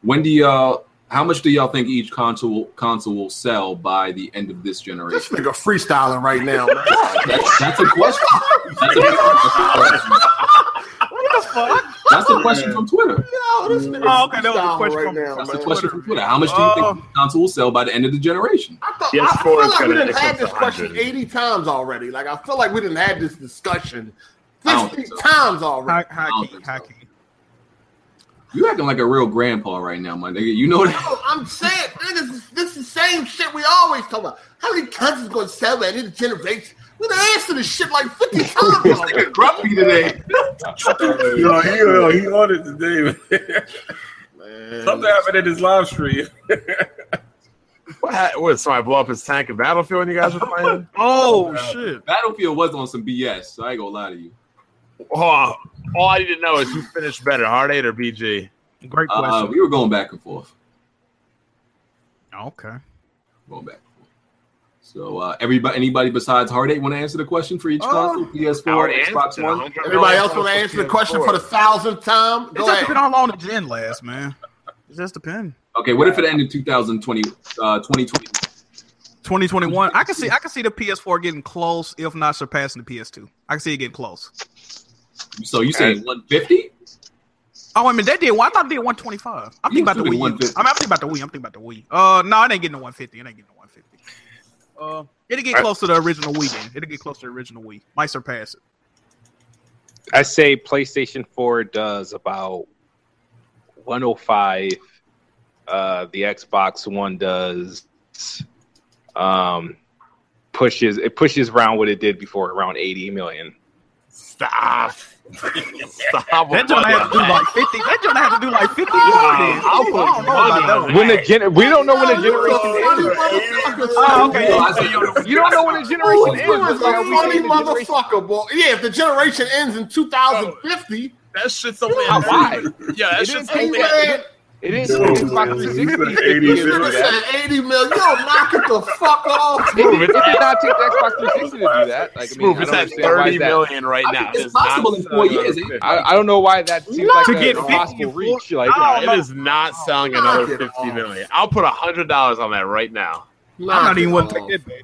S1: when do y'all? How much do y'all think each console console will sell by the end of this
S5: This
S1: generation?
S5: nigga freestyling right now, man.
S1: That's, that's a question. That's a,
S2: What the fuck?
S1: that's a question from Twitter.
S5: Yo, this nigga
S2: Oh, okay, that was a
S5: freestyling
S2: question
S5: right
S2: from-
S5: now,
S2: that's
S1: That's a
S5: man.
S1: question from Twitter. How much do you
S2: Oh.
S1: think each console will sell by the end of the generation?
S5: I, thought,
S3: Yes,
S5: I- I feel
S3: four is
S5: like we
S3: gonna
S5: didn't
S3: equal
S5: had this
S3: to
S5: question
S3: 100.
S5: 80 times already. Like, I feel like we didn't had this discussion
S1: I don't
S5: 50
S1: think so.
S5: times already.
S2: Hi, hi,
S1: don't
S2: key,
S1: think
S2: hi,
S1: so.
S2: key.
S1: You acting like a real grandpa right now, my nigga. You know that.
S5: No, I'm saying niggas, this, is the same shit we always talk about. How many consoles gonna sell that in the generation? We done answered this shit like 50 times already.
S1: Grumpy today.
S4: Yo, he, yo, he ordered today. man.
S5: Man.
S4: Something happened in his live stream.
S3: What? ha- What? Somebody blow up his tank in Battlefield when you guys were playing?
S2: Oh shit!
S1: Battlefield was on some BS, so I ain't gonna lie to you.
S3: Oh, all I need to know is who finished better, Hard Eight or BG?
S2: Great
S1: Uh,
S2: question.
S1: we were going back and forth.
S2: okay.
S1: going back. and forth. So uh, everybody, anybody besides Hard Eight want to answer the question for each
S2: Oh.
S1: console,
S3: Howard
S1: PS4, Xbox
S3: Anderson,
S1: One?
S3: 100
S5: Everybody else
S3: dollars
S5: wanna
S3: on
S5: answer the question for the
S3: PS4.
S5: thousandth time?
S2: It
S5: Go
S2: just
S5: ahead.
S2: depends on how long the gin lasts, man. It just depends.
S1: Okay, what if it ended 2020? Uh, 2020?
S2: 2021. I can see. I can see the PS4 getting close, if not surpassing the PS2. I can see it getting close.
S1: So you saying 150?
S2: Oh, I mean, they did. One, I thought they did 125. I'm
S1: You
S2: thinking about the
S1: included
S2: Wii. U. I
S1: 150.
S2: mean, I'm thinking about the Wii. I'm thinking about the Wii. Uh, no, it ain't getting to 150. It ain't getting to 150. Uh, it'll get close to the original Wii. Game. It'll get close to the original Wii. Might surpass it.
S6: I say PlayStation 4 does about 105. Uh, the Xbox One does um, pushes it pushes around what it did before around 80 million.
S3: Stop. Stop.
S2: That joint have to do like 50. That joint have to do like 50 million.
S3: I'll
S2: I
S3: put
S2: don't know about that one.
S6: When the gen- we don't know when the
S5: Yo, you a funny
S6: generation
S5: motherfucker,
S2: Oh,
S5: son.
S2: okay.
S1: No, I see you.
S6: ends. You don't know when the
S5: Ooh,
S6: generation
S5: you was
S6: ends.
S5: a
S6: That's why we
S5: funny
S6: saying the generation-
S5: motherfucker, boy. Yeah, if the generation ends in 2050,
S3: That shit's only
S6: How
S3: at
S6: wide?
S3: 30. Yeah, that
S6: It
S3: shit's
S6: is
S5: hey,
S3: only at
S5: man,
S6: It ain't
S7: Dude,
S6: Xbox
S7: man, you
S6: 360.
S7: said 80
S6: It
S5: You
S6: did
S5: should have said 80 mil. You don't knock it the fuck off.
S6: it did not take the Xbox 360 to do that. Like, I
S3: Smooth,
S6: mean, I
S3: it's
S6: don't
S3: at
S6: understand why
S3: 30
S6: that.
S3: million right now.
S1: It's possible in four years. It-
S6: I, I don't know why that seems
S5: Not
S6: like
S5: to
S6: a
S5: get
S6: impossible
S2: 50
S6: reach. Like,
S2: No.
S3: It is not selling
S5: Knock
S3: another
S5: it
S3: fifty
S5: off.
S3: million. I'll put hundred dollars on that right now.
S2: I'm
S5: Knock
S2: not even
S5: it
S2: want
S5: off.
S2: to pick that baby.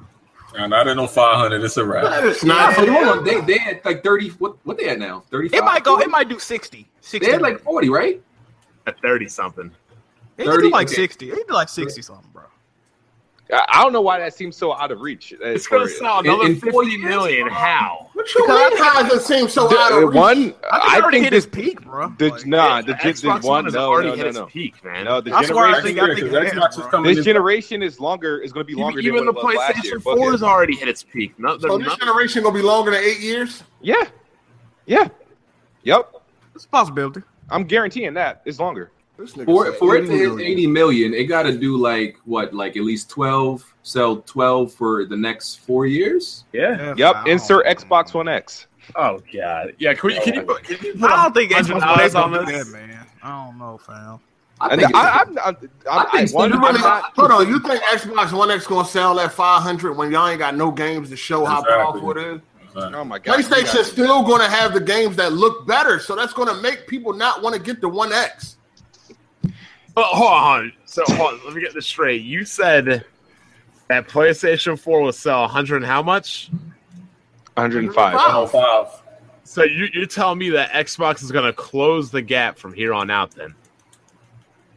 S4: And I don't know 500. It's a wrap.
S5: That is
S1: Nah,
S5: not.
S1: so hold on. They, they had like 30. What what they had now? 35.
S2: It might go. It might do 60. 60.
S1: They had like 40, right?
S3: At thirty something.
S2: it could
S1: 30,
S2: do like
S1: okay.
S2: 60. It could do like 60 something, bro.
S6: I I don't know why that seems so out of reach. uh, as
S3: It's gonna
S6: far as-
S3: sell
S1: in-
S3: another
S1: in
S3: fifty
S1: four
S3: million.
S1: years?
S3: How?
S5: What you mean? How does it seem so
S6: The- uh,
S5: out of reach?
S6: one.
S2: I think it
S6: I
S2: already
S6: think
S2: hit his
S6: this.
S2: peak, bro.
S6: The,
S2: Like,
S6: nah, the,
S3: The
S6: gen- the
S3: Xbox
S6: one.
S3: One has
S6: No,
S3: already
S6: no,
S3: hit
S6: no,
S3: its
S6: no.
S3: peak, man.
S6: No, the
S2: I swear I
S6: generation.
S2: think I think it
S4: Because
S2: has,
S4: Xbox is
S2: bro.
S4: coming
S6: This
S4: in-
S6: generation is longer. Is going to be longer
S3: even,
S6: than
S3: even the
S6: what it was last year.
S3: PlayStation Four
S6: Fuck
S3: has
S6: it.
S3: already hit its peak. No, the,
S5: So this
S3: no-
S5: generation gonna be longer than eight years.
S6: Yeah, yeah, yep.
S2: It's a possibility.
S6: I'm guaranteeing that it's longer.
S5: This nigga
S1: For,
S5: said
S1: for it to hit
S5: 80
S1: 80 million, it got to do like what? Like at least 12, sell 12 for the next four years?
S3: yeah.
S2: Yeah,
S6: Yep.
S2: I don't-
S6: Insert Xbox One X.
S3: Oh god. Yeah. Can, we, can
S6: Oh,
S3: you put? Can you put
S2: I don't think
S3: $100
S2: Xbox One X
S3: on
S2: gonna do
S3: this?
S2: that, man. I don't know, fam.
S1: I
S6: And
S1: think it's-
S6: I, I'm, I'm, I'm,
S1: I think
S6: I wonder-
S1: Steve
S5: You really,
S6: I'm not-
S5: hold on, you think Xbox One X gonna sell at 500 when y'all ain't got no games to show how
S4: Exactly.
S5: powerful it is?
S6: Oh my god.
S5: PlayStation's still gonna have the games that look better, so that's gonna make people not want to get the One X.
S3: But hold on. So hold on. Let me get this straight. You said that PlayStation Four will sell hundred and how much?
S6: 105.
S5: Wow.
S4: 105.
S3: So you, you're telling me that Xbox is going to close the gap from here on out? Then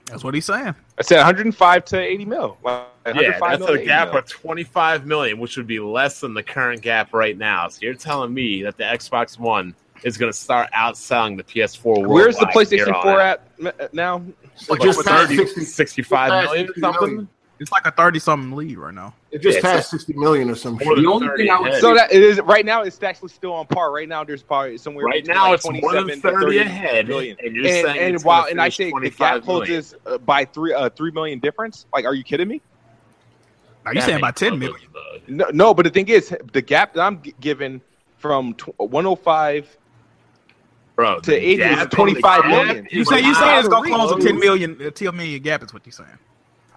S2: That's what he's saying.
S6: I said 105 to 80 mil. Like,
S3: yeah,
S6: 105
S3: that's
S6: mil to
S3: a
S6: 80
S3: gap
S6: mil.
S3: of 25 million, which would be less than the current gap right now. So you're telling me that the Xbox One is going to start outselling the PS4
S6: Where's the
S3: worldwide from here
S6: PlayStation
S3: on
S6: 4
S3: out?
S6: at m- uh, now?
S5: It
S3: Like,
S5: just
S3: what,
S5: passed
S3: 30,
S5: 60,
S3: 65
S5: past
S3: million or
S5: 60
S3: something.
S5: million.
S2: It's like a 30 something lead right now.
S5: it just
S3: Yeah,
S5: passed 60 million or some
S3: More
S5: shit.
S3: than
S1: The only
S3: 30
S1: thing I would
S3: ahead.
S6: So that it is right now. It's actually still on par. Right now, there's probably somewhere
S3: right
S6: between,
S3: now
S6: like,
S3: it's more than 30,
S6: 27 to
S3: ahead,
S6: million.
S3: and you're
S6: And,
S3: saying
S6: and
S3: it's gonna
S6: while and I
S3: finish
S6: say the
S3: 25
S6: gap
S3: million.
S6: closes uh, by three uh, three million difference. Like, are you kidding me?
S2: Now you
S3: That
S2: saying by
S3: makes
S2: 10
S3: no
S2: million.
S3: sense, though.
S6: No, no. But the thing is, the gap that I'm g- given from tw- uh, 105
S3: bro?
S6: to
S3: the
S6: 80
S3: gap
S6: is
S3: on the
S6: 25
S3: gap
S6: million.
S3: is
S2: You say you
S3: not
S2: saying it's gonna
S6: Wow.
S2: close a 10 million a 10 million gap is what you're saying.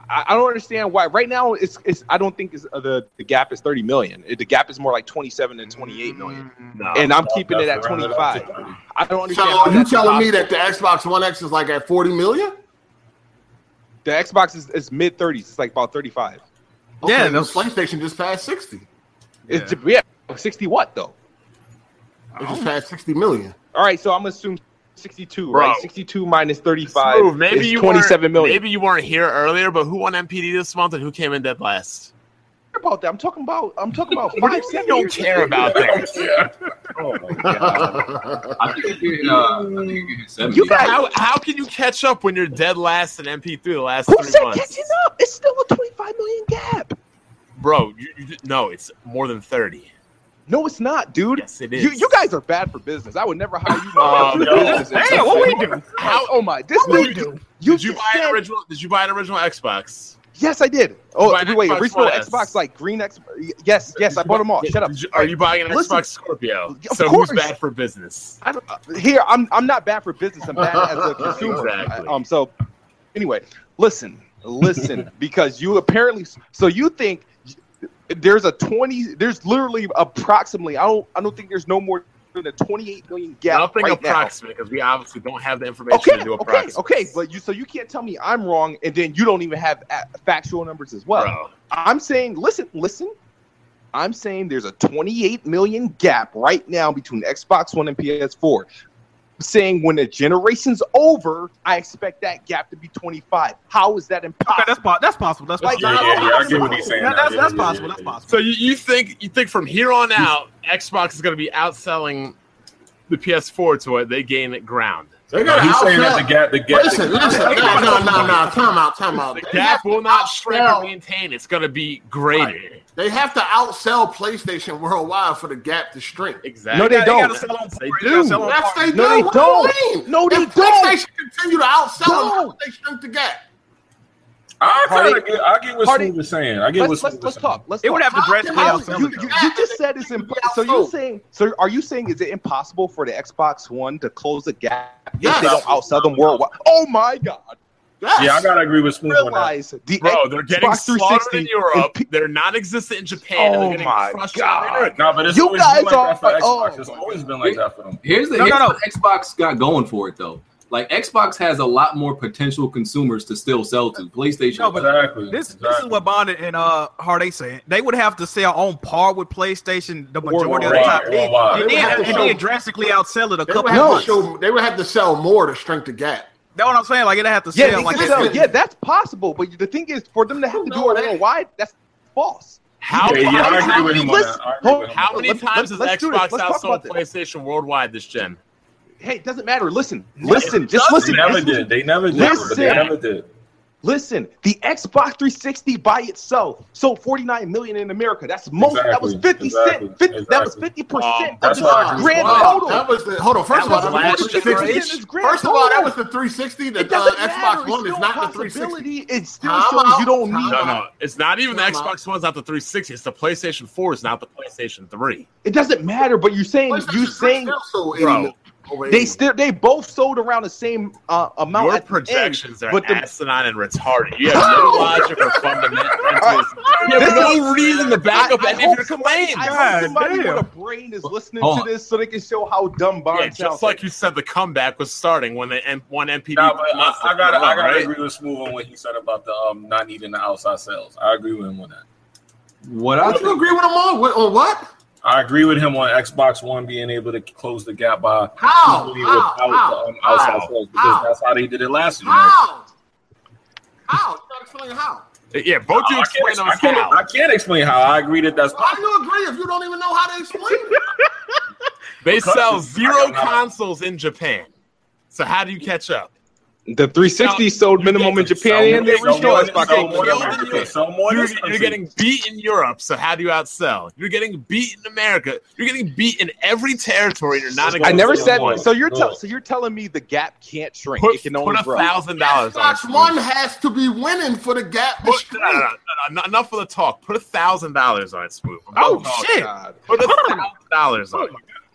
S6: I, I don't understand why. Right now, it's, it's I don't think it's, uh, the the gap is thirty million. It, the gap is more like twenty seven and twenty eight million,
S3: No.
S6: and I'm keeping it at
S4: That's around
S6: twenty
S4: it
S6: five.
S4: up to 30.
S6: I don't
S5: So
S6: understand.
S5: are
S6: how
S5: you
S6: that's
S5: telling me that
S6: possible.
S5: the Xbox One X is like at 40 million?
S6: the Xbox is, is mid thirties? It's like about thirty five.
S5: Okay,
S2: Yeah,
S5: the
S2: that's-
S5: PlayStation just passed 60.
S6: Yeah. It's yeah, sixty what though?
S5: It
S6: Oh.
S5: just passed 60 million.
S6: All right, so I'm gonna assume sixty two,
S3: Bro.
S6: right? Sixty two minus thirty five
S3: Smooth,
S6: is
S3: you
S6: twenty seven
S3: weren't-
S6: million.
S3: Maybe you weren't here earlier, but who won MPD this month and who came in dead last?
S6: about that. I'm talking about. I'm talking about
S3: Why
S6: five.
S3: do you
S6: seven
S3: don't
S6: years
S3: care
S6: ago.
S3: about that?
S4: Oh my God.
S1: I think it hit, uh, I think it hit 70.
S6: You got-
S3: How, how can you catch up when you're dead last in MP3 the last
S6: Who
S3: three
S6: said
S3: months?
S6: catching up? It's still a twenty five million gap.
S3: Bro, you, you, did- no, it's more than 30.
S6: No, it's not, dude.
S3: Yes, it is.
S6: You, you guys are bad for business. I would never hire you.
S3: Oh,
S6: for
S3: no.
S6: business.
S2: Hey, what we do?
S6: How? Oh my! This
S3: What we
S6: dude-
S3: do?
S6: You
S3: did you
S6: just
S3: buy
S6: said-
S3: an original? Did you buy an original Xbox?
S6: Yes, I did. Oh
S3: buy an
S6: wait, wait,
S3: Xbox
S6: original
S3: One S?
S6: Xbox, like green X. Yes, yes, I bought them all. Shut up.
S3: Did you- are you buying an
S6: Listen.
S3: Xbox Scorpio?
S6: Of
S3: so
S6: course.
S3: who's bad for business?
S6: I don't, uh, here, I'm I'm not bad for business. I'm bad as a consumer.
S3: Exactly.
S6: Um. So, anyway, listen, listen, because you apparently. So you think there's a twenty? There's literally approximately. I don't. I don't think there's no more than a twenty-eight million gap
S3: Nothing
S6: right now.
S3: approximate because we obviously don't have the information
S6: Okay,
S3: to do
S6: okay,
S3: approximate.
S6: okay, but you so you can't tell me I'm wrong, and then you don't even have a- factual numbers as well.
S3: Bro,
S6: I'm saying, listen, listen. I'm saying there's a 28 million gap right now between Xbox One and PS4. I'm saying when the generation's over, I expect that gap to be 25. How is
S2: Okay,
S6: that impossible?
S2: that's po- that's possible. That's
S6: Like,
S2: possible.
S4: Yeah, yeah, yeah, I get what he's saying.
S2: That- that's
S4: Yeah,
S2: that's
S4: yeah, yeah,
S2: possible.
S4: yeah,
S2: That's
S4: yeah.
S2: possible.
S3: so you, you think you think from here on out Xbox is going to be outselling the PS4 to what they gain at ground?
S5: They
S4: No,
S5: got
S4: he's saying that the gap, the gap.
S5: Listen, listen,
S4: the
S5: no,
S4: gap-
S5: no, no, no. Time out, time out.
S3: The
S5: They have
S3: gap
S5: to
S3: will not shrink or
S5: outsell-
S3: maintain. It's going to be greater.
S5: They have to outsell PlayStation worldwide for the gap to shrink.
S3: Exactly.
S6: No, they
S2: They
S6: don't.
S2: gotta sell on
S3: They
S2: par. gotta
S6: do.
S2: sell on
S5: Yes,
S2: par.
S5: they
S6: No,
S5: do.
S6: they
S5: What do you
S6: don't.
S5: mean?
S6: No, they
S5: if
S6: don't.
S5: PlayStation continue to outsell them, how
S6: No.
S5: would they shrink the gap?
S4: I kind
S6: Party-
S4: of get, I get what
S6: Party-
S4: Steve was saying. I get what
S6: Let's,
S4: Steve
S6: let's,
S4: was
S6: let's
S4: saying.
S6: talk. Let's
S2: It would
S6: talk.
S2: have to drastically
S5: How-
S2: outsell
S6: you,
S2: the
S6: you,
S2: gap.
S6: you just said it's impossible. So you're saying so are you saying is it impossible for the Xbox One to close the gap if
S5: Yes.
S6: they don't outsell them worldwide? Oh my god.
S5: Yes.
S4: Yeah, I gotta agree with Smooth on that.
S6: Realize the
S3: Bro, they're getting
S6: Xbox
S3: slaughtered in
S6: 360
S3: Europe.
S6: is
S3: They're non-existent in Japan. and
S6: Oh
S3: they're getting
S6: my
S3: crushed
S6: God.
S3: in Europe.
S4: No, but it's
S6: You
S4: always
S6: guys
S4: been like
S6: are-
S4: that for Xbox.
S6: oh
S4: it's
S6: my
S4: always been like that for them.
S1: Here's the
S2: No, no,
S1: here's
S2: no.
S1: what Xbox got going for it though. Like Xbox has a lot more potential consumers to still sell to. PlayStation,
S2: No, but-
S4: Exactly.
S2: This this is
S4: exactly.
S2: what Bonnet and uh Harding saying. They would have to sell on par with PlayStation the majority of the
S4: worldwide,
S2: time. They- And
S4: worldwide.
S5: They would
S2: then,
S5: have to
S2: and then
S5: show-
S2: drastically outsell it a
S5: They would
S2: couple.
S5: have
S6: No.
S5: to show. They would have to sell more to shrink the gap.
S2: That's what I'm saying. Like it have to
S6: Yeah,
S2: sell.
S6: they
S2: like
S6: can
S5: it's-
S6: sell. yeah, that's possible. But the thing is, for them to have to
S5: No,
S6: do it
S5: it ain't.
S6: worldwide, that's false.
S3: How,
S4: Yeah, yeah, I
S3: how,
S4: agree with him on
S6: Listen,
S4: that. I agree with him on
S3: how
S4: that.
S3: many
S6: Let's-
S3: times
S6: let's-
S3: has
S6: let's do this.
S3: Xbox
S6: Let's talk
S3: outsold
S6: about this.
S3: PlayStation worldwide this gen?
S6: Hey, it doesn't matter. Listen, listen, just
S4: They
S6: listen.
S4: never
S6: Just
S4: did. They never did.
S6: Listen.
S4: They never did.
S6: Listen, the Xbox 360 by itself sold 49 million in America. That's most. That was 50
S4: Exactly,
S6: cent. 50, That was
S4: exactly.
S6: 50
S3: Um,
S6: percent of
S4: that's
S6: the
S4: what I do.
S6: grand
S4: Wow,
S6: total.
S5: That was the hold on. First
S3: That was
S5: of
S3: the
S5: all, Oh, that was
S3: last
S5: the 360.
S3: generation.
S5: First of all, that was the 360. The
S6: It
S5: uh,
S6: doesn't matter.
S5: Xbox
S6: It's
S5: One is
S6: still
S5: not
S6: a
S5: the 360.
S6: possibility. It still
S5: Time
S6: shows
S5: out.
S6: you don't
S5: Time
S6: need.
S3: No,
S5: out.
S3: no, it's not even the
S5: Come on.
S3: Xbox One's not the 360. It's the PlayStation 4 is not the PlayStation 3.
S6: It doesn't matter. But you're saying you saying
S5: bro?
S6: they still they both sold around the same uh, amount.
S3: Your
S6: at the end,
S3: projections are
S6: but the-
S3: asinine and retarded. You have no logic or fundamentals. You
S6: This
S3: have no
S6: is-
S3: reason to back
S6: I-
S3: up
S6: I
S3: any of
S6: hope
S3: your complaints.
S6: I
S2: God
S6: hope somebody
S2: damn.
S6: with a brain is listening
S1: Hold
S6: to
S1: on.
S6: this so they can show how dumb Bond
S3: Yeah, just
S6: sounds.
S3: like you said, the comeback was starting when the M- one MPD.
S4: No, but I, I gotta, I gotta
S3: right?
S4: agree with Smooth on what he said about the um not needing the outside sales. I agree with him on that.
S1: what I
S5: Don't you
S1: think,
S5: agree with them all? What, on what?
S4: I agree with him on Xbox One being able to close the gap by
S5: How?
S4: easily
S5: How?
S4: without
S5: How?
S4: the um, outside
S3: How?
S4: sales because
S5: How?
S4: that's how they did it last year.
S5: How? How? You gotta explain how.
S3: Yeah, both you
S4: I can't,
S3: explain
S4: I,
S3: those
S4: can't, I
S3: how.
S4: can't explain how. I agree that that's
S5: Why do you agree if you don't even know how to explain it?
S3: They
S4: Because
S3: sell
S4: it's- I
S3: zero
S4: don't know.
S3: consoles in Japan. So how do you catch up?
S6: The 360
S3: No,
S6: sold minimum in
S3: getting
S6: Japan, and they
S3: sold
S6: reached
S3: more
S6: on
S3: than-
S6: Xbox.
S3: sold
S6: One.
S3: more than-
S6: America.
S4: Sell more
S3: You're,
S4: this
S3: you're
S4: country.
S3: getting beat in Europe, so how do you outsell? You're getting beat in America. You're getting beat in every territory. and You're not.
S6: I never
S4: Look,
S6: said.
S4: look.
S6: So you're tell, so you're telling me the gap can't shrink.
S3: Put,
S6: it can only
S3: put a
S6: grow.
S3: thousand dollars on.
S5: Xbox
S3: it.
S5: One has to be winning for the gap. to
S3: Put, no, no, no,
S5: shrink.
S3: no, no, enough of the talk. Put a thousand dollars on it, Smooth.
S2: Oh, shit!
S3: Put a thousand dollars on it.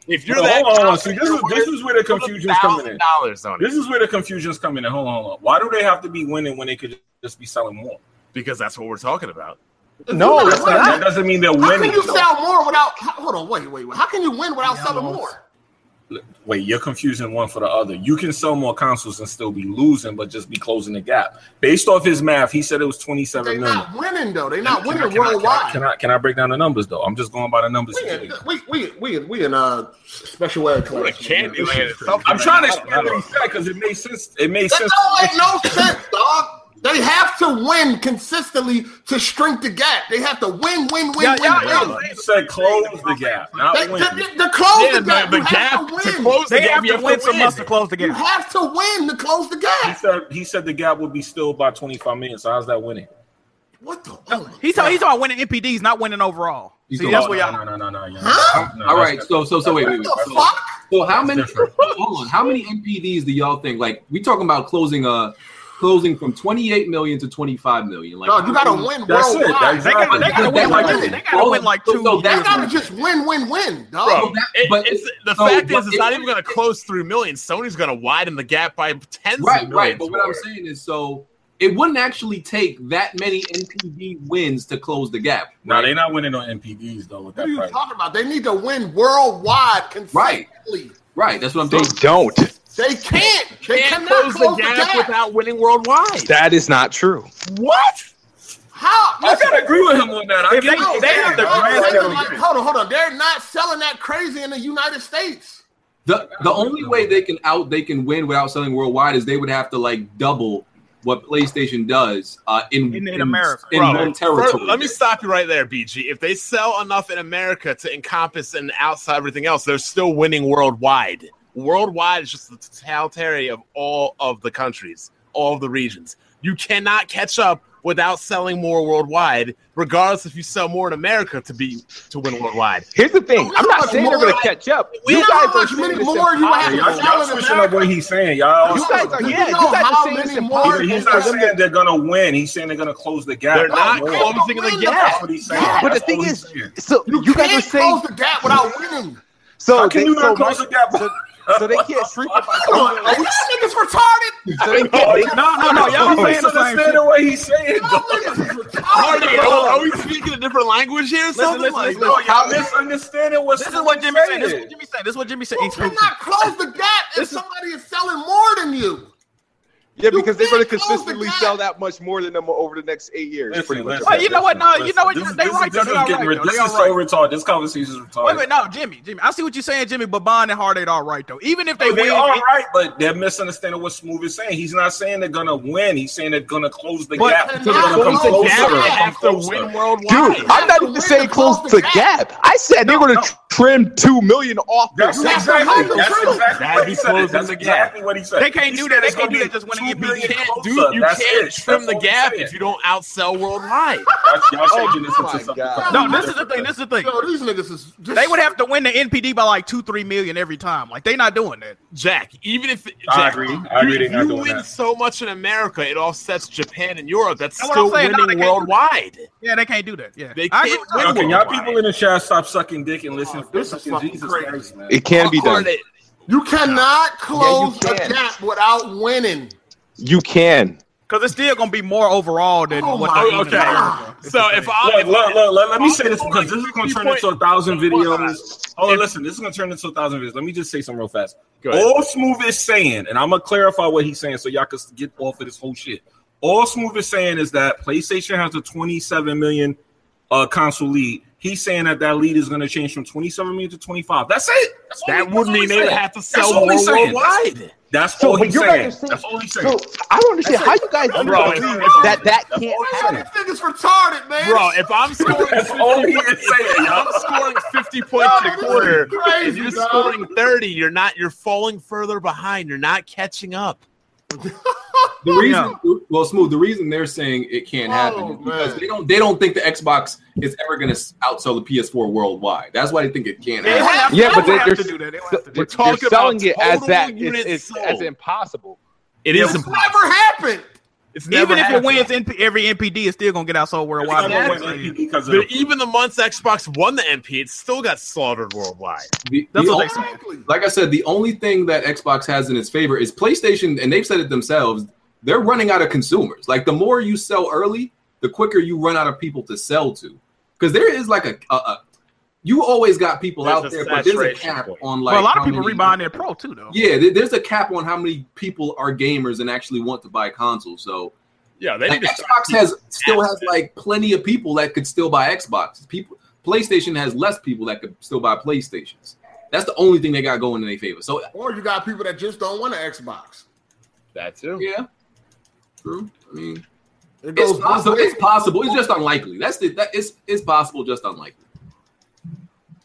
S3: If you're
S4: Hold
S3: that,
S4: on, hold on. See,
S3: confident,
S4: this is this is where the
S3: put a
S4: confusion's coming
S3: thousand
S4: in.
S3: Dollars on it
S4: This is where the confusion's coming in. Hold on, hold on. Why do they have to be winning when they could just be selling more?
S3: because that's what we're talking about.
S6: No,
S5: If
S6: that's
S5: you're Oh, not
S4: That
S5: winning,
S4: doesn't mean they're
S5: How
S4: winning.
S5: can you
S4: though.
S5: sell more without? how- Hold on, wait, wait, wait. How can you win without
S2: Yeah,
S5: selling
S2: almost.
S5: more?
S4: Wait, you're confusing one for the other. You can sell more consoles and still be losing, but just be closing the gap. Based off his math, he said it was
S5: They're
S4: 27 million.
S5: not winning though. They're not winning
S4: can, I, can, I,
S5: worldwide.
S4: can I can I break down the numbers though? I'm just going by the numbers.
S5: We in- We we we in- we in uh special ed
S3: What a
S5: class. man.
S3: candy land.
S4: I'm trying to explain what he said because it made sense. It made
S5: That
S4: sense.
S5: don't make no sense, dog. They have to win consistently to shrink the gap. They have to win, win, win,
S2: Yeah,
S5: win,
S2: yeah,
S5: win.
S2: yeah.
S4: You said close the gap, not
S5: They,
S4: win.
S5: the, the, the close
S3: Yeah,
S5: the gap.
S3: the, the
S5: you
S3: gap
S5: have
S3: to
S5: to win.
S3: close the
S2: They
S3: gap.
S2: have
S3: you
S2: to win some must to close the
S5: You
S2: game.
S5: have to win to close the
S4: He
S5: gap.
S4: said he said the gap would be still by 25 million. So how's that winning?
S5: What the? Oh my
S2: He's talking. He's
S5: God.
S2: talking winning NPDs, not winning overall.
S1: He's
S2: See,
S1: talking
S2: that's
S1: about-
S2: what y'all.
S4: No, no, no, no, no. yeah.
S5: Huh?
S4: No,
S1: all
S4: that's
S1: right, so so so wait, wait, wait.
S5: What the
S1: So,
S5: fuck?
S1: so how many?
S4: different.
S1: Hold on, how many MPDs do y'all think? Like we talking about closing uh closing from twenty eight million to twenty five million. Like
S5: Dog, you gotta win
S4: That's it.
S5: worldwide.
S4: That's
S2: They gotta, they gotta win like
S5: Exactly.
S2: two. They gotta win like
S1: So-
S2: two.
S1: so
S2: years.
S5: They
S1: that's-
S5: gotta just win, win, win, dog.
S3: Bro,
S1: Oh, that-
S3: it,
S1: but-
S3: it's, the
S1: so,
S3: fact
S1: but
S3: is, it's not
S1: it-
S3: even going to close three million. Sony's going to widen the gap by tens
S1: right,
S3: of millions.
S1: right. But what I'm
S3: more.
S1: saying is, so it wouldn't actually take that many NPD wins to close the gap.
S4: No, they're not winning on MPDs though with
S5: What
S4: that
S5: are you
S4: price.
S5: talking about? They need to win worldwide consistently.
S1: Right, that's what I'm
S6: They
S1: saying.
S6: don't.
S5: They can't. They
S3: can't
S5: cannot
S3: close the gap, without winning worldwide.
S6: That is not true.
S3: what?
S5: How?
S4: I gotta agree with him on that. I
S2: If
S4: get
S2: they-
S4: it.
S5: No,
S2: they
S5: they're
S2: have the
S5: not
S2: grand
S5: selling
S4: total.
S5: like- Hold on, hold on. They're not selling that crazy in the United States.
S1: The the only way they can out they can win without selling worldwide is they would have to like double what PlayStation does uh, in,
S2: In- in America.
S1: in
S3: Bro,
S1: one
S3: first-
S1: territory.
S3: let me stop you right there, BG. If they sell enough in America to encompass and outside everything else, they're still winning worldwide. Worldwide is just the totality of all of the countries, all of the regions. You cannot catch up without selling more worldwide, regardless if you sell more in America to be to win worldwide.
S6: Here's the thing. I'm
S5: How
S6: not saying
S5: much
S6: they're going
S5: more-
S6: to catch up.
S5: You know
S6: You guys
S5: how
S6: are
S5: much
S6: saying
S5: many
S6: this
S5: more you
S6: impossible.
S5: have
S4: Y'all, y'all switching up what he's saying. Y'all.
S6: You guys are
S5: You
S6: yeah. You
S5: know
S6: guys
S5: how
S6: are saying
S5: many
S6: it's
S5: more-
S6: impossible.
S4: He's
S6: for
S4: not
S6: them to-
S4: saying they're gonna win. He's saying they're gonna close the gap.
S3: They're not
S5: No, they
S4: That's
S5: closing-
S3: closing the
S5: don't win
S3: gap.
S4: what he's saying.
S5: Yeah,
S6: But the
S4: That's
S6: thing
S4: all he's
S6: is,
S4: saying.
S6: so you,
S5: You
S6: guys are
S5: can't
S6: saying
S5: close the gap without winning.
S6: so.
S4: how can
S6: they-
S4: you not
S6: so
S4: close the gap?
S6: so they can't shrink it by
S5: Come on, are we niggas retarded?
S6: so they can't.
S2: No, no, no. Y'all saying the same shit.
S4: what he's saying.
S5: Y'all niggas is retarded.
S3: Are we speaking a different language here?
S4: Listen,
S3: Something
S4: listen,
S3: like
S4: listen. Y'all misunderstanding what's
S2: This is what Jimmy said. This is what Jimmy said. This is what Jimmy said.
S5: You cannot close the gap if somebody is selling more than you.
S6: Yeah, because they're going
S5: You
S6: to
S5: can't close
S6: consistently
S5: the gap.
S6: sell that much more than them over the next eight years.
S4: Listen,
S6: pretty much.
S4: listen.
S2: Well, you know what? No, you know what?
S4: This,
S2: they
S4: this,
S2: right.
S4: this
S2: This,
S4: is
S2: they all
S4: getting
S2: right.
S4: rid-
S2: though.
S4: this
S2: They
S4: is
S2: all
S4: so
S2: right.
S4: retarded. This conversation is retarded.
S2: Wait, wait, no, Jimmy, Jimmy. I see what you're saying, Jimmy. But Bond and Hardate are right though. Even if
S3: Oh,
S2: they
S4: they,
S2: win,
S4: are
S2: it-
S4: right, but they're misunderstanding what Smooth is saying. He's not saying they're gonna win. He's saying they're gonna close the
S2: But-
S4: gap.
S5: They're
S4: They're
S5: not
S4: gonna come
S5: closing the
S4: closer.
S5: gap.
S4: Come
S5: They
S3: have to
S4: closer.
S3: win worldwide.
S6: Dude, I'm not
S5: You have
S6: even
S5: to
S6: saying
S5: win to
S6: close
S5: close
S6: the
S5: the gap.
S6: gap. I said they were going to trim two million off.
S4: That's
S6: their-
S5: hide the
S4: exactly. That's
S5: truth.
S4: exactly
S3: That'd
S4: what
S3: be
S4: he said.
S3: closing
S4: That's
S3: the
S4: exactly what he said.
S2: They can't
S4: He
S2: do
S4: said
S2: that. They
S4: it's
S2: can't
S4: gonna
S2: do that
S4: be
S2: just when it
S4: two
S2: get beat.
S4: million
S2: You can't
S4: closer.
S3: Dude, you
S4: That's
S3: can't
S4: it.
S3: trim
S4: That's
S3: the
S4: what he
S3: gap
S4: said.
S3: if you don't outsell worldwide.
S4: Y'all- y'all changing this into
S6: Oh, my
S4: something
S6: God.
S2: No,
S4: completely
S2: this is the
S4: different.
S2: thing. This is the thing.
S5: Yo, these niggas is just,
S2: They would have to win the NPD by like two, three million every time. Like they not doing that.
S3: Jack, even if Jack,
S4: I agree. I agree.
S3: you,
S4: They're not
S3: you
S4: doing
S3: win
S4: that.
S3: so much in America, it offsets Japan and Europe. That's
S2: That's what
S3: still
S2: I'm saying. No,
S3: winning
S2: they can't do
S3: worldwide.
S2: Yeah, they can't do that. Yeah,
S3: They
S2: I agree
S3: can't
S2: with you.
S3: win.
S4: Okay, y'all
S3: Worldwide.
S4: people in the chat stop sucking dick and listen.
S5: this is
S4: fucking
S5: fucking
S4: Jesus
S5: crazy.
S4: Christ, man.
S6: It can be done.
S3: Hard it-
S5: You cannot close
S6: can.
S5: the gap without winning.
S6: You can.
S2: Because it's still gonna be more overall than
S5: Oh
S2: what
S5: my
S2: they
S5: God.
S3: So if I
S4: Look,
S3: if
S4: look,
S3: I-
S4: look, look, let me
S3: if
S4: say
S3: I'm
S4: this because this is going to turn into a thousand videos. Oh, listen, this is going to turn into a thousand videos. Let me just say something real fast.
S3: Go ahead.
S4: All Smooth is saying, and I'm going to clarify what he's saying so y'all can get off of this whole shit. All Smooth is saying is that PlayStation has a 27 million uh, console lead. He's saying that that lead is going to change from 27 million to 25. That's it. That's all he-
S3: that
S4: that's
S3: would
S4: all
S3: mean
S4: he's
S3: they would
S4: saying.
S3: have to
S4: That's
S3: sell
S4: all
S3: more
S4: he's saying.
S3: worldwide.
S4: That's
S7: So,
S4: all
S7: but
S4: he's
S7: you
S4: saying.
S7: guys are
S4: That's
S7: saying-
S4: all he's
S7: So
S4: saying.
S7: I don't understand how you guys
S4: Bro,
S7: bro,
S4: it's-
S7: that that
S4: that's
S7: can't
S4: all he's
S5: Yo,
S4: saying.
S5: These niggas retarded, man.
S3: Bro, if I'm scoring,
S4: That's all he is saying,
S3: if
S4: y'all.
S3: I'm scoring 50 points in a quarter, and
S5: crazy,
S3: you're
S5: dog.
S3: scoring 30, you're not. You're falling further behind. You're not catching up.
S1: The reason, well, smooth. The reason they're saying it can't
S5: Oh,
S1: happen is because
S5: man.
S1: they don't they don't think the Xbox is ever going to outsell the PS4 worldwide. That's why they think it can't
S2: They would
S1: happen.
S2: have to-
S6: Yeah, but
S2: they would
S6: they're-
S2: have to do that. They would have to do
S6: They're,
S2: that.
S6: they're
S3: talking
S6: selling
S3: about
S6: it as
S3: total
S6: that
S3: units
S6: it's, it's
S3: sold.
S6: as impossible.
S3: It is
S5: it's never
S3: impossible.
S5: happened.
S3: It's never
S2: Even if it
S3: happened.
S2: wins, NP, every NPD is still gonna get outsold worldwide.
S4: It's not gonna
S2: Exactly.
S4: win because of
S3: But
S4: the-
S3: even the months Xbox won the MP, it still got slaughtered worldwide.
S1: The-
S2: That's
S1: the
S2: what they
S1: only-
S2: said.
S5: Exactly.
S1: like I said, the only thing that Xbox has in its favor is PlayStation, and they've said it themselves. They're running out of consumers. Like the more you sell early, the quicker you run out of people to sell to. Because there is like a, a, a you always got people
S3: There's a
S1: out there, but there's a
S3: saturation
S1: cap
S3: point.
S1: on like
S2: But a lot
S1: how
S2: of people
S1: many-
S2: rebuying their pro too, though.
S1: Yeah, there- there's a cap on how many people are gamers and actually want to buy consoles. So
S3: Yeah, they
S1: like,
S3: need to start-
S1: Xbox has still has like plenty of people that could still buy Xboxes. People PlayStation has less people that could still buy PlayStations. That's the only thing they got going in their favor. So
S5: Or you got people that just don't want an Xbox.
S3: that too.
S1: Yeah. True. I mean,
S5: It
S1: it's
S5: goes both
S1: possible.
S5: ways.
S1: It's possible. It's just unlikely. That's the that it's it's possible, just unlikely.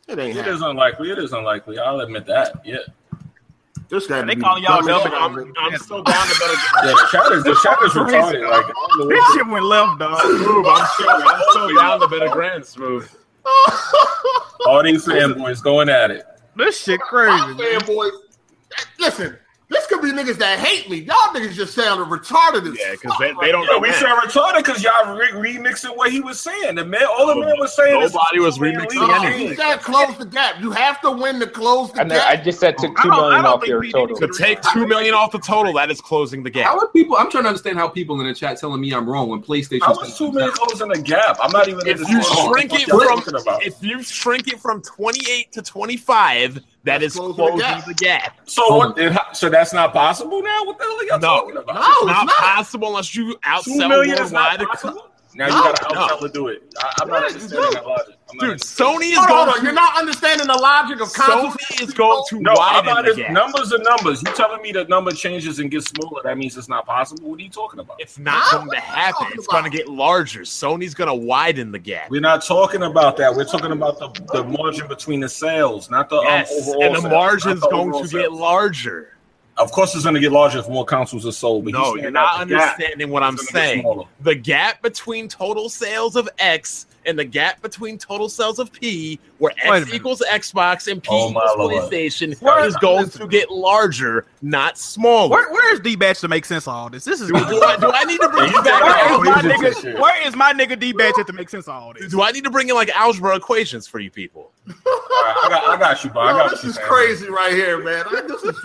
S5: It ain't
S4: It
S5: happening.
S4: is unlikely. It is unlikely. I'll admit that. Yeah.
S5: This guy.
S2: They calling y'all dumb.
S3: I'm, I'm still down to better.
S4: Yeah, the chat is the chat is retarded. Like, I don't know
S2: This
S4: what-
S2: shit went left, dog.
S3: Smooth, I'm still, I'm still down to better grand smooth.
S4: all these fanboys going at it.
S2: This shit
S5: My
S2: crazy. man.
S5: fanboys. Listen, this could be niggas that hate me. Y'all niggas just sounded retarded as
S3: Oh, Yeah,
S5: fuck.
S3: because they, they don't
S4: Yeah,
S3: know.
S4: we
S3: that.
S4: said retarded because y'all re- remixing what he was saying. The man, all the man was saying. is-
S3: Nobody was remixing
S5: No,
S3: anything.
S5: you gotta close the gap. You have to win to close the
S7: I, know, I
S5: gap.
S7: just said took
S2: I
S7: two
S2: don't- I
S7: million
S2: don't
S7: off
S2: think
S7: your
S2: we need
S7: total.
S2: to-
S3: To take two million off the total, that is closing the gap.
S1: How are people? I'm trying to understand how people in the chat telling me I'm wrong when PlayStation.
S4: I was two minutes closing the gap. I'm not even. in
S3: If
S4: this
S3: you
S4: world.
S3: shrink
S4: What
S3: it
S4: y'all
S3: from
S4: talking about?
S3: if you shrink it from twenty eight to twenty five, that is
S5: Closing the
S3: closing
S5: gap.
S3: the gap.
S4: so what? then how- So that's not possible now. What the hell are y'all
S3: No.
S4: talking about?
S5: No, it's
S3: Not
S5: not.
S3: possible unless you
S4: Two
S3: outsell
S4: million is
S3: worldwide.
S4: not
S3: to-
S4: possible. Now you
S5: No,
S4: gotta
S3: no.
S4: outsell to do it. I, I'm not
S5: Yeah,
S4: understanding that logic. I'm not
S3: Dude,
S4: understanding.
S3: Sony is
S5: Hold on,
S3: going.
S5: hold on. You're not understanding the logic of console
S3: Sony is going to
S4: No, I'm not.
S3: widen the
S4: As,
S3: gap.
S4: numbers are numbers. You telling me that number changes and gets smaller? That means it's not possible. What are you talking about?
S3: It's not
S5: Huh?
S3: going
S5: What
S3: to
S5: are you
S3: happen.
S5: talking
S3: It's going to
S5: about?
S3: get larger. Sony's going to widen the gap.
S4: We're not talking about that. We're talking about the, the margin between the sales, not the
S3: Yes,
S4: um, overall.
S3: and the
S4: sales,
S3: margin's
S4: not the
S3: going
S4: overall
S3: to get
S4: sales.
S3: larger.
S4: Of course, it's going to get larger if more consoles are sold. But he's
S3: No,
S4: saying
S3: you're
S4: that
S3: not
S4: the gap-
S3: understanding what I'm
S4: It's gonna get smaller.
S3: saying. The gap between total sales of X and the gap between total sales of P, where
S2: Wait a
S3: X
S2: minute.
S3: equals Xbox and P
S4: Oh, my
S3: equals
S4: Lord.
S3: PlayStation,
S4: Where-
S3: is going to get larger, not smaller.
S2: Where, where is D Batch to make sense of all this? This is
S3: do, I, do I need to bring
S4: Yeah,
S3: you back?
S4: you
S2: where
S4: got
S2: is my
S3: Where is my
S4: equations and
S2: nigga?
S4: shit.
S2: Where is my nigga D Batch to make sense of all
S3: nigga-
S2: this?
S3: Do I need to bring in like algebra equations for you people?
S4: right, I, got, I got you, Bob. I
S5: Yo,
S4: got
S5: this
S4: you,
S5: is
S4: fam.
S5: crazy right here, man. Like, this is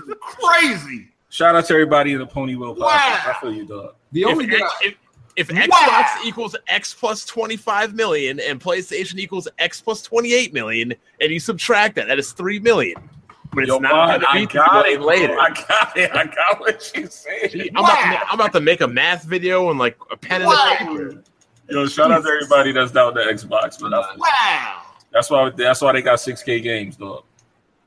S5: crazy.
S4: Shout out to everybody in the Pony Will podcast.
S5: Wow.
S4: I feel you, dog.
S1: The only
S3: if,
S1: thing
S3: X-
S1: I-
S3: if, if
S5: Wow.
S3: Xbox equals X plus 25 million and PlayStation equals X plus 28 million, and you subtract that, that is 3 million. But it's
S4: Yo,
S3: not
S4: Bond,
S3: going to
S4: I
S3: be 3 million
S4: bro.
S3: later.
S4: I got it. I got what you said.
S3: I'm, about to, ma- I'm about to make a math video and like a pen and
S5: Wow.
S3: a paper.
S4: Yo, shout out to everybody that's down to Xbox, man. I-
S5: Wow.
S4: That's why. That's why they got six K games, dog.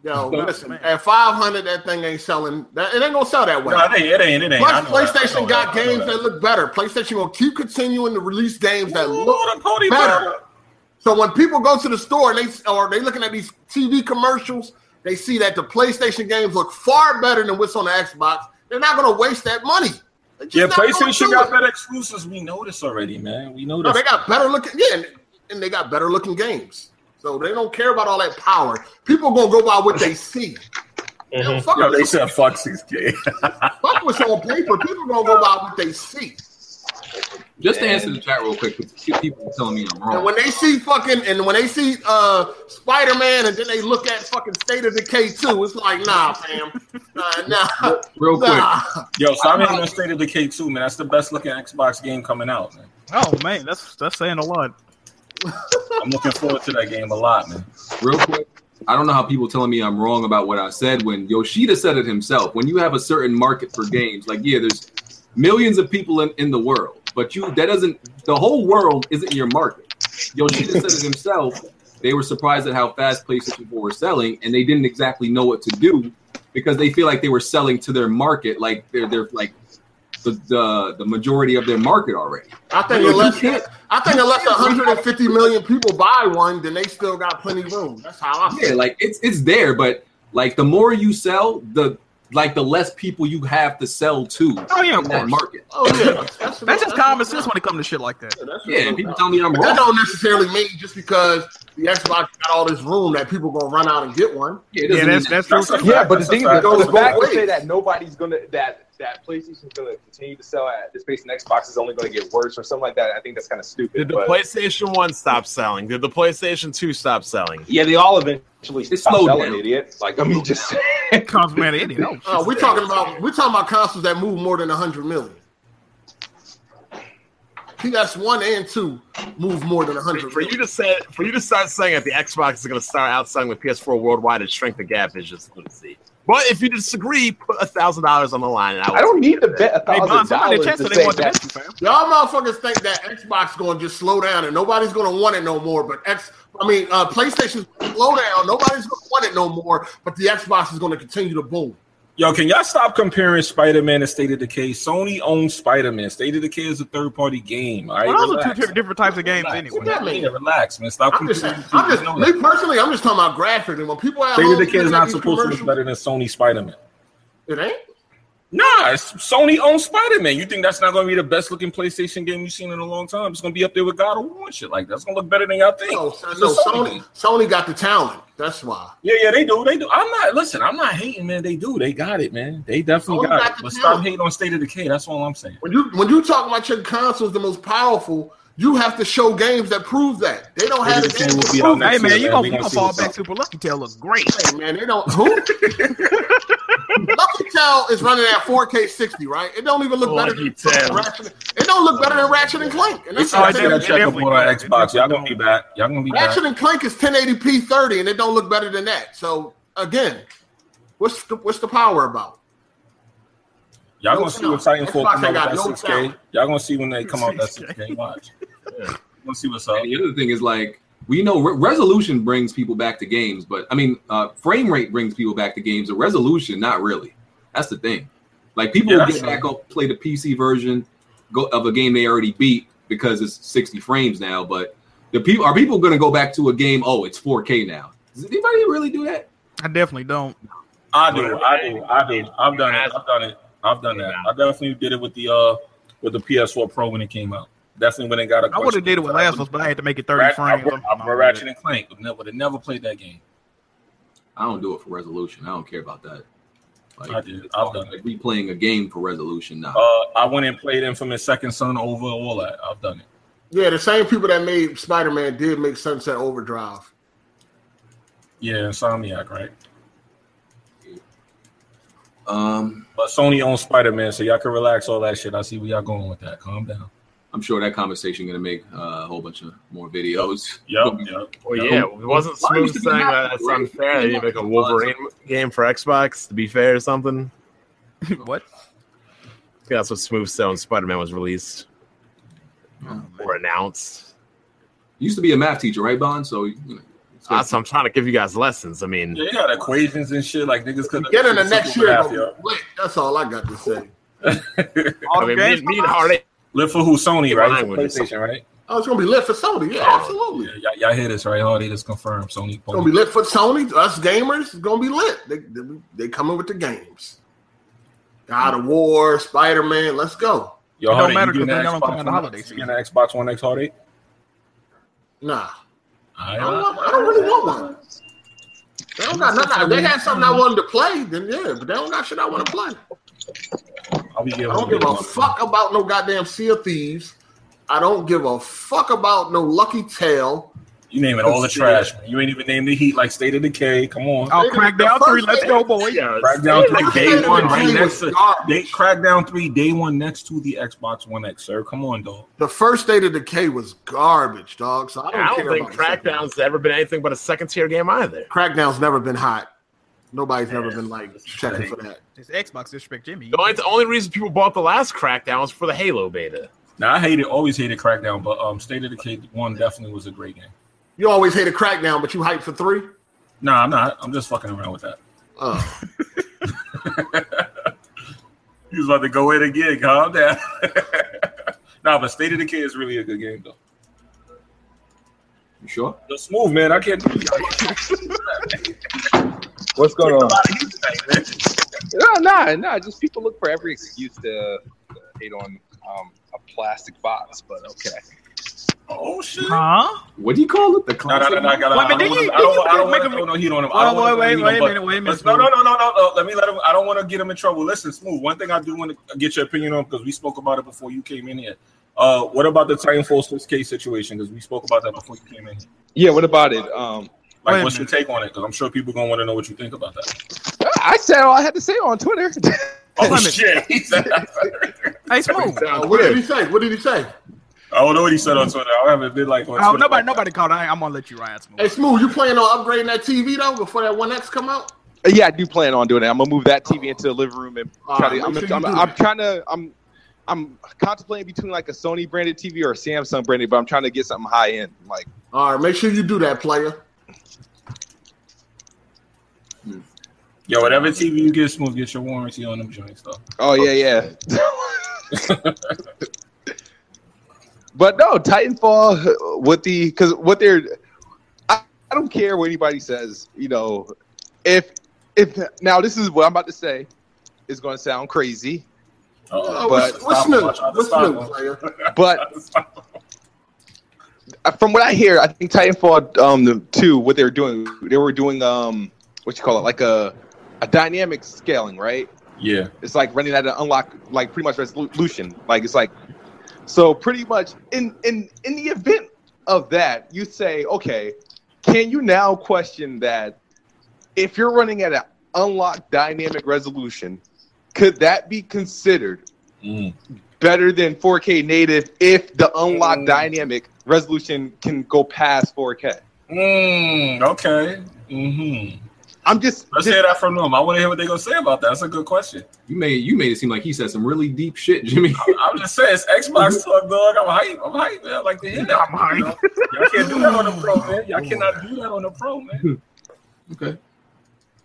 S5: Yo, listen,
S2: man.
S5: at 500, that thing ain't selling. That, it ain't going to sell that way.
S4: No, it ain't. It ain't. It ain't. I know
S5: Plus,
S4: that. I
S5: PlayStation
S4: know
S5: got
S4: that. I know
S5: games that. look better. PlayStation will keep continuing to release games that look
S4: Ooh, the Pony
S5: better.
S4: Will.
S5: So when people go to the store and they or they looking at these TV commercials, they see that the PlayStation games look far better than what's on the Xbox. They're not going to waste that money. They're just
S4: Yeah,
S5: not gonna
S4: PlayStation
S5: do
S4: got
S5: it.
S4: better exclusives. We know this already, man. We know
S5: No,
S4: this.
S5: they got better looking. Yeah, and, and they got better looking games. So they don't care about all that power. People gonna go by what they see. They don't fuck,
S4: Mm-hmm. Yo,
S5: with
S4: they said fuck six K.
S5: fuck what's on paper. People gonna go by what they see.
S1: just to answer the chat real quick, 'cause people are telling me I'm
S5: And
S1: wrong.
S5: when they see fucking and when they see uh Spider Man and then they look at fucking State of Decay 2, it's like nah, fam. Nah, nah.
S1: Real quick,
S5: nah.
S4: Yo, so I'm in the state of the K two, man. That's the best looking Xbox game coming out, man.
S2: Oh man, that's that's saying a lot.
S4: I'm looking forward to that game a lot, man.
S1: real quick. I don't know how people telling me I'm wrong about what I said when Yoshida said it himself. When you have a certain market for games, like yeah, there's millions of people in, in the world, but you that doesn't the whole world isn't your market. Yoshida said it himself. They were surprised at how fast PlayStation 4 was selling, and they didn't exactly know what to do because they feel like they were selling to their market, like they're they're like the the, the majority of their market already.
S5: I think
S1: You
S5: unless
S1: can't-
S5: I think unless
S1: you can't-
S5: 150 million people buy one, then they still got plenty of room. That's how I
S1: yeah,
S5: feel.
S1: like it's it's there, but like the more you sell, the like the less people you have to sell to
S2: Oh yeah, of
S1: in that
S2: course.
S1: market.
S5: Oh yeah, that's,
S2: That's just common sense when it comes to shit like that.
S5: That's
S1: Yeah, and people tell me I'm
S5: But that
S1: wrong.
S5: don't necessarily mean just because the Xbox got all this room that people gonna run out and get one.
S1: Yeah, it
S2: Yeah,
S1: doesn't
S2: that's
S1: mean
S2: that's true.
S4: That's a
S6: Yeah,
S4: fact.
S6: but the
S4: That's
S6: thing
S4: a fact.
S6: the
S5: goes
S6: fact
S5: both
S6: to say
S5: ways.
S6: that nobody's gonna that that PlayStation's gonna continue to sell at this pace and Xbox is only gonna get worse or something like that. I think that's kind of stupid.
S3: Did the
S6: but-
S3: PlayStation 1 stop selling? Did the PlayStation 2 stop selling?
S6: yeah, they all eventually
S1: It's
S6: stop
S1: slowed
S6: selling,
S1: down.
S6: idiot. Like I mean, just
S2: Comes man, idiot. Oh, shit.
S5: Uh, we're talking about we're talking about consoles that move more than 100 million. PS1 and 2 move more than 100
S3: For you
S5: million.
S3: to say, for you to start saying that the Xbox is going to start outselling the PS4 worldwide and shrink the gap is just lunacy. But if you disagree, put a thousand dollars on the line. And I, will
S6: I don't need to bet a
S2: Hey,
S6: thousand
S2: Bond, somebody
S6: dollars
S2: check
S6: to
S2: so they
S6: say
S2: want the
S6: that.
S2: best, fam.
S5: Y'all motherfuckers think that Xbox going to just slow down and nobody's going to want it no more. But X, I mean, uh, PlayStation's gonna slow down. Nobody's going to want it no more. But the Xbox is going to continue to boom.
S4: Yo, can y'all stop comparing Spider Man to State of Decay? Sony owns Spider Man. State of Decay is a third party game. All right,
S2: Well, those are
S4: Relax.
S2: two different, different types of games
S4: Relax.
S2: anyway.
S5: that mean?
S4: Yeah, relax, man. Stop
S5: I'm just,
S4: comparing.
S5: saying, I'm just,
S4: You know
S5: me
S4: that.
S5: personally, I'm just talking about graphics. And when people at
S4: State of
S5: home
S4: Decay
S5: look
S4: is
S5: at
S4: not
S5: these
S4: supposed to be
S5: commercials-
S4: better than Sony Spider Man.
S5: It ain't.
S4: Nah, it's Sony owns Spider Man. You think that's not going to be the best looking PlayStation game you've seen in a long time? It's going to be up there with God of War and shit like that. It's going to look better than y'all think.
S5: No, so,
S4: It's a
S5: no,
S4: Sony
S5: Sony,
S4: game.
S5: Sony got the talent. That's why.
S4: Yeah, yeah, they do. They do. I'm not listen. I'm not hating, man. They do. They got it, man. They definitely
S5: Sony
S4: got,
S5: got
S4: it.
S5: the
S4: But
S5: talent.
S4: stop hating on State of Decay. That's all I'm saying.
S5: When you when you talk about your consoles, the most powerful, you have to show games that prove that they don't
S4: State
S5: have
S4: of
S5: the
S4: Decay
S5: games.
S4: will
S5: to
S4: be
S5: prove
S4: out
S2: Hey
S4: next
S2: man,
S4: year,
S2: you
S4: man.
S2: gonna,
S4: We
S2: you gonna
S4: see
S2: fall
S4: what's
S2: back
S4: up.
S2: Super Lucky Tail looks great.
S5: it, man. They don't. Who? Lucky Tail is running at 4K 60, right? It don't even look better.
S3: Lucky
S5: Than
S3: Tail.
S5: Ratchet, it don't look better than Ratchet and Clank. And
S4: It's
S5: that's
S4: all right,
S5: what
S2: they
S5: I'm
S4: they
S5: saying.
S2: don't-
S4: got check up
S2: definitely
S4: on our
S2: don't.
S4: Xbox. Y'all gonna be back. Y'all gonna be back.
S5: Ratchet and Clank is 1080p 30, and it don't look better than that. So again, what's the, what's the power about?
S4: Y'all
S5: No
S4: gonna see when
S5: talent.
S4: Titanfall
S5: Xbox
S4: come
S5: ain't
S4: out
S5: got
S4: with that
S5: no
S4: 6K.
S5: talent.
S4: Y'all gonna see when they come out with that 6K. Watch. Yeah. We'll see what's up.
S1: And the other thing is like we know re- resolution brings people back to games, but I mean, uh, frame rate brings people back to games. The resolution, not really. That's the thing. Like people
S4: Yeah,
S1: will
S4: that's
S1: get back up, play the PC version go, of a game they already beat because it's sixty frames now. But the people are people going to go back to a game? Oh, it's four K now. Does anybody really do that?
S2: I definitely don't.
S4: I do. I do. I do. I've done it. I've done it. I've done that. I definitely did it with the uh with the PS4 Pro when it came out. Definitely when it got a
S2: I would have did it with Last of Us, but I had to make it thirty
S4: Rat-
S2: frames.
S4: I, I, I, Ratchet and Clank would never, would have never played that game.
S1: I don't do it for resolution. I don't care about that. Like,
S4: I did. I've done it.
S1: like replaying a game for resolution now.
S4: Uh, I went and played Infamous Second Son over all that. I've done it.
S5: Yeah, the same people that made Spider Man did make Sunset Overdrive.
S4: Yeah, Insomniac, right? Uh,
S1: Um,
S4: But Sony owns Spider Man, so y'all can relax all that shit. I see where y'all going with that. Calm down.
S1: I'm sure that conversation gonna make uh, a whole bunch of more videos.
S4: Yep, yep.
S3: Well, yeah, it wasn't
S1: Why
S3: Smooth
S1: should
S3: saying
S1: we not-
S3: that it's unfair. They didn't make a Wolverine game for Xbox, to be fair, or something.
S2: what?
S3: Yeah, that's what Smooth said when Spider Man was released or announced.
S1: You used to be a math teacher, right, Bon? So you know, it's good.
S3: Uh, so I'm trying to give you guys lessons. I mean,
S4: Yeah, you got equations and shit. Like niggas could
S5: Get in the next year. it'll be lit. That's all I got to say.
S3: I mean, me, and- me and Hardy.
S4: Live for who? Sony, right?
S3: Language.
S4: PlayStation, right?
S5: Oh, it's gonna be lit for Sony. Yeah, absolutely.
S4: Yeah, y'all, y'all hear this, right? Hardy just confirmed Sony.
S5: It's gonna be lit for Sony. Us gamers, it's gonna be lit. They they, they coming with the games. God of War, Spider Man. Let's go.
S2: It
S4: Yo,
S2: don't
S4: Hardy,
S2: matter
S4: you
S2: 'cause
S4: getting
S2: they
S4: an
S2: don't come in the
S4: Xbox One
S2: holiday
S4: X? You
S2: season.
S4: getting an Xbox One X, Hardy?
S5: Nah,
S4: I,
S5: I don't, want, I don't really want one. They don't got nothing. If they had something I wanted to play, then yeah. But they don't got shit I want to play.
S4: I'll be giving
S5: I don't give a fuck about no goddamn Sea of Thieves. I don't give a fuck about no Lucky Tail.
S4: You name it all the trash. Man. You ain't even named the heat like State of Decay. Come on.
S2: Oh, Crackdown
S5: The
S2: three.
S5: first
S2: Let's
S5: day-
S2: go, boy.
S3: Yeah,
S4: Crackdown
S5: Like,
S4: three
S5: State
S4: day
S5: of
S4: one right
S5: Decay
S4: next to
S5: was garbage.
S4: they Crackdown three day one next to the Xbox One X, sir. Come on, dog.
S5: The first State of Decay was garbage, dog. So I don't,
S3: I don't
S5: care
S3: think
S5: about the second one.
S3: Crackdown's ever been anything but a second tier game either.
S5: Crackdown's never been hot. Nobody's never
S4: Yeah.
S5: been like checking for that.
S2: It's Xbox disrespect, Jimmy.
S3: The only, the only reason people bought the last Crackdown was for the Halo beta.
S4: Now I hated, always hated Crackdown, but um, State of Decay one definitely was a great game.
S5: You always hate a Crackdown, but you hype for three.
S4: Nah, I'm not. I'm just fucking around with that.
S5: Oh,
S4: He was about to go in again. Calm down. nah, but State of Decay is really a good game though.
S1: you sure?
S4: The smooth man, I can't.
S6: What's going on?
S4: man.
S6: No, no, no. Just people look for every excuse to uh, hate on um, a plastic box, but okay.
S4: Oh shit.
S2: Huh?
S1: What do you call it? The
S4: No, no,
S1: classic.
S4: no, no, I gotta-
S2: Wait a
S4: I
S2: minute,
S4: don't
S2: did
S4: wanna-
S2: you-
S4: I
S2: did
S4: don't
S2: you
S4: wanna- I don't
S2: make
S4: wanna
S2: him-
S4: throw no heat on him. I
S2: Wait,
S4: don't wanna
S2: wait,
S4: throw
S2: wait, wait a
S4: heat on him, but-
S2: minute, wait a minute.
S4: Let's- No, no, no, no, no, no. Let me let him. I don't want to get him in trouble. Listen, smooth. One thing I do want to get your opinion on because we spoke about it before you came in here. Uh, what about the Titanfall 6K situation? Because we spoke about that before you came in. here.
S6: Yeah, what about it? Um,
S4: Like,
S2: Wait a
S4: what's your take on it? Because I'm sure people gonna want to know what you think about that.
S6: I said all I had to say on Twitter.
S2: Wait
S4: Oh
S2: a minute.
S4: shit! He said that.
S2: Hey, smooth.
S5: Uh, what did he say? What did he say?
S4: I don't know what he said on Twitter. I haven't been like on
S2: Oh,
S4: Twitter
S2: nobody,
S4: like that.
S2: nobody called. I, I'm gonna let you ride smooth.
S5: Hey, Smooth, you planning on upgrading that TV though before that One X come out?
S6: yeah, I do plan on doing it. I'm gonna move that TV into the living room and
S5: All
S6: try
S5: right,
S6: to. I'm,
S5: make sure you
S6: I'm,
S5: do
S6: I'm
S5: that.
S6: trying to. I'm. I'm contemplating between like a Sony branded TV or a Samsung branded, but I'm trying to get something high end. Like,
S5: All right, make sure you do that, player.
S4: Yo, whatever TV you get, smooth, get your warranty on them joints though.
S6: oh yeah, yeah. but no, Titanfall uh, with the because what they're, I, I don't care what anybody says. You know, if if now this is what I'm about to say is going to sound crazy,
S5: Oh,
S4: Uh-oh.
S5: what's, what's
S4: Stop
S5: new?
S4: him. Watch out,
S5: What's
S4: stop
S5: new,
S4: him.
S5: player?
S6: but Uh, from what I hear, I think Titanfall um the two what they were doing they were doing um what you call it like a a dynamic scaling right.
S4: Yeah.
S6: It's like running at an unlock like pretty much resolution like it's like so pretty much in in in the event of that you say okay can you now question that if you're running at an unlocked dynamic resolution could that be considered
S4: Mm.
S6: better than 4K native if the unlock
S4: Mm.
S6: dynamic resolution can go past 4K.
S4: Mm, okay. Mm-hmm.
S6: I'm just,
S4: Let's
S6: just-
S4: hear that from them. I want to hear what they're gonna say about that. That's a good question.
S1: You made you made it seem like he said some really deep shit, Jimmy.
S4: I'm just saying, it's Xbox talk, dog. I'm hype. I'm hype. Man. I like to hear that. I'm hype. You know? Y'all can't do that on the pro, man. Y'all cannot do that on the pro, man.
S1: okay.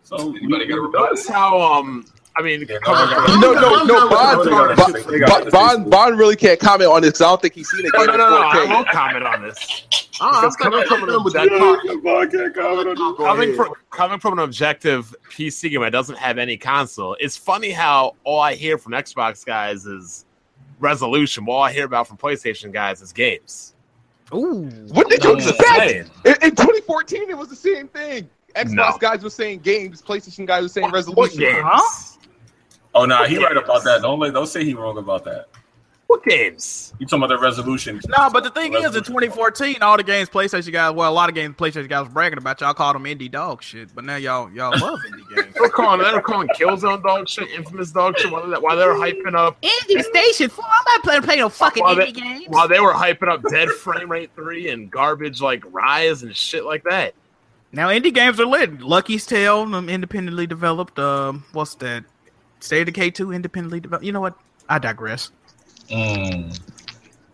S4: So
S1: Anybody got a rebuttal?
S3: Notice how, um, I mean,
S4: Yeah,
S3: cover-
S4: no,
S6: no, no, no,
S4: got- they got-
S6: Bond, Bond,
S4: they got- they got-
S6: Bond, Bond, Bond really can't comment on this. 'cause I don't think he's seen a
S3: no,
S6: game
S3: no, no,
S6: in
S3: no, I
S6: 4K.
S3: won't comment on this.
S5: Ah, I'm
S3: Because
S5: coming,
S3: coming-
S5: coming up with that talk. Go
S3: Coming
S5: ahead.
S3: from, coming from an objective PC gamer that doesn't have any console, it's funny how all I hear from Xbox guys is resolution. but All I hear about from PlayStation guys is games.
S2: Ooh.
S6: What did you
S4: I'm just
S6: expect?
S4: saying.
S6: In, in 2014, it was the same thing. Xbox
S3: No.
S6: guys were saying games, PlayStation guys were saying
S3: What
S6: resolution.
S3: games?
S2: Huh?
S4: Oh no, nah, he right about that. Don't let, don't say he wrong about that.
S3: What games?
S4: You talking about the resolution?
S2: No, but the thing is, in 2014, all the games PlayStation guys, well, a lot of games PlayStation guys were bragging about y'all called them indie dog shit, but now y'all y'all love indie games.
S3: They were calling, they were calling Killzone dog shit, Infamous dog shit, while they, while they were hyping up,
S7: Indie Station 4. I'm not playing, playing no fucking
S3: Well,
S7: indie
S3: they-
S7: games.
S3: while they were hyping up Dead Frame Rate three and garbage like Rise and shit like that.
S2: Now indie games are lit. Lucky's Tale, um, independently developed. Um, what's that? State of K two, independently developed. You know what? I digress.
S4: Mm.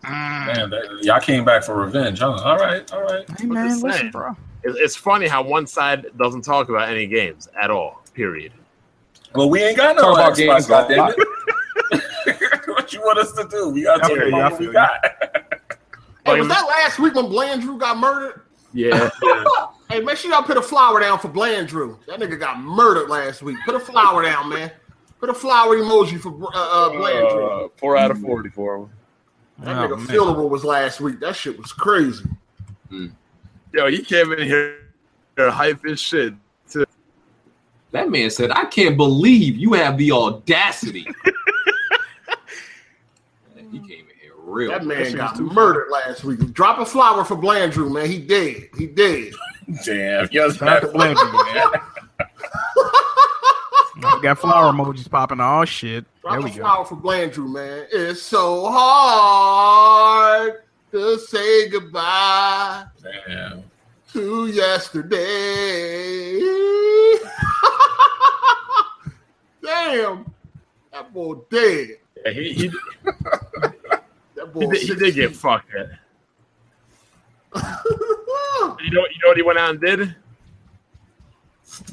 S5: Mm.
S4: Man, that, y'all came back for revenge, huh? All right, all right.
S2: Hey
S3: What
S2: man,
S3: this
S2: listen,
S3: saying?
S2: bro.
S3: It, it's funny how one side doesn't talk about any games at all. Period.
S4: Well, we ain't got no
S6: Talk about
S4: Xbox,
S6: games,
S4: goddamn it. what you want us to do? We got to
S2: Okay,
S4: talk
S2: yeah, I
S4: about what
S2: feel
S4: we
S2: you.
S4: got.
S5: Hey, was that last week when Blandrew got murdered?
S1: Yeah,
S5: Hey, make sure y'all put a flower down for Blandrew. That nigga got murdered last week. Put a flower down, man. Put a flower emoji for uh, uh, Blandrew.
S6: Uh, four out of forty for him.
S5: That
S2: Oh,
S5: nigga
S2: man.
S5: funeral was last week. That shit was crazy.
S3: Yo, he came in here, here hype his shit.
S1: that man said, "I can't believe you have the audacity." Man, he came in here real.
S5: That
S1: That
S5: man
S1: shit was
S5: got
S1: too
S5: murdered last week. Drop a flower for Blandrew, man. He dead. He dead.
S4: Damn, yes,
S2: Shout out
S4: that
S2: to Blandrew, We got flower emojis popping. Oh shit! There
S5: Drop
S2: we
S5: a
S2: go.
S5: flower for Blandrew, man. It's so hard to say goodbye.
S4: Damn.
S5: to yesterday. Damn, that boy dead.
S3: Yeah, he, he,
S5: That
S3: he,
S5: boy.
S3: did, he did get
S5: 16.
S3: fucked. yeah. You know, you know what he went out and did? Went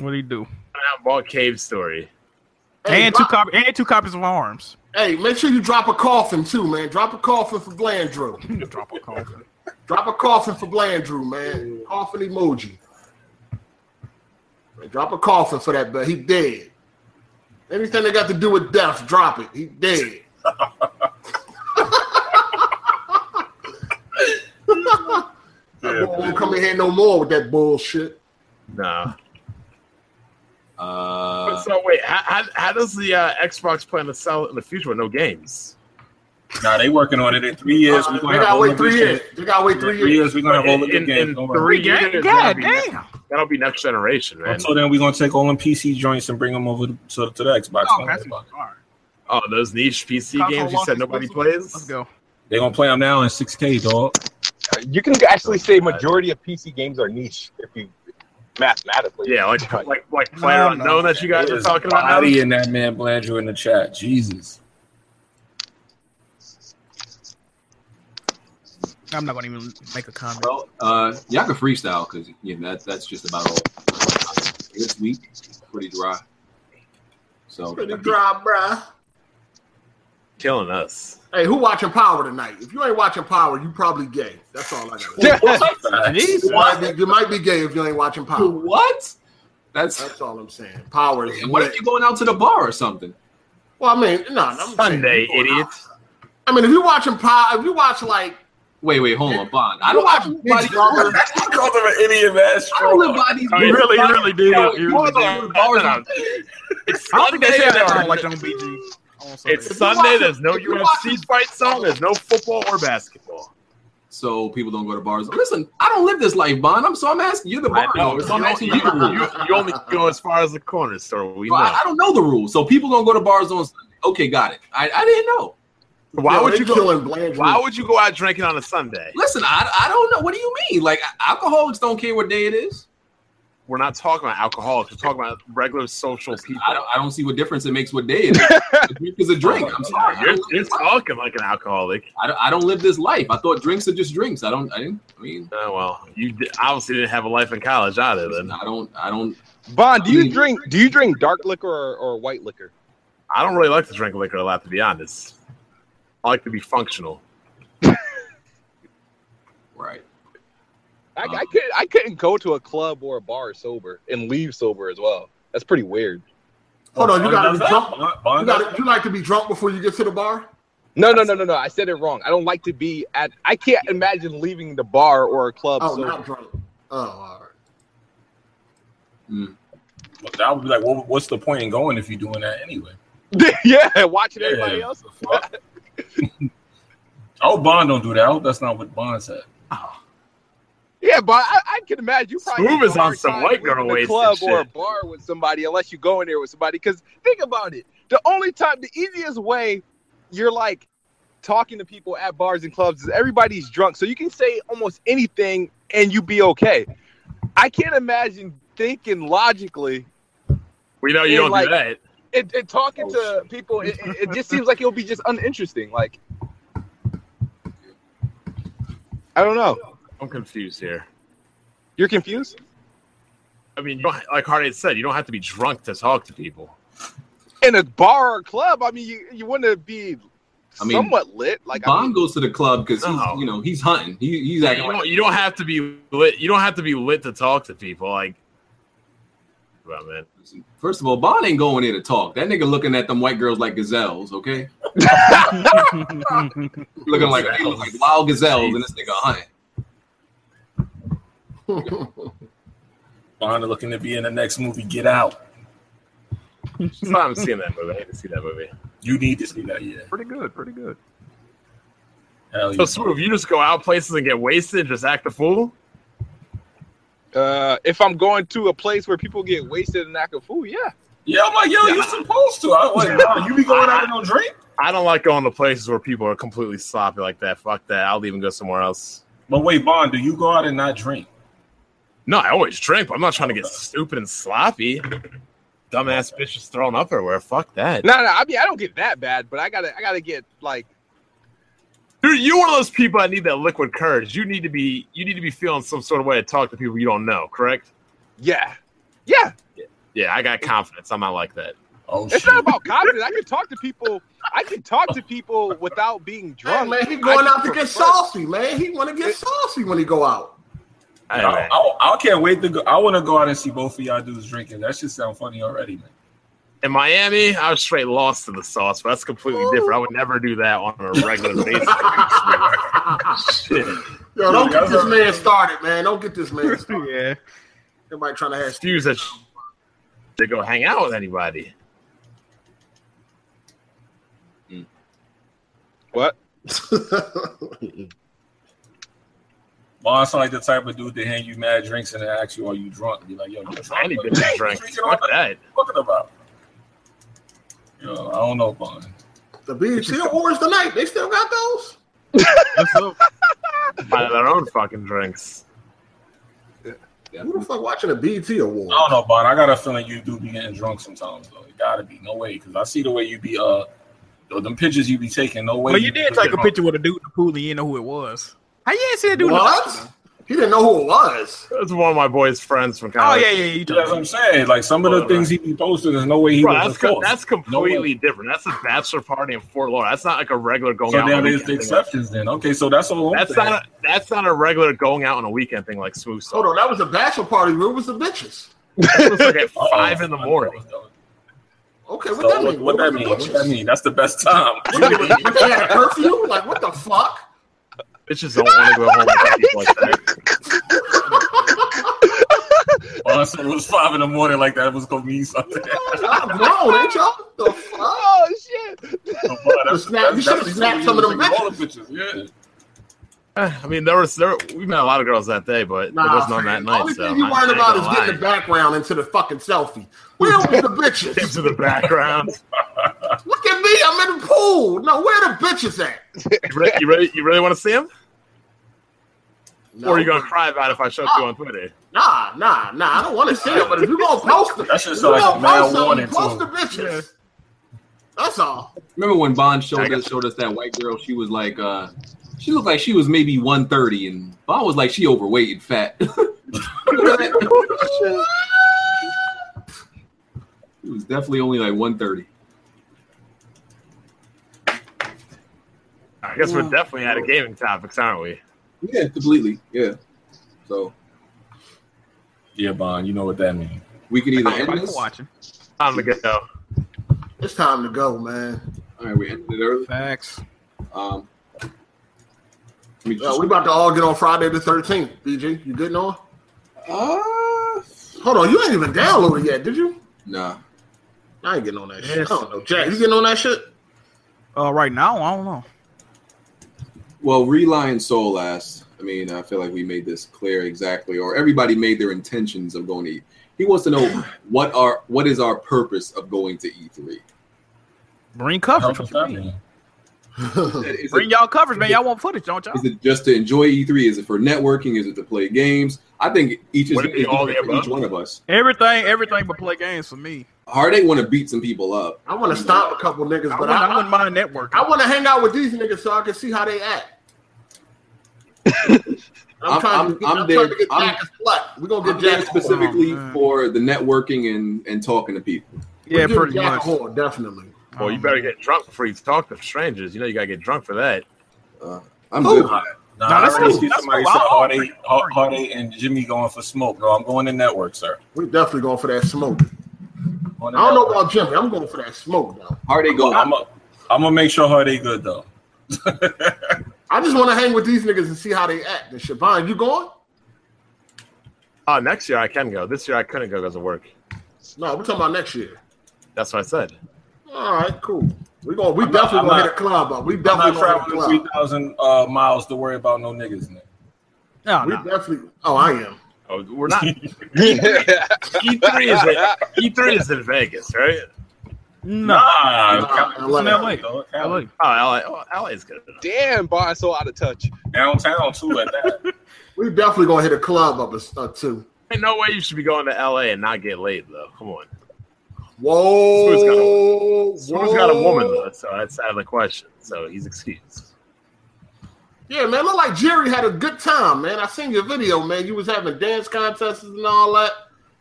S2: What do you do?
S3: out and bought Cave Story.
S5: hey,
S2: and two
S5: drop-
S2: cop- and two copies of arms.
S5: hey, make sure you drop a coffin too, man. Drop a coffin for Blandrew.
S2: Drop a coffin.
S5: Drop a coffin for Blandrew, man. Coffin emoji. Man, Drop a coffin for that, but he dead. Anything that got to do with death, drop it. He dead. That boy won't come in here no more with that bullshit.
S3: Nah.
S1: Uh,
S3: so wait, how, how, how does the uh, Xbox plan to sell it in the future with no games?
S4: Nah, they working on it in three years.
S5: Uh,
S4: We're
S5: they
S4: gonna have
S5: gotta
S4: all
S5: wait
S4: of
S5: three
S4: this
S5: years.
S4: shit.
S5: They gotta wait
S4: Three
S5: three
S4: years,
S5: years.
S4: we're gonna have all the
S3: In-
S4: good games.
S3: in
S4: Don't
S3: three
S4: worry.
S3: years,
S2: God
S3: that'll be,
S2: damn! Oh,
S3: that'll be next generation, man.
S4: Until then, we're gonna take all them PC joints and bring them over to, to, to the Xbox.
S2: Oh, that's all right.
S3: Oh, those niche PC
S2: Console
S3: games you
S2: launch
S3: said nobody
S2: exclusive.
S3: plays.
S2: Let's go.
S4: They're gonna play them now in 6K, dog.
S6: You can actually say majority of PC games are niche if you mathematically.
S3: Yeah, like like like player
S2: no.
S3: unknown that you guys are
S4: There's
S3: talking about.
S4: body
S3: Now.
S4: in that man Blandrew in the chat. Jesus.
S2: I'm not gonna even make a comment.
S1: well, uh, y'all can freestyle because you know, that, that's just about all. This week, pretty dry. So
S5: Pretty dry, bruh.
S3: Killing us.
S5: Hey, who watching Power tonight? If you ain't watching Power, you probably gay. That's all I got.
S6: Yeah.
S5: You might be, you might be gay if you ain't watching Power.
S1: what? That's
S5: That's all I'm saying. Power is
S1: and what if
S5: gay.
S1: you're going out to the bar or something?
S5: Well, I mean, no, I'm saying-
S3: Sunday, idiot.
S5: I mean, if you watching Power, if you watch like
S1: Wait, wait, hold on, Bond. I don't,
S5: Well,
S1: I don't
S5: I-
S1: live by these. I
S4: I called him an idiot ass
S1: don't live by these.
S3: Oh, you really- you really do.
S1: Yo,
S3: You
S1: you're
S3: really
S1: going
S3: do.
S1: to bars on-
S2: I don't think they
S3: Sunday,
S2: said that
S3: though.
S2: on like on BG. On Sunday.
S3: It's Sunday. There's no UFC fights on. There's no football or basketball.
S1: So people don't go to bars. Listen, I don't live this life, Bond. I'm so I'm asking you the bar. owner, so I'm asking
S3: you,
S1: you the rules.
S3: you, you only go as far as the corner store. We
S1: So
S3: know.
S1: I, I don't know the rules. So people don't go to bars on Sunday. Okay, got it. I, I didn't know.
S3: Why
S5: yo,
S3: would
S5: they
S3: you go?
S5: killing Blandrew?
S3: Why would you go out drinking on a Sunday?
S1: Listen, I, I don't know. What do you mean? Like alcoholics don't care what day it is.
S3: We're not talking about alcoholics. We're talking about regular social people.
S1: I don't, I don't see what difference it makes what day it is. a drink is a drink. I'm sorry. I
S3: You're,
S1: don't,
S3: you're talking like an alcoholic.
S1: I, don't, I don't live this life. I thought drinks are just drinks. I don't. I didn't. I mean,
S3: Oh well, you di- obviously didn't have a life in college either. Then
S1: I don't. I don't.
S6: Bond, do you drink do you drink dark liquor or, or white liquor?
S3: I don't really like to drink liquor a lot, to be honest. I like to be functional.
S1: Right.
S6: I,
S3: Uh-huh.
S6: I could I couldn't go to a club or a bar sober and leave sober as well. That's pretty weird.
S5: Hold on, you gotta be drunk. You
S4: Bond,
S5: gotta, you like to be drunk before you get to the bar?
S6: No, no, no, no, no. I said it wrong. I don't like to be at. I can't imagine leaving the bar or a club.
S5: Oh,
S6: sober.
S5: not drunk. Oh, all right.
S4: I would be like, well, what's the point in going if you're doing that anyway?
S6: yeah, watching everybody
S4: Yeah.
S6: else.
S4: I hope Bond don't do that. I hope that's not what Bond said.
S6: Yeah, but I, I can imagine you probably
S3: Smooth
S6: have a
S3: is on
S6: hard
S3: some
S6: time
S3: white girl
S6: leaving a
S3: wasted
S6: club or a
S3: shit.
S6: bar with somebody unless you go in there with somebody. Because think about it, the only time, the easiest way you're like talking to people at bars and clubs is everybody's drunk, so you can say almost anything and you be okay. I can't imagine thinking logically
S3: We know
S6: Yeah,
S3: you don't
S6: like-
S3: do that.
S6: and, and talking to people. It, it, it just seems like it'll be just uninteresting. Like I don't know.
S3: I'm confused here.
S6: You're confused.
S3: I mean, you don't, like Hardy had said, you don't have to be drunk to talk to people.
S6: in a bar or club, I mean, you, you want to be
S1: I mean,
S6: somewhat lit. Like, I
S1: Bond
S6: mean,
S1: goes to the club because
S3: No.
S1: he's you know he's hunting. He, he's
S3: Yeah,
S1: acting
S3: you,
S1: like
S3: don't, you don't have to be lit. You don't have to be lit to talk to people. Like, well, man,
S1: First of all, Bond ain't going there to talk. That nigga looking at them white girls like gazelles, okay? looking like, they look like wild gazelles, and this nigga hunting.
S4: Bond looking to be in the next movie. Get out.
S3: it's not I'm seeing that movie. I hate to see that movie.
S4: You need to see that. Yeah.
S6: pretty good, pretty good.
S4: Hell
S3: So
S4: yeah.
S3: smooth. You just go out places and get wasted, just act a fool.
S6: Uh, if I'm going to a place where people get wasted and act a fool, yeah.
S4: Yeah, I'm like, yo, you supposed to. I was like, nah, you be going out and don't drink.
S3: I don't like going to places where people are completely sloppy like that. Fuck that. I'll even go somewhere else.
S4: But wait, Bond, do you go out and not drink?
S3: No, I always drink, but I'm not trying to get stupid and sloppy. Dumbass bitch is thrown up everywhere. Fuck that.
S6: No, no. I mean, I don't get that bad, but I gotta, I gotta get like,
S3: Dude, you one of those people that need that liquid courage. You need to be you need to be feeling some sort of way to talk to people you don't know, correct?
S6: yeah, yeah.
S3: Yeah, I got confidence. I'm not like that.
S4: Oh shit.
S6: It's not about confidence. I can talk to people. I can talk to people without being
S5: Hey,
S6: drunk.
S5: man, he going
S6: I
S5: out to
S6: prefer-
S5: get saucy, man. He want to get saucy when he go out.
S3: I,
S4: I, I, I can't wait to go. I want to go out and see both of y'all dudes drinking. That should sound funny already, man.
S3: in Miami, I was straight lost in the sauce, but that's completely different. I would never do that on a regular basis. Shit.
S5: Yo, don't
S4: Yeah,
S5: get this
S4: that's
S5: man started, man. Don't get this man started.
S2: yeah.
S5: Everybody trying to have
S3: Excuse that to go hang out with anybody.
S6: What?
S4: Bond sound like the type of dude to hand you mad drinks and then ask you, "Are you drunk?" And be like, "Yo, you
S3: I'm
S4: drunk?
S3: trying to get that drink.
S4: Drinking all
S3: Fuck that.
S4: What you talking about?" Yo, I don't know, Bond.
S5: the BET Awards tonight. They still got those?
S2: What's up?
S3: Buy their own fucking drinks.
S5: Who the fuck watching the BET Awards?
S4: I don't know, Bond. I got a feeling you do be getting drunk sometimes, though. It gotta be. No way, because I see the way you be. Uh, yo, them pictures you be taking. No way.
S2: Well, you did
S4: be
S2: take a
S4: drunk.
S2: picture with a dude in the pool and you didn't know who it was. How you ain't see that dude? in the hospital?
S5: What? He didn't know who it was.
S3: That's one of my boy's friends from
S2: Oh
S3: college.
S2: yeah, yeah. You
S4: Yeah, That's
S2: told
S4: what
S2: me.
S4: I'm saying. Like some of the
S3: Right.
S4: things he be posting, there's no way he
S3: Bro,
S4: was.
S3: that's,
S4: a
S3: co-
S4: force.
S3: that's completely different. That's a bachelor party in Fort Lauderdale. That's not like a regular going
S4: So
S3: out.
S4: then
S3: on a
S4: there's
S3: weekend
S4: the
S3: thing like-
S4: exceptions. Then okay, so that's all. I'm
S3: That's
S4: saying.
S3: not a, that's not a regular going out on a weekend thing like smooth
S5: Hold
S3: salt.
S5: on, that was a bachelor party. Where was the bitches?
S3: It was like at
S4: Uh-oh.
S3: five in the
S5: Oh,
S3: morning.
S5: Okay, what
S4: So
S5: that
S4: what,
S5: mean?
S4: what
S5: Where
S4: that
S5: was
S4: mean?
S5: the
S4: What that
S5: bitches?
S4: mean? That's the best time.
S5: But they had a curfew? Like, what the fuck?
S3: Bitches don't want to go home with people like that.
S4: Honestly, it was five in the morning like that. It was gonna mean something.
S5: Y'all grown, ain't y'all? The fuck?
S6: Oh shit!
S4: So, but that's-
S5: snap- you
S4: that's-
S5: should've
S4: that's
S5: snapped
S4: what
S5: some of
S4: we
S5: them
S4: was taking all the pictures. Yeah.
S3: Eh, I mean, there was there we met a lot of girls that day, but there was none that
S5: man.
S3: night.
S5: Only
S3: so
S5: thing you
S3: I-
S5: worried
S3: I ain't
S5: about is
S3: gonna
S5: getting
S3: lie.
S5: the background into the fucking selfie. Where was the
S3: Came
S5: bitches?
S3: to the background.
S5: Look at me, I'm in the pool. No, where the bitches at?
S3: You really, you really, you really want to see him?
S5: No. Ah.
S3: Or are you gonna cry about it if I show it to you on Twitter?
S5: Nah, nah, nah. I don't want to see it, but if you gonna post it,
S4: That shit
S5: if
S4: sound
S5: you
S4: like a
S5: gonna
S4: mad
S5: post something,
S4: warning to
S5: post the
S4: him.
S5: bitches. That's all.
S1: Remember when Bond showed
S3: I got-
S1: us showed us that white girl? She was like, uh, she looked like she was maybe one thirty, and Bond was like, she overweight and fat. it was definitely only like one thirty.
S3: I guess we're definitely out of gaming topics, aren't we?
S1: Yeah, completely. Yeah. So
S4: Yeah, Bond, you know what that means.
S1: we can either end
S2: Everybody
S1: this. All
S2: watching.
S3: Time to go.
S5: It's time to go, man.
S1: right, we ended it early.
S2: Facts.
S1: Um, let me
S5: Yo,
S1: just,
S5: we Uh, about to all get on Friday the thirteenth. BG, you good, Noah?
S1: uh,
S5: Hold on, you ain't even downloaded yet, did you?
S1: nah.
S5: I ain't getting on that shit.
S2: Yes.
S5: I don't know, Jack. You getting on that shit?
S2: Uh, right now, I don't know.
S1: Well, Rely and Soul asked. I mean, I feel like we made this clear exactly, or everybody made their intentions of going to. E- he wants to know what are what is our purpose of going to E E3?
S2: Bring
S4: Help
S2: coverage.
S4: us out, man.
S1: Is
S2: Bring
S1: it,
S2: y'all coverage, man. Y'all want footage, don't y'all?
S1: is it just to enjoy E3? Is it for networking? Is it to play games? I think each is
S3: Would it be
S1: it's
S3: all
S1: different
S3: the
S1: for each one of us.
S2: Everything, everything but play games for me.
S1: Hard want to beat some people up.
S5: I want to stop a couple niggas,
S2: I
S5: but
S2: wouldn't, I wouldn't
S5: I, I,
S2: mind networking.
S5: I want to hang out with these niggas so I can see how they act. I'm,
S1: I'm- I'm-
S5: trying to,
S1: I'm
S5: I'm, trying
S1: there-
S5: to get
S1: I'm-
S5: Jack as flat. We're gonna
S1: I'm
S5: get
S1: there
S5: Jack specific.
S1: specifically
S2: Oh, man.
S1: for the networking and, and talking to people.
S2: yeah, pretty
S5: Jack
S2: much.
S5: a whore, definitely.
S3: Well, you
S2: Um,
S3: better get drunk before you talk to strangers. You know you gotta get drunk for that.
S1: I'm good.
S5: Ooh.
S1: with it.
S4: Nah,
S2: Nah,
S4: I
S2: that's
S4: already
S2: cool.
S4: see
S2: That's
S4: somebody
S2: cool.
S4: said
S2: I'll-
S4: Hardy, Har- Hardy, and Jimmy going for smoke. No, I'm going to network, sir.
S5: We definitely going for that smoke.
S4: Going
S5: I
S4: to
S5: don't know
S4: network.
S5: about Jimmy. I'm going for that smoke though.
S1: Hardy go.
S4: I'm a, I'm gonna make sure Hardy good though.
S5: I just want to hang with these niggas and see how they act. And Siobhan, you going?
S3: Oh, next year I can go. This year I couldn't go because of work.
S5: No, we're talking about next year.
S3: That's what I said.
S5: All right, cool. We going. We
S4: I'm not- I'm
S5: definitely gonna
S4: not-
S5: hit a club up. We
S4: I'm not
S5: definitely gonna hit a
S4: traveling three
S5: club.
S4: thousand uh, miles to worry about no niggas. Man.
S2: No,
S5: We
S2: no.
S5: definitely. Oh, I am.
S3: Oh, we're not. E3 E is in, E3 is in Vegas, right?
S2: no.
S4: Nah,
S5: Nah,
S4: Cali-
S5: LA.
S4: it's in LA, dog.
S2: LA.
S4: Cali.
S3: Oh, LA, oh, LA is good. Enough.
S6: Damn, Bond so out of touch.
S4: downtown too at that.
S5: We definitely gonna hit a club up or, or two.
S3: Ain't no way you should be going to LA and not get laid though. Come on.
S5: Whoa,
S3: Smooth's got a-
S5: whoa.
S3: Someone's got a woman though, so that's out of the question. So he's excused.
S5: Yeah, man, look like Jerry had a good time, man. I seen your video, man. You was having dance contests and all that.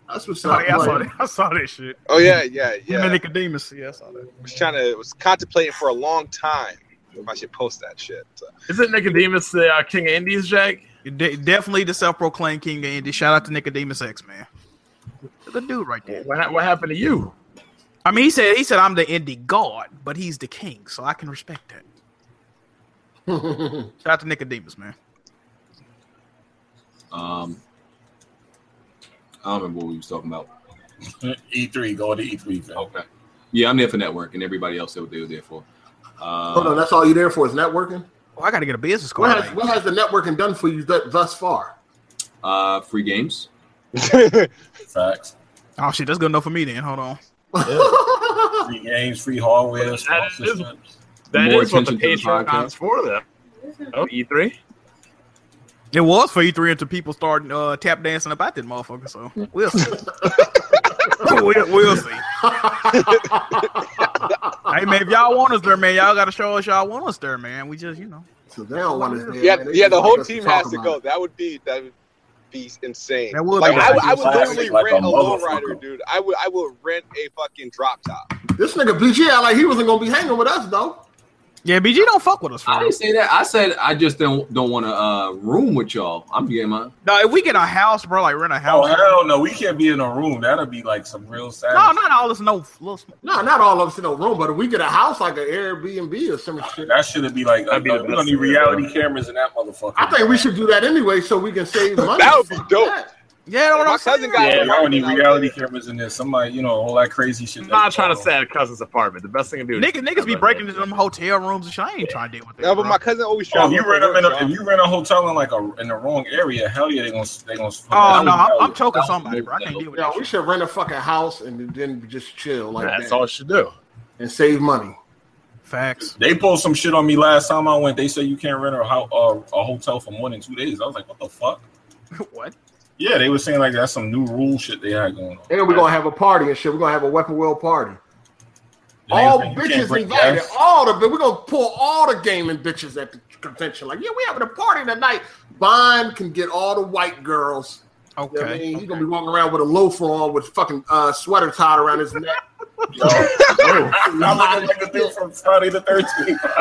S5: That's what's
S2: Oh,
S5: up.
S2: yeah, I saw
S5: man.
S2: that. I saw that shit.
S6: Oh yeah, yeah,
S2: Him and
S6: yeah.
S2: Nicodemus. Yeah, I saw that.
S6: Was trying to was contemplating for a long time if I should post that shit. So.
S3: Isn't Nicodemus the uh, king of Indies, Jack?
S2: De- definitely the self-proclaimed king of indie. Shout out to Nicodemus X, man. The dude right there.
S3: What, ha- what happened to you?
S2: I mean, he said he said I'm the indie god, but he's the king, so I can respect that. Shout out to Nicodemus, man.
S1: Um, I don't remember what we was talking about.
S4: E3, E go to E3. Fam.
S1: Okay. Yeah, I'm there for network, and everybody else said what they were there for.
S5: Hold on,
S1: Uh,
S5: that's all you there for is networking.
S2: Oh, I got to get a business card.
S5: What has what has the networking done for you th- thus far?
S1: uh, free games.
S4: Facts.
S2: oh shit, that's good enough for me then. Hold on.
S4: Free games, free hardware,
S3: That is-
S4: sponsorships.
S3: That is
S1: More
S3: what the
S1: attention to the
S3: Patreon's
S1: podcast.
S3: for, though. Oh, E3?
S2: It was for E3 until people started uh, tap dancing about that motherfucker. So we'll see. we'll, we'll see. Hey man, if y'all want us there, man, y'all got to show us y'all want us there, man. We just, you know,
S5: so they don't want us there.
S6: Yeah,
S5: man. They
S6: yeah.
S5: just
S6: The
S5: want
S6: whole
S5: us
S6: team
S5: talk
S6: has to
S5: about
S6: go.
S5: it.
S6: That would be that would be insane.
S2: That would
S6: like
S2: be
S6: I, would-
S2: like
S6: I would
S4: a
S6: literally
S4: classic, like
S6: rent
S4: a
S6: a lowrider,
S4: motherfucker.
S6: dude. I would I would rent a fucking drop top.
S5: This nigga BG out like he wasn't gonna be hanging with us though.
S2: yeah. BG don't fuck with us. For
S1: I
S2: real.
S1: didn't say that. I said I just don't don't want to uh, room with y'all. I'm getting my.
S2: No, if we get a house, bro, like rent a
S4: Oh
S2: house.
S4: hell no, we can't be in a room. That'll be like some real sad.
S2: no, not all this no little. sm-
S5: No, not all of us in a room, but if we get a house like an Airbnb or some shit,
S4: That should be like.
S3: That'd be
S4: uh,
S3: the
S4: we don't
S3: best
S4: need
S3: thing,
S4: reality
S3: bro.
S4: cameras in that motherfucker.
S5: I think we should do that anyway so we can save money.
S6: That would be
S5: Fuck
S6: dope.
S5: that.
S2: Yeah, that's what
S6: My
S2: I'm saying.
S6: cousin got
S4: Yeah,
S6: Yeah,
S4: y'all need
S6: right.
S4: reality cameras in there. Somebody, you know, all that crazy shit.
S3: I'm not
S4: that's
S3: trying to
S4: going
S3: stay at a cousin's apartment. The best thing to do is
S2: Niggas, niggas be breaking into them hotel rooms and shit. I ain't trying to deal with that.
S6: No, but
S2: bro.
S6: my cousin always
S4: on. Oh, if
S6: travels
S4: you
S6: for
S4: rent them in
S6: work,
S4: a, if
S6: y'all.
S4: you rent a hotel in like a in the wrong area, hell yeah, they gonna they gonna.
S2: oh no, I'm, I'm
S4: Hell
S1: that
S2: choking
S1: was
S2: somebody, bro. I can't
S1: dope.
S2: deal with
S5: Yeah,
S2: that.
S5: we
S2: shit.
S5: should rent a fucking house and then just chill like
S3: That's
S5: that
S3: all it should do.
S5: and save money.
S2: Facts.
S4: They pulled some shit on me last time I went. They said you can't rent a, ho- uh, a hotel for more than two days. I was like, what the fuck?
S2: what?
S4: Yeah, they were saying like that's some new rule shit they had going on.
S5: And we're gonna have a party and shit. We're gonna have a weapon wheel party.
S4: They
S5: all
S4: said you can't
S5: bitches
S4: bring
S5: invited.
S4: guests.
S5: All the we're gonna pull all the gaming bitches at the convention. Like, yeah, we having a party tonight. Bond can get all the white girls. You know what I
S2: Okay.
S5: mean? He's gonna be walking around with a loafer on with fucking uh, sweater tied around his neck.
S4: Yo, I'm looking like the dude from Friday the 13th.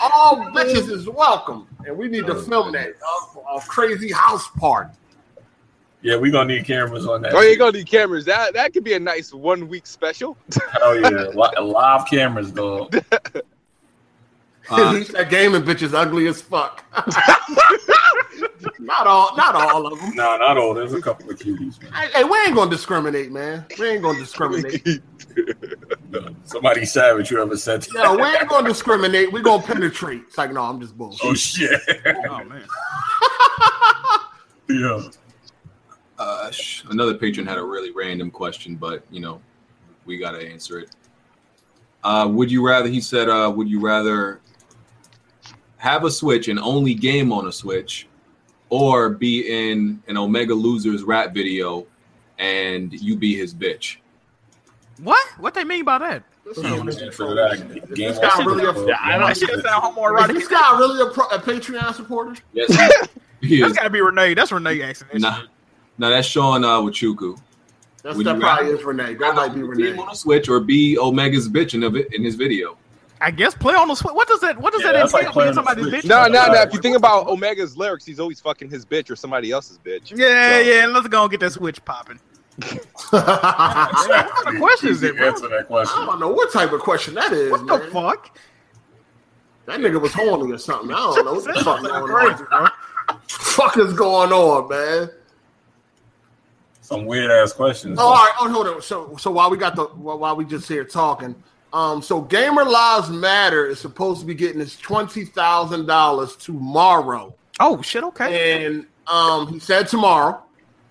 S5: All bitches is welcome, and we need to film that dog, for our crazy house party.
S4: yeah, we gonna need cameras on that.
S6: Oh, you gonna need cameras. That that could be a nice one week special.
S4: Hell yeah, Li- live cameras, dog.
S1: Uh,
S5: that gaming bitch is ugly as fuck. not all, not all of them.
S4: Nah, not all. There's a couple of cuties. Man.
S5: Hey, hey, we ain't gonna discriminate, man. We ain't gonna discriminate.
S4: Somebody savage, whoever said that.
S5: No, we ain't gonna discriminate. We gonna penetrate. It's like, no, I'm just bullshit.
S4: Oh shit.
S2: Oh man.
S4: yeah.
S1: Uh, sh- another patron had a really random question, but you know, we gotta answer it. Uh, would you rather? He said, uh, "Would you rather have a Switch and only game on a Switch, or be in an Omega Losers rap video and you be his bitch?"
S2: What? What they mean by that?
S5: This
S4: Hmm.
S5: is-
S4: Game
S5: This guy
S4: on.
S5: really a-
S3: Yeah, I don't-
S2: That shit sound
S5: Is
S2: homoerotic.
S5: this guy really a, pro- a Patreon supporter?
S1: Yes, he- he
S2: That's
S1: is.
S2: gotta be Renee. That's Renee accent. That's
S1: Nah, nah, that's Sean uh, Wachuku.
S5: That's,
S1: Would
S5: that
S1: you
S5: probably
S1: rather-
S5: is Renee. That might be
S1: Be
S5: Renee.
S1: him on a Switch or be Omega's bitch in, of it, in his video.
S2: I guess play on the switch. What does that? What does
S4: Yeah,
S2: that
S4: that's like
S2: entail?
S4: playing
S2: Being
S4: on the
S2: somebody's
S4: Switch.
S2: bitch?
S6: No, no, no. If you think about uh, Omega's lyrics, he's always fucking his bitch or somebody else's bitch.
S2: Yeah,
S6: So-
S2: yeah. Let's go and get that switch popping.
S5: I
S2: What kind of question is
S4: Easy
S2: it? bro?
S4: Answer that question.
S5: don't know what type of question that is,
S2: What the
S5: man.
S2: fuck?
S5: That nigga was horny or something. I don't know what the
S2: That
S5: fuck
S2: sounds
S5: going
S2: crazy,
S5: on. Fuck is going on, man?
S4: Some weird ass questions.
S5: Oh, all right. Oh, hold on. So, so while we got the while while we just here talking, um, so Gamer Lives Matter is supposed to be getting his twenty thousand dollars tomorrow,
S2: Oh shit. Okay.
S5: and um, he said tomorrow,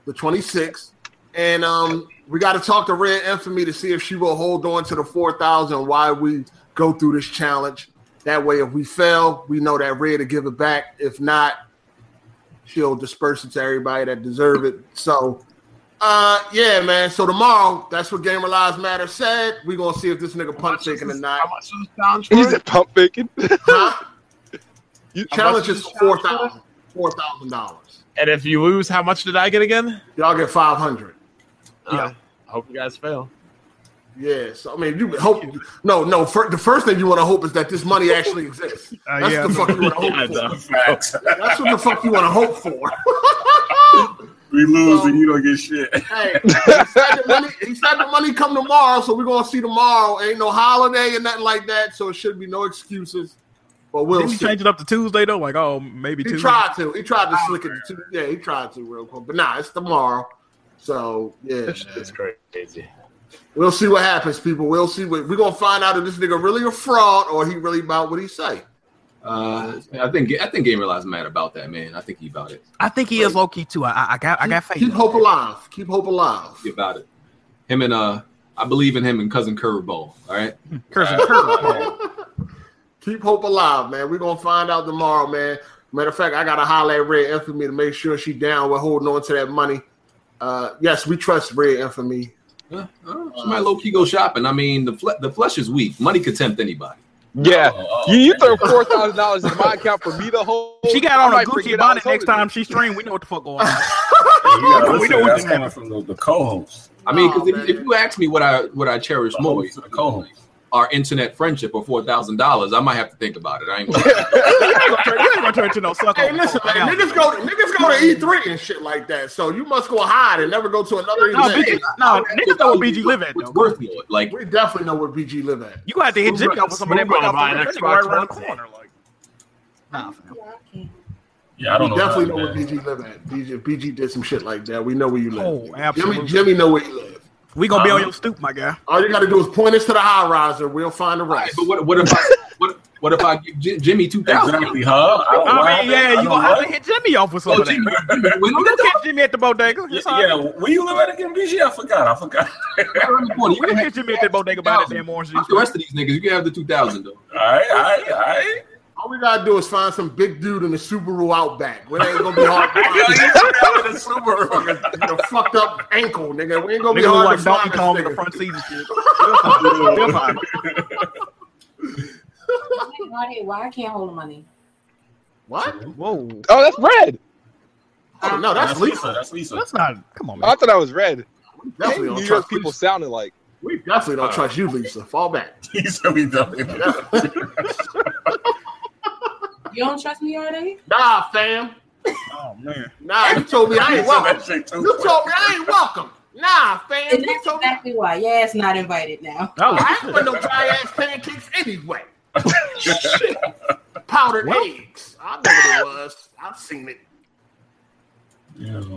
S5: the twenty sixth, and um, we got to talk to Red Infamy to see if she will hold on to the four thousand. Why we go through this challenge? That way, if we fail, we know that Red to give it back. If not, she'll disperse it to everybody that deserve it. So, uh, yeah, man. So tomorrow, that's what Gamer Lives Matter said. We gonna see if this nigga punch taking or
S3: How
S5: not.
S3: much is the
S6: He's a pump faking.
S5: Huh?
S6: You-
S5: Challenge is four thousand, four thousand dollars.
S3: And if you lose, how much did I get again?
S5: Y'all get five hundred.
S3: Yeah. I hope you guys fail.
S5: Yeah, so I mean, you hope no, no. Fir- the first thing you want to hope is that this money actually exists.
S2: Uh,
S5: That's
S2: yeah.
S5: the fuck you want to
S4: Yeah,
S5: hope
S4: the
S5: for.
S4: facts.
S5: That's what the fuck you want to hope for.
S4: we lose and you don't get shit.
S5: hey, he said, the money, he said the money come tomorrow, so we're gonna see tomorrow. Ain't no holiday and nothing like that, so it should be no excuses. But we'll
S2: Didn't you
S5: see.
S2: change it up to Tuesday though? Like, oh, maybe
S5: He
S2: Tuesday.
S5: tried to. He tried
S2: Ah,
S5: to slick it. To, two- yeah, he tried to real quick. But nah, it's tomorrow. So yeah,
S3: It's crazy.
S5: we'll see what happens, people. We'll see. What, we're gonna find out if this nigga really a fraud or he really about what he say.
S1: Uh, I think I think Game Realize mad about that man. I think he about it.
S2: I think he is low key too. I, I, I got, I got faith.
S5: Keep hope alive. Keep hope alive.
S1: He about it. Him and uh, I believe in him and cousin Curveball. All right.
S2: Curse him.
S5: Keep hope alive, man. We're gonna find out tomorrow, man. Matter of fact, I gotta holler at Red Infamy to make sure she down with holding on to that money. Uh, yes, we trust Red Infamy.
S1: Uh, uh, she might low key go shopping. I mean, the fle- the flesh is weak. Money could tempt anybody.
S6: Yeah.
S4: Oh, oh,
S6: You, you throw four thousand dollars in my account for me to hold.
S2: She got
S6: I
S2: on a
S6: might forget
S2: Gucci
S6: I was
S2: bonnet next
S6: holding
S2: time she stream. We know what the fuck going on.
S4: You gotta
S2: We
S4: listen,
S2: know what
S4: that's
S2: you
S4: coming from the, the co-host.
S1: I mean, 'cause
S5: Oh, man.
S1: if, if you ask me what I what I cherish
S4: The
S1: more,
S4: host to the co-host.
S1: our internet friendship or four thousand dollars, I might have to think about it. I ain't. Gonna
S2: you ain't gonna turn, you ain't gonna turn to no sucker.
S5: Hey, listen, man, niggas go niggas go to E three and shit like that. So you must go hide and never go to another
S2: No,
S5: event.
S2: BG, no, niggas know where BG live at
S1: It's
S2: though.
S1: worth more. Like
S5: We definitely know where BG live at.
S2: You gonna have to hit Jimmy up with some of that
S3: Who's gonna
S2: money
S3: buy an
S2: right
S3: Xbox
S2: around the
S3: One?
S2: corner. Like, nah, fam.
S4: Yeah, I don't
S5: we
S4: know.
S5: definitely know
S4: about
S5: where
S4: that.
S5: BG live at. BG, BG did some shit like that. We know where you live.
S2: Oh,
S5: Jimmy,
S2: absolutely.
S5: Jimmy know where you live.
S2: We gonna be on
S4: Um,
S2: your stoop, my guy.
S5: All you gotta do is point us to the high riser. We'll find the rest.
S1: but what, what if I what, what if I give J- Jimmy two thousand?
S4: Exactly, huh? I don't- why-
S2: I mean, yeah,
S4: I
S2: you
S4: don't
S2: gonna have
S4: know.
S2: to hit Jimmy off with some
S1: Oh,
S2: of that.
S1: Jimmy,
S2: You
S1: Jimmy, win on
S2: can
S1: the
S2: catch Jimmy at the bodega.
S4: Yeah,
S2: It's all right.
S4: yeah, where you live at again, BG? I forgot. I forgot.
S1: dog around the corner.
S2: You can
S1: have
S2: catch Jimmy at that bodega by that damn orange juice.
S1: Fuck the rest of these niggas. You can have the two thousand though.
S4: all right, all right, all right.
S5: All we gotta do is find some big dude in a Subaru Outback. It ain't gonna be hard to
S4: Yeah,
S5: find.
S4: you live in a Subaru.
S5: With a fucked up ankle, nigga. We ain't gonna be
S2: Nigga look
S5: hard
S2: like
S5: to
S2: Donkey
S5: find.
S2: Kong in the
S5: this
S2: front seat and shit.
S4: They'll
S2: find
S8: Why, why I can't hold the money?
S5: What?
S2: Whoa,
S6: Oh, that's red.
S5: Oh, no, that's
S4: That's Lisa.
S5: Lisa.
S4: That's Lisa.
S2: that's not. Come on,
S6: I
S2: man.
S6: thought I was red.
S5: We
S6: Hey,
S5: definitely
S6: New
S5: don't
S6: York
S5: trust
S6: people
S5: people.
S6: sounding like.
S5: We definitely don't trust you, Lisa. Fall back.
S4: Lisa, we definitely
S8: You don't trust me already?
S5: Nah, fam.
S2: Oh man,
S5: Nah, you told me I ain't welcome. You told me I ain't welcome. Nah, fam.
S8: And
S5: You
S8: that's
S5: told me
S8: exactly why. Yeah, it's not invited now.
S2: that was
S5: I ain't want no dry ass pancakes anyway. Powdered
S2: Well-
S5: eggs. I know what it was. I've seen it.
S4: Yeah.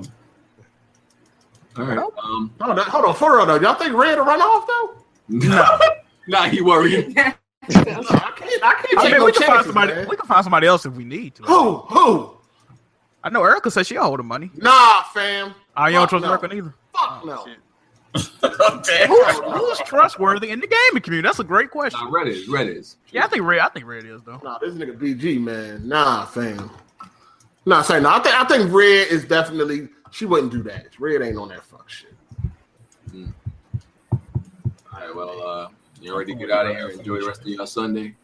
S1: All um, right. Um,
S5: Hold on, hold on, for real though. Y'all think Red will run off though?
S1: no. Nah, you worried.
S5: No, I can't. I can't
S2: I
S5: take
S2: mean,
S5: no
S2: we can find
S5: chances,
S2: somebody.
S5: man.
S2: We can find somebody else if we need to.
S5: Who? Who?
S2: I know Erica said she don't hold the money.
S5: Nah, fam.
S2: I don't
S5: Fuck
S2: trust
S5: no.
S2: Erica neither.
S5: Fuck no.
S2: Who's, who's trustworthy in the gaming community? That's a great question.
S1: Nah, Red is. Red is.
S2: Yeah, I think Red. I think Red is though.
S5: Nah, this nigga BG man. Nah, fam. Nah, say no. I think I think Red is definitely. She wouldn't do that. Red ain't on that fuck shit.
S1: All right, well, uh, you ready to get out of here. Enjoy the rest of your Sunday.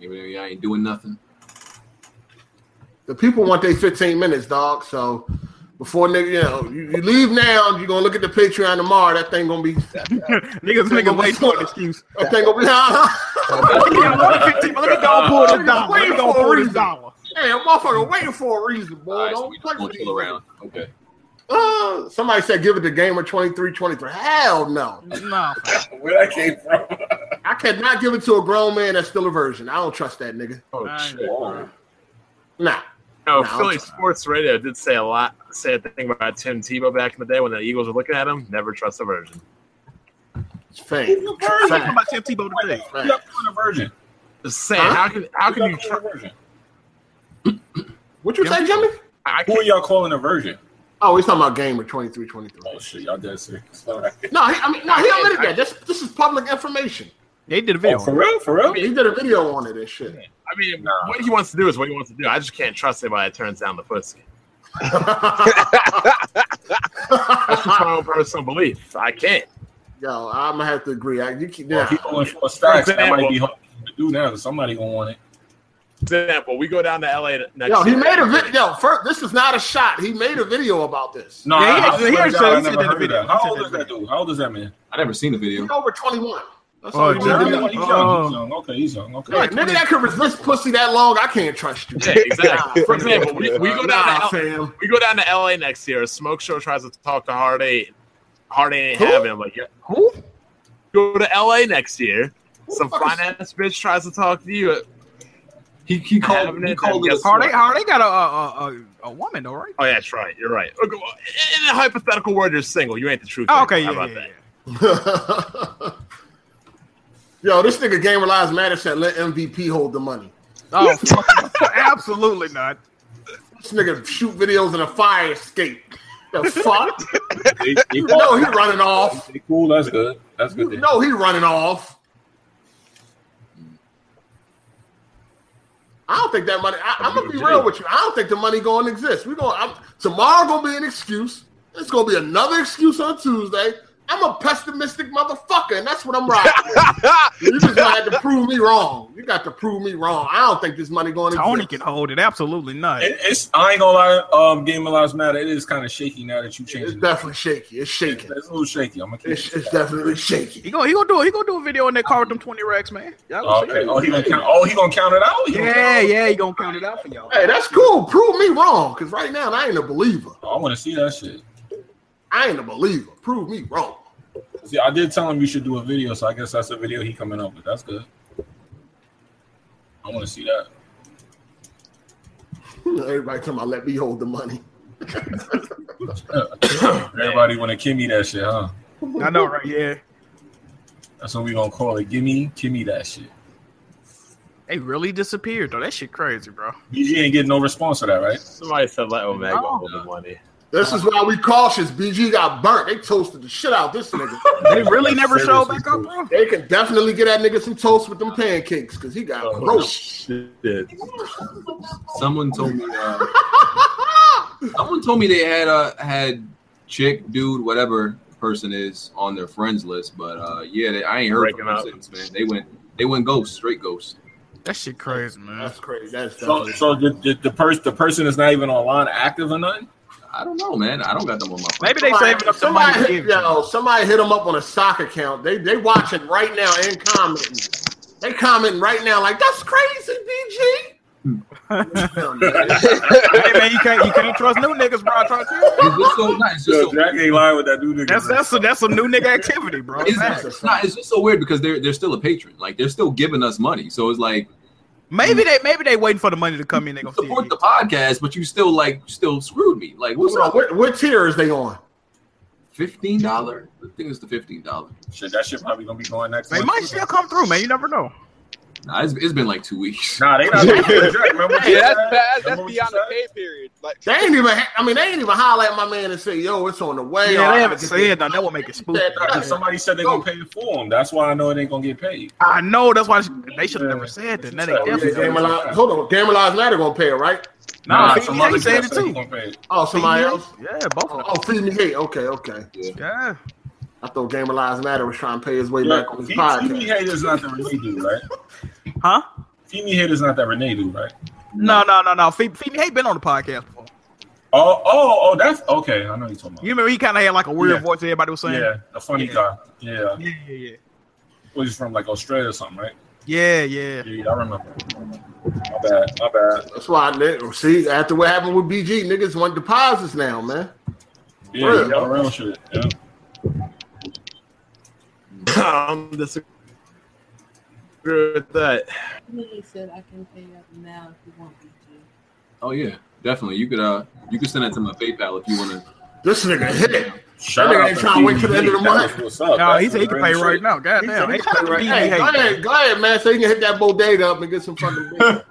S1: Even if you ain't doing nothing.
S5: The people want their 15 minutes, dog. So before nigga, you know, you, you leave now, you gonna look at the Patreon tomorrow. That thing gonna be that
S2: niggas, niggas wait for an excuse.
S5: thing gonna be
S2: Let me go and pull this dollar. Let me go and pull this dollar.
S5: Damn, motherfucker waiting for a reason, boy.
S1: All right, so
S5: Don't
S1: we
S5: play
S1: just
S5: with
S1: gonna
S5: these
S1: chill around. Okay.
S5: niggas. Uh, somebody said give it to gamer 23 23. Hell no.
S2: No,
S3: Where that came from?
S5: I cannot give it to a grown man that's still a virgin. I don't trust that nigga.
S3: Oh,
S2: Alright.
S3: shit.
S2: Alright.
S5: Nah.
S3: No,
S5: Nah,
S3: Philly
S5: I'm sorry.
S3: Sports Radio did say a lot, say a thing about Tim Tebow back in the day when the Eagles were looking at him. Never trust a virgin.
S5: It's fake.
S2: I'm talking
S5: Fact.
S2: about Tim Tebow today.
S5: Fact.
S4: You're not a virgin.
S3: Just saying,
S5: Huh?
S3: how can how can
S4: You're
S3: you?
S4: not
S3: Tr-
S4: calling a virgin.
S5: What you say, Jimmy?
S3: I
S4: Who are
S3: can't.
S4: y'all calling a virgin?
S5: Oh, he's talking about gamer 23 23.
S4: Oh shit, y'all dead serious.
S5: No, he, I mean, no, he admitted that. This, this is public information.
S2: They did a
S4: Oh,
S2: video.
S4: for real? For real?
S5: He did a video on it and shit.
S3: I mean,
S4: Nah.
S3: what he wants to do is what he wants to do. I just can't trust anybody that turns down the pussy. That's just my own personal belief. I can't.
S5: Yo, I'm gonna have to agree. I, you keep,
S4: Well,
S5: yeah.
S4: he going for stacks. That
S3: example-
S4: might be hard to do now. 'cause Somebody gonna want it.
S3: Example: We go down to LA next.
S5: Yo, he
S3: year.
S5: made a video. Yo, first, this is not a shot. He made a video about this.
S4: No,
S2: Yeah,
S4: I-
S2: he
S4: I
S2: actually-
S4: swear
S2: he
S4: to
S2: actually
S4: God, I
S2: said
S4: never
S2: that
S4: heard of
S2: video.
S4: that. How
S2: He said
S4: old
S2: that
S4: is that
S2: video.
S4: dude? How old is that man?
S1: I never seen the video.
S5: He's over 21. That's
S2: Oh,
S5: all you
S2: yeah.
S5: gotta
S4: He's
S5: do.
S4: young.
S2: yeah.
S4: He's
S2: Oh.
S4: young. He's young. Okay, he's young. Okay.
S5: Look, nigga that could resist pussy that long, I can't trust you.
S3: Yeah, exactly. For example, we, we go down to
S5: Nah,
S3: L-
S5: fam.
S3: we go down to LA next year. Smoke Show tries to talk to Hard Eight. Hard Eight ain't
S5: Who?
S3: having. him. like, yeah.
S2: Who?
S3: Go to LA next year.
S5: Who the
S3: Some
S5: fuck is-
S3: fine ass bitch tries to talk to you. Oh,
S1: He he called he called it.
S2: Are Oh, they?
S1: A,
S2: Are they got a a, a a woman though, right?
S3: Oh yeah, that's right. You're right. Okay, well, In in a hypothetical world, you're single. You ain't the truth.
S2: Oh, okay,
S3: How
S2: yeah, yeah,
S3: about
S2: yeah.
S3: that?
S5: Yo, this nigga Game Relies Matter said let MVP hold the money.
S2: Oh, fuck. absolutely not.
S5: This nigga shoot videos in a fire escape. The fuck?
S4: They- they
S5: you
S4: cool.
S5: know he running off.
S4: They cool. That's good. That's good.
S5: You know he running off. I don't think that money. I, I'm gonna be real with you. I don't think the money gonna exist. We gonna I'm, tomorrow gonna be an excuse. It's gonna be another excuse on Tuesday. I'm a pessimistic motherfucker, and that's what I'm riding. with. you just gonna have to prove me wrong. You got to prove me wrong. I don't think this money going to
S2: Tony
S5: exist.
S2: can hold it. Absolutely not.
S4: It, it's I ain't gonna lie. Um, Game of Lives Matter. It is kind of shaky now that you
S5: It's
S4: changed it.
S5: definitely shaky.
S4: It's
S5: It's shaking.
S4: a little shaky. I'm gonna keep
S5: It's,
S4: it.
S5: it's definitely
S2: He
S5: shaky.
S2: gonna he gonna do it. He gonna do a video in that car with them twenty racks, man. Y'all gonna see
S4: Okay.
S2: it.
S4: Oh, he gonna count. Oh, he gonna count it out. He gonna count
S2: Yeah,
S4: it out?
S2: yeah, he gonna count it out for y'all.
S5: Hey, that's cool. Prove me wrong, because right now I ain't a believer.
S4: Oh, I want to see that shit.
S5: I ain't a believer. Prove me wrong.
S4: See, I did tell him you should do a video, so I guess that's a video he coming up with. That's good. I want to see that.
S5: Everybody talking about let me hold the money.
S4: Everybody want to gimme that shit, huh?
S2: I know, right? Yeah.
S4: That's what we gonna call it. Gimme, gimme that shit.
S2: They really disappeared though. That shit crazy, bro.
S4: BG ain't getting no response to that, right?
S3: Somebody said let Omega
S2: No.
S3: hold the money.
S5: This is why we cautious. BG got burnt. They toasted the shit out this nigga.
S2: They really never
S4: Seriously,
S2: showed back up,
S4: dude.
S2: bro.
S5: they can definitely get that nigga some toast with them pancakes because he got
S4: Oh,
S5: roast.
S4: Shit.
S1: someone told me. Uh, someone told me they had uh, had chick, dude, whatever person is on their friends list, but uh, yeah, they, I ain't heard
S3: Breaking
S1: from them
S3: up.
S1: since, man. They went they went ghost, straight ghost.
S2: That shit crazy, man.
S5: That's crazy. That's
S4: So,
S5: definitely.
S4: so the the, the, pers- the person is not even online active or nothing.
S1: I don't know, man. I don't got them on my. phone.
S2: Maybe they saving up the money.
S5: somebody,
S2: to
S5: hit,
S2: give to
S5: yo, somebody hit him up on a sock account. They they watching right now and commenting. They commenting right now like that's crazy, BG.
S2: them. Hey man, you can't you can't trust new niggas, bro. I try to tell you.
S1: It's just so nice. It's just so
S4: Yo, Jack ain't lying with that dude. nigga,
S2: That's
S4: bro.
S2: that's a, that's a new nigga activity, bro.
S1: It's,
S2: Facts.
S1: it's not. It's just so weird because they're they're still a patron. Like they're still giving us money. So it's like
S2: Maybe they maybe they waiting for the money to come in. They
S1: you
S2: gonna see
S1: support
S2: it.
S1: the podcast, but you still like still screwed me. Like what's
S5: Hold on,
S1: up?
S5: what, what tier is they on?
S1: Fifteen dollar? I think it's the fifteen dollar.
S4: Shit, that shit probably gonna be going next.
S2: They
S4: month,
S2: might
S4: too.
S2: still come through, man. You never know.
S1: Nah, it's, it's been like two weeks.
S4: Nah, they not. Remember what you
S6: Yeah, that's
S4: said?
S6: bad. That's
S4: Remember what you
S6: beyond the
S4: said?
S6: pay period. Like,
S5: They ain't even. I mean, they ain't even holler at my man and say, "Yo, it's on the way."
S2: Yeah,
S5: Or,
S2: they
S5: "I
S2: haven't
S5: get
S2: said
S5: this."
S2: that. That would make it spooky.
S5: Said
S4: Nah, 'cause
S5: nothing.
S4: Somebody said they gonna pay it for them. That's why I know it ain't gonna get paid.
S2: I know that's why they should have never said that. Now they definitely
S5: Gamer Live- hold on, Gamer Live's not gonna pay it, right?
S4: Nah,
S2: Nah,
S4: some
S2: he
S4: other
S2: said
S4: said
S2: it
S4: said
S2: too.
S4: he gonna pay it.
S5: Oh, somebody else.
S2: Yeah, both
S5: Oh,
S2: of them.
S5: oh, feed me hate. Okay, okay.
S2: Yeah.
S5: I thought Gamer Lives Matter was trying to pay his way
S4: Yeah,
S5: back on his
S4: Femi
S5: podcast.
S4: Hater's not the Renee dude, right?
S2: Huh?
S4: Femi Hater's not that Renee dude, right?
S2: No, no, no, no. Phoebe, Phoebe ain't been on the podcast before.
S4: Oh, oh, oh, that's okay. I know you're
S2: You
S4: talking about.
S2: remember he kind of had like a weird
S4: Yeah.
S2: voice. Everybody was saying,
S4: Yeah, the funny
S2: Yeah.
S4: guy. Yeah,
S2: yeah, yeah, yeah,
S4: was he's from like Australia or something, right?
S2: yeah, yeah.
S4: Yeah, yeah, I remember. My bad. My bad.
S5: That's why. I, nigga, see, after what happened with BG, niggas want deposits now, man.
S4: Yeah,
S5: Really?
S4: yeah, real shit. Yeah.
S3: I'm disagree with Um, that.
S8: He said I can pay up now if you want me to.
S1: Oh yeah, definitely. You could uh you could send that to my PayPal if you want to.
S5: This nigga hit.
S4: Shout
S5: That nigga
S4: out
S5: ain't trying to wait till the end of the
S4: Femi Hater.
S5: month.
S4: That's What's up?
S2: No,
S4: That's
S2: he said he can
S4: real
S2: pay
S4: shit.
S2: right now. God damn.
S5: Hey, go ahead, go ahead, man. So you can hit that bodega up and get some fucking. bacon.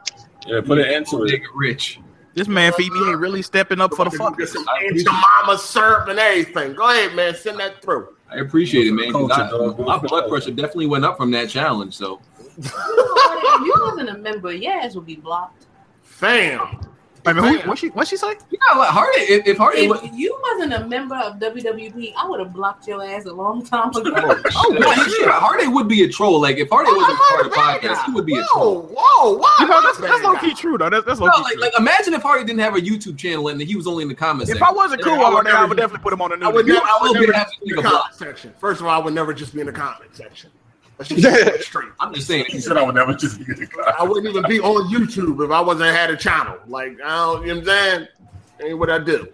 S4: Yeah, put an end to it.
S1: Take it rich.
S2: This man Phoebe ain't really stepping up for the fuck.
S5: Get some Aunt Jemima syrup and everything. Go ahead, man. Send that through.
S1: I appreciate it, man. 'cause I-
S4: Culture, dog.
S1: my blood pressure definitely went up from that challenge. So
S8: If you wasn't a member, yes, would be blocked.
S5: Fam.
S2: Wait, a minute, who, what she what she say?
S1: yeah, like Hardy. If, if Hardy,
S8: If you wasn't a member of WWP, I would have blocked your ass a long time ago.
S1: oh, no, you see, Hardy would be a troll. Like if
S5: Oh,
S1: Hardy wasn't part of the podcast, he would be a troll.
S5: Whoa, whoa, whoa.
S2: You know, that's, that's low key true though. That's, that's low
S1: No,
S2: key
S1: like,
S2: true.
S1: like imagine if Hardy didn't have a YouTube channel and he was only in the comments.
S2: if I wasn't cool
S1: I
S2: on
S1: would
S2: there, I
S1: never-
S2: would definitely put him on the new.
S5: I would
S1: You-
S5: never, I
S1: I will
S5: would
S1: be
S5: never
S1: happy
S5: just
S1: to
S5: be
S1: take
S5: in the
S1: a block.
S5: comment section. First of all, I would never just be in the comment section. That's just straight.
S1: I'm just saying.
S4: He said I would never just be the guy.
S5: I wouldn't even be on YouTube if I wasn't had a channel. Like, I don't, you know what I'm saying? Ain't what I do.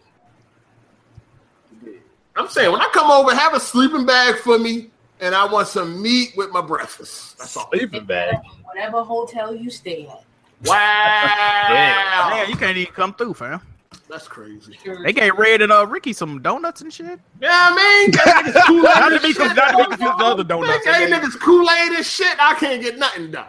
S5: I'm saying when I come over, have a sleeping bag for me, and I want some meat with my breakfast. That's all.
S3: Sleeping bag.
S8: Whatever hotel you stay at.
S5: Wow.
S2: Man, you can't even come through, fam.
S5: That's crazy.
S8: Sure.
S2: They gave Red and uh, Ricky some donuts and shit.
S5: Yeah, I mean, that nigga's Kool-Aid
S2: Not to
S5: and
S2: be,
S5: shit.
S2: confused- not to be confused with the other donuts.
S5: Nigga, ain't niggas Kool-Aid and shit. I can't get nothing done.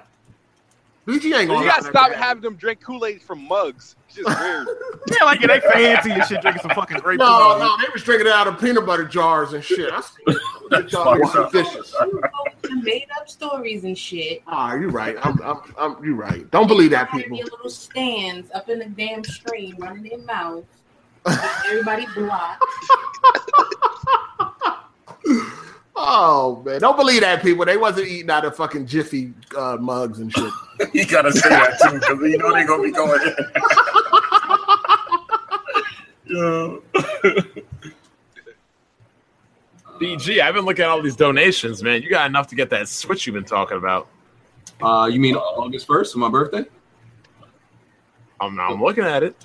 S5: BG ain't
S6: you
S5: gonna
S6: gotta
S5: lie.
S6: stop having them drink Kool Aid from mugs. It's just weird.
S2: Yeah, like yeah, they fancy and shit, drinking some fucking grape.
S5: No,
S2: Kool-Aid.
S5: no, they was drinking it out of peanut butter jars and shit. I see.
S4: That's
S5: Y'all
S4: fucked
S5: niggas are
S4: up.
S5: vicious.
S8: You go with the made up stories and shit.
S5: Ah, you right. I'm, I'm, I'm, you right. Don't believe that,
S8: Had
S5: people.
S8: their little stands up in the damn stream, running their mouths. Everybody blocked.
S5: Oh man, don't believe that, people. They wasn't eating out of fucking Jiffy uh, mugs and shit.
S4: He gotta say that too, because he know they gonna be going in. Yo.
S3: BG, I've been looking at all these donations, man. You got enough to get that switch you've been talking about.
S1: Uh, you mean August first, my birthday?
S3: I'm, I'm looking at it.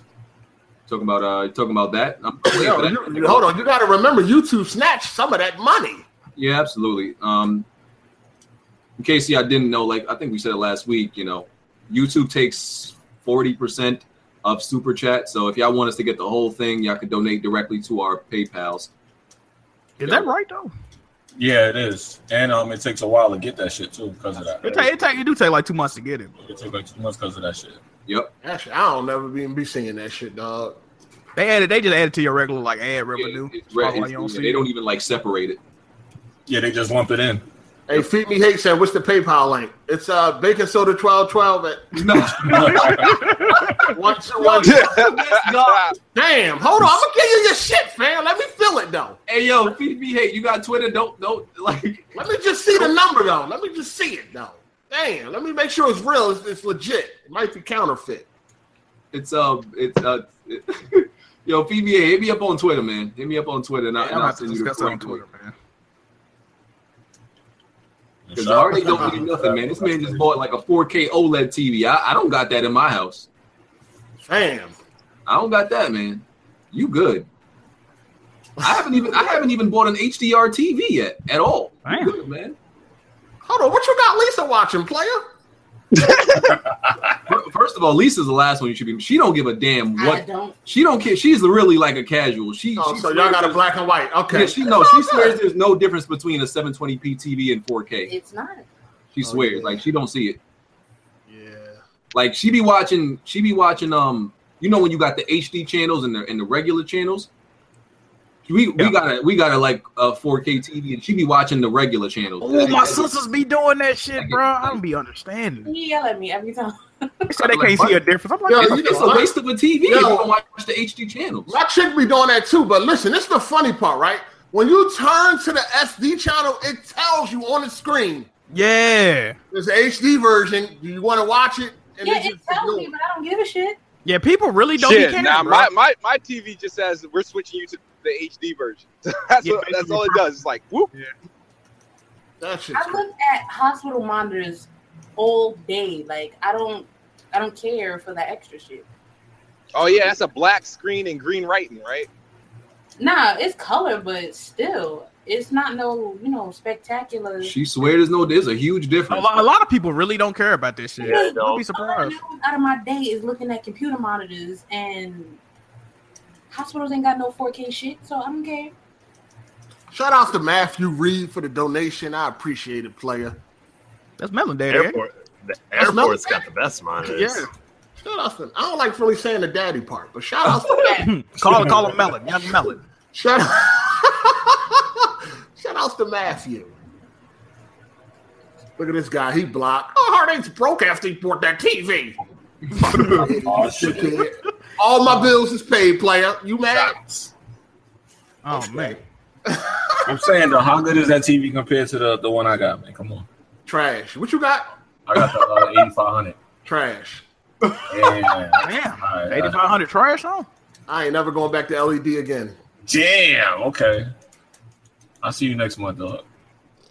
S1: Talking about uh, talking about that. I'm waiting
S5: Yo,
S1: for that.
S5: you- you- hold on, you got to remember, YouTube snatched some of that money.
S1: Yeah, absolutely. Um, in case y'all didn't know, like I think we said it last week, you know, YouTube takes forty percent of super chat. So if y'all want us to get the whole thing, y'all can donate directly to our PayPal's.
S2: Is that right though?
S4: Yeah, it is, and um, it takes a while to get that shit too, because of that.
S2: It take, it take, it do take like two months to get it.
S4: It took like two months because of that shit.
S1: Yep.
S5: Actually, I don't never be, be seeing that shit, dog.
S2: They added, they just added to your regular like ad
S1: Yeah,
S2: revenue.
S1: it's
S2: That's probably
S1: red-
S2: why you don't
S1: it's-
S2: see
S1: they
S2: it.
S1: don't even like separate it.
S4: Yeah, they just lump it in.
S5: Hey, feed me hate said, "What's the PayPal link?" It's uh, baking soda twelve twelve at one two one. Damn, hold on, I'm gonna give you your shit, fam. Let me feel it though.
S1: hey yo, PB hate, you got Twitter? Don't don't like.
S5: Let me just see the number though. Let me just see it though. Damn, let me make sure it's real. It's, it's legit. It might be counterfeit.
S1: It's uh, it's uh, it, yo, PB hate, hit me up on Twitter, man. Hit me up on Twitter, and, I,
S2: Yeah,
S1: and
S2: I'm
S1: I'll
S2: about to
S1: send you the
S2: discuss it on
S1: correct
S2: Twitter, man.
S1: Because I already don't need nothing, man. This man just bought like a 4K OLED TV. I, I don't got that in my house.
S5: Damn.
S1: I don't got that, man. You good. I haven't even I haven't even bought an HDR TV yet at all. You
S2: Damn.
S1: good, man.
S5: Hold on, what you got Lisa watching, player?
S1: First of all, Lisa's the last one you should be. She don't give a damn
S8: I
S1: what.
S8: don't.
S1: She don't care. She's really like a casual. She.
S5: Oh,
S1: she
S5: so y'all got a black and white. Okay.
S1: Yeah, she no. She swears there's no difference between a 720p TV and 4K.
S8: It's not.
S1: She
S5: Oh,
S1: swears
S5: yeah.
S1: like she don't see it.
S5: Yeah.
S1: Like she be watching. She be watching. Um, you know when you got the HD channels and the and the regular channels. We we got a we got a like uh, a 4K TV and she be watching the regular channels.
S2: Oh, my sisters be doing that shit, bro. I don't be understanding.
S8: You yell at me every time.
S2: So they can't see a difference. I'm
S5: Yo,
S2: like,
S1: It's,
S5: you
S1: it's
S5: know,
S1: a waste of a TV.
S5: Yo.
S1: if you don't watch the HD channels.
S5: My chick be doing that too, but listen, this is the funny part, right? When you turn to the SD channel, it tells you on the screen.
S2: yeah,
S5: There's an HD version. Do you want to watch it? And
S8: Yeah,
S5: it's
S8: it
S5: just-
S8: tells me, but I don't give a shit.
S2: yeah. People really don't be
S6: Shit,
S2: caring,
S6: now
S2: bro.
S6: my, my, my TV just says we're switching you to the HD version. that's
S2: Yeah,
S6: what, that's
S2: basically.
S6: all it does. It's like whoop.
S5: That shit's
S8: I look at hospital monitors all day. Like I don't, I don't care for that extra shit.
S6: Oh yeah, that's a black screen and green writing, right?
S8: Nah, it's color, but still, it's not no, you know, spectacular.
S1: She swears there's no. There's a huge
S2: A
S1: difference.
S2: lo- a lot of people really don't care about this shit.
S8: Yeah,
S2: I'd be
S3: no.
S8: All I
S2: surprised.
S8: know out of my day is looking at computer monitors, and hospitals ain't got no 4K shit, so I don't care.
S5: Shout out to Matthew Reed for the donation. I appreciate it, player.
S2: That's Melon Daddy. ain't it?
S3: Airport. The airport's got the best monitors.
S2: Yeah.
S5: Shout out to. I don't like really saying the daddy part, but shout out to that.
S2: eh? Call call him Melon, young Melon.
S5: Shout out. shout out to Matthew. Look at this guy. He blocked. Oh, Hardane's broke after he bought that TV.
S4: Oh, shit.
S5: All my bills is paid, player. You mad?
S4: Shots.
S2: Oh man,
S4: I'm saying, though, how good is that TV compared to the, the one I got, man? Come on.
S5: Trash. What you got?
S4: I got the uh, 8500.
S5: Trash.
S4: Yeah.
S2: damn,
S4: All right,
S2: eighty five hundred trash on.
S5: I ain't never going back to LED again.
S4: Damn. Okay. I'll see you next month, dog.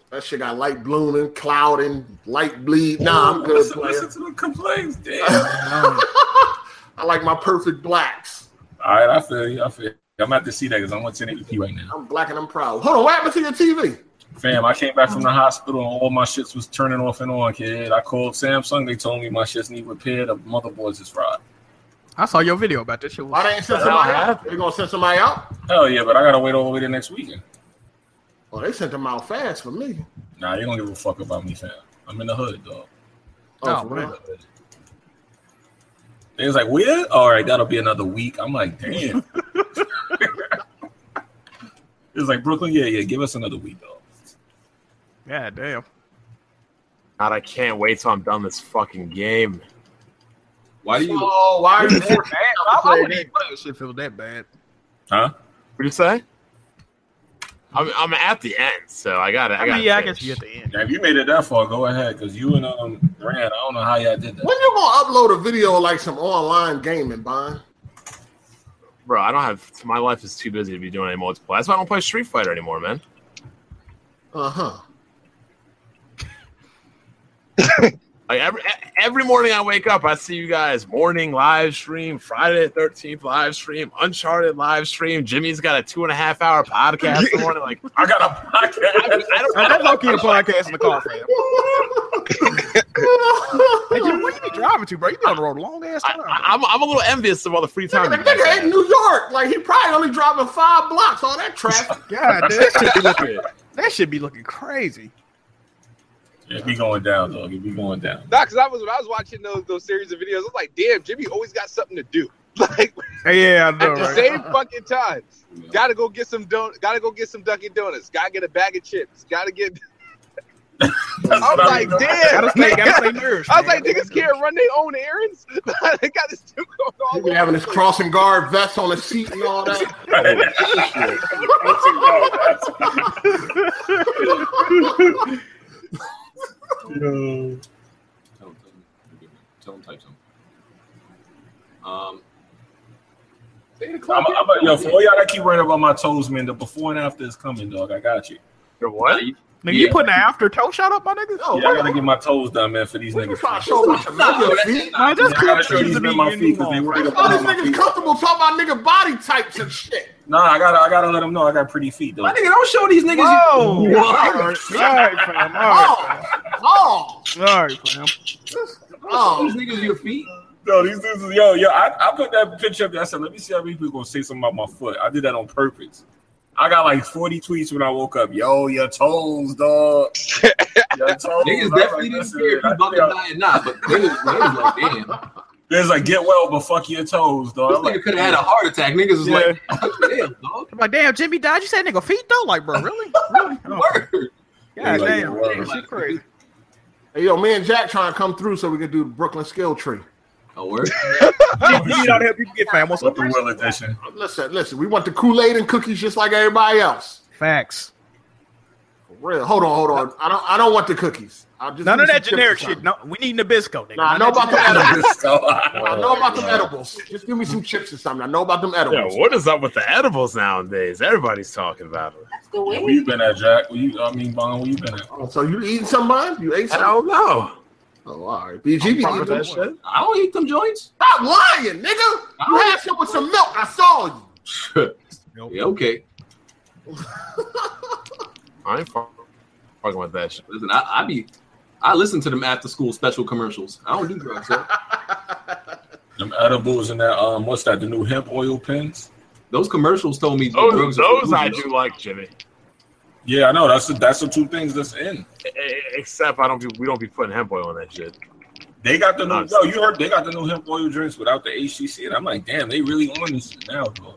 S5: That shit got light blooming, clouding, light bleed. Nah, I'm good,
S4: Listen,
S5: player.
S4: listen to the complaints. Damn.
S5: I like my perfect blacks.
S4: All right, I feel you. I feel you. I'm about to see that because I'm on 1080p right now.
S5: I'm black and I'm proud. Hold on, what happened to your TV?
S4: Fam, I came back from the hospital and all my shits was turning off and on, kid. I called Samsung. They told me my shits need repair. The motherboards is fried.
S2: I saw your video about this shit.
S5: Why they ain't send somebody out? They gonna send somebody out?
S4: Hell yeah, but I got to wait all the way to next weekend.
S5: Oh, they sent them out fast for me.
S4: Nah, you don't give a fuck about me, fam. I'm in the hood, dog.
S5: Oh,
S2: Oh,
S5: for
S2: man.
S5: real?
S4: They was like, where? All right, that'll be another week. I'm like, damn. it's like, Brooklyn, yeah, yeah, give us another week, dog.
S2: Yeah, damn.
S3: God, I can't wait till I'm done this fucking game.
S1: Why do you?
S5: Oh, why are you
S2: I,
S5: forcing yourself to
S2: I
S5: play a
S2: wouldn't
S5: game?
S2: even play this shit feel that bad.
S4: Huh?
S3: What do you say? I'm, I'm at the end, so I got it.
S2: I,
S3: I,
S2: mean,
S3: gotta
S2: yeah, I guess
S3: finish.
S2: you at the end.
S4: Now, if you made it that far, go ahead, because you and um Brand, I don't know how y'all did that.
S5: When you gonna upload a video of, like some online gaming, Bond?
S3: bro. I don't have my life is too busy to be doing any multiplayer. That's why I don't play Street Fighter anymore, man.
S5: Uh huh.
S3: Like every e, every morning I wake up, I see you guys morning live stream, Friday the thirteenth live stream, Uncharted live stream. Jimmy's got a two and a half hour podcast in the morning. Like
S4: I got a podcast.
S3: I don't,
S2: That's low key a podcast in the car, fam. Hey, Jim, where you be driving to, bro? You be on the road a long ass
S3: I,
S2: time.
S3: I, am I'm a little envious of all the free time.
S5: Nigga,
S3: you
S5: the
S3: guys
S5: nigga in
S3: have.
S5: New York. Like he probably only driving five blocks. All that traffic.
S2: God, damn, that should be looking, that should be looking crazy.
S4: It be going down, dog. It be going down.
S6: Nah, because I was when I was watching those those series of videos, I was like, damn, Jimmy always got something to do. Like
S2: Yeah, I know,
S6: at the
S2: right?
S6: same fucking time. Gotta go get some don gotta go get some Dunkin' Donuts. Gotta get a bag of chips. Gotta get I'm like,
S2: Gotta
S6: damn.
S2: stay, gotta stay nourished.
S6: I was
S2: man.
S6: like, niggas can't run their own errands. they got this dude going
S5: He
S6: all
S5: be
S6: over.
S5: having his crossing guard vest on his seat and all that.
S1: Tell him, tell him type something. Um. Eight
S4: I'm,
S1: o'clock.
S4: I'm, yo, for all y'all that keep writing about my toes, man, the before and after is coming, dog. I got you.
S3: Your what?
S2: Nigga, you putting an after toe shot up, my nigga?
S5: Yo,
S4: Yeah, I
S5: what
S4: gotta get my toes done, man, for these
S5: What you
S4: niggas.
S5: trying to show about your nigga feet?
S2: Nah, just
S4: Yeah, I gotta
S2: clip
S4: show
S2: pictures
S4: these
S2: of me
S4: men my
S2: and
S4: feet
S2: you
S4: because they
S2: on.
S4: worried
S5: All
S4: about
S5: these
S4: my
S5: niggas
S4: feet.
S5: comfortable talking about nigga body types and shit.
S4: Nah, I gotta, I gotta let them know I got pretty feet,
S1: My
S4: dog.
S1: nigga, don't show these niggas.
S2: Whoa!
S1: You,
S2: All right, all right, fam. All right,
S5: Oh, oh,
S2: fam. all right, fam.
S5: this Oh,
S1: These niggas, your feet.
S4: No, these dudes, is- yo, yo, I, I put that picture up there. I said, let me see how many people gonna say something about my foot. I did that on purpose. I got like 40 tweets when I woke up. Yo, your toes, dog. Your toes.
S1: Niggas definitely
S4: I'm like,
S1: didn't
S4: listen,
S1: care if you about to
S4: yo,
S1: die or not, but niggas, niggas like, damn, this
S4: There's like, get well, but fuck your toes, dog. I'm
S1: nigga
S4: like,
S1: could have had a heart attack. Niggas was
S4: Yeah.
S1: like, damn, dog.
S2: I'm like, damn, Jimmy died. You said nigga feet though? Like, bro, really? really? Oh,
S1: Word.
S2: God
S4: Like,
S2: damn.
S4: word.
S2: She crazy.
S5: hey, yo, me and Jack trying to come through so we can do the Brooklyn skill tree.
S1: A word.
S2: You need all the help you can get, fam. What's
S4: What
S2: up?
S4: the world edition?
S5: Listen, listen, we want the Kool Aid and cookies just like everybody else.
S2: Facts.
S5: For real. Hold on, hold on. I don't, I don't want the cookies. I just
S2: None
S5: need
S2: of
S5: some
S2: that
S5: chips or
S2: generic
S5: something.
S2: shit. No, we need Nabisco, nigga.
S5: Nah, I
S2: None
S5: know
S2: of that
S5: about the edibles. I
S4: Yo,
S5: know about them edibles. Just give me some chips or something. I know about them edibles.
S3: what is up with the edibles nowadays? Everybody's talking about them.
S8: That's the
S4: Where you
S8: way.
S4: been at, Jack? Where you, I mean, Bond, where you been at?
S5: Oh, so you eating some, bud? You ate
S3: I
S5: some?
S3: don't know.
S5: Oh, all right. BG, be
S3: Fuck with
S5: eating
S3: that
S5: some-
S3: shit.
S1: I don't eat them joints.
S5: Stop lying, nigga. You had some with some milk. I saw you.
S1: Yeah, okay.
S3: I ain't fuck- fucking with that shit.
S1: Listen, I, I be, I listen to them after school special commercials. I don't do drugs. Sir.
S4: Them edibles and that, um, what's that, the new hemp oil pens?
S1: Those commercials told me
S3: Those,
S1: drugs are
S3: those
S1: for
S3: I
S1: losers.
S3: do like, Jimmy.
S4: Yeah, I know. That's the, that's the two things that's in.
S3: E- e- Except I don't. Be, we don't be putting hemp oil on that shit.
S4: They got the new yo. You heard they got the new hemp oil drinks without the HCC, and I'm like, damn, they really on this shit now. Bro.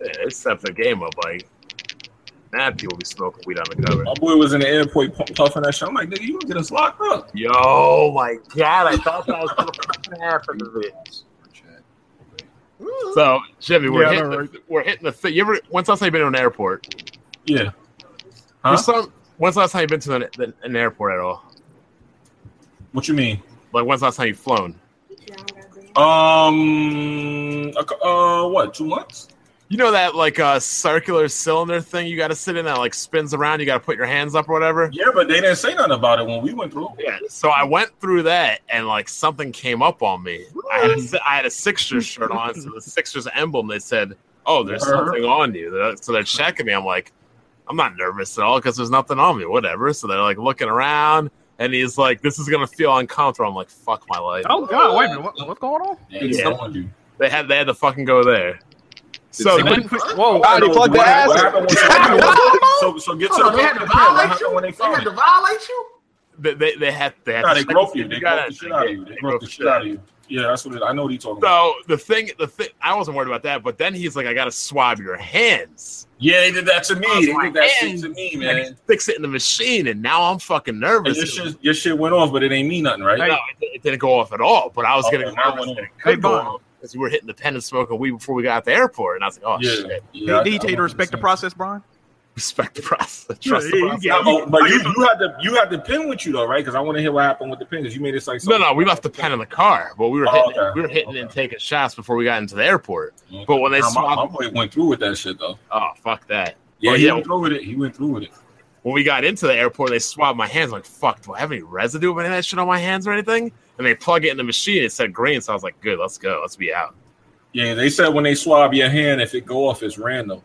S3: Yeah, it stepped E, the game up. Like, mad people be smoking weed on the cover.
S4: My boy was in the airport pu- puffing that shit. I'm like, nigga, you gonna get us locked up?
S3: Yo, my God! I thought that was gonna fucking happen to me. So, Jimmy, we're
S4: Yeah, I
S3: hitting
S4: know,
S3: the, we're hitting the thing. You ever? When's the last time you been to an airport?
S4: Yeah. Huh?
S3: For some, when's the last time you been to an, the, an airport at all?
S4: What you mean?
S3: Like, when's the last time you've flown?
S4: Um, a cou- uh, what? Two months?
S3: You know that like uh, circular cylinder thing you got to sit in that like spins around. You got to put your hands up or whatever.
S4: Yeah, but they didn't say nothing about it when we went through.
S3: Yeah, so I went through that and like something came up on me. I had a, si- I had a Sixers shirt on, so the Sixers emblem. They said, "Oh, there's
S4: Uh-huh.
S3: something on you." They're- So they're checking me. I'm like, I'm not nervous at all because there's nothing on me. Whatever. So they're like looking around, and he's like, "This is gonna feel uncomfortable." I'm like, "Fuck my life."
S2: Oh God, wait a minute. What, what's going on?
S4: Yeah,
S3: Yeah.
S4: someone do.
S3: They had they had to fucking go there. So
S1: They
S3: then-
S1: couldn't
S2: Whoa,
S6: Why Oh, they plug the
S4: What
S6: ass? in?
S4: happened when- what happened when- so, so get to
S5: Hold
S4: the
S5: on, they had to
S4: point. What
S5: violate
S4: happened
S5: you.
S4: when they
S5: They had
S4: found
S5: to
S4: it?
S5: violate you.
S3: they they, they had they had
S4: Nah,
S3: to
S4: they
S3: check
S4: groped
S3: me.
S4: you. They
S3: got
S4: groped the
S3: it.
S4: shit out of you. They groped the shit out of you. Yeah, that's what it, I know. What he talking about?
S3: So the thing the thing I wasn't worried about that, but then he's like, "I got to swab your hands."
S4: Yeah, they did that to me.
S3: I was
S4: They
S3: like,
S4: did that shit
S3: "Damn."
S4: to me,
S3: and
S4: man.
S3: he sticks it in the machine, and now I'm fucking
S4: Hey,
S3: nervous.
S4: your, shit, your shit went off, but it ain't mean nothing, right?
S3: No, it, it didn't go off at all, but I was
S4: Oh,
S3: getting
S4: no, that
S3: nervous
S4: went
S3: that it
S4: off.
S2: Hey,
S3: could go
S2: Bond.
S3: off because we were hitting the pen and smoking weed before we got out the airport, and I was like, oh,
S4: yeah.
S3: shit.
S4: yeah. I-
S2: Did he
S4: I
S2: tell you to respect the
S4: understand.
S2: process, Brian?
S3: Respect the process. Trust
S2: yeah,
S3: the
S2: you
S3: process.
S2: get-
S4: Oh, but you, you had the you had the pin with you though, right? Because I want to hear what happened with the pin. Because you made it like
S3: No, no, we left the pen in the car, but we were
S4: Oh,
S3: hitting,
S4: okay.
S3: we were hitting
S4: Okay.
S3: and taking shots before we got into the airport. But when they
S4: Nah, my, my
S3: swabbed,
S4: boy went through with that shit though.
S3: oh fuck that.
S4: Yeah,
S3: Oh,
S4: he
S3: yeah.
S4: went through with it. He went through with it.
S3: When we got into the airport, they swabbed my hands. I'm like, fuck, do I have any residue of any of that shit on my hands or anything? And they plug it in the machine. It said green, so I was like, good, let's go, let's be out.
S4: Yeah, they said when they swab your hand, if it go off, it's random.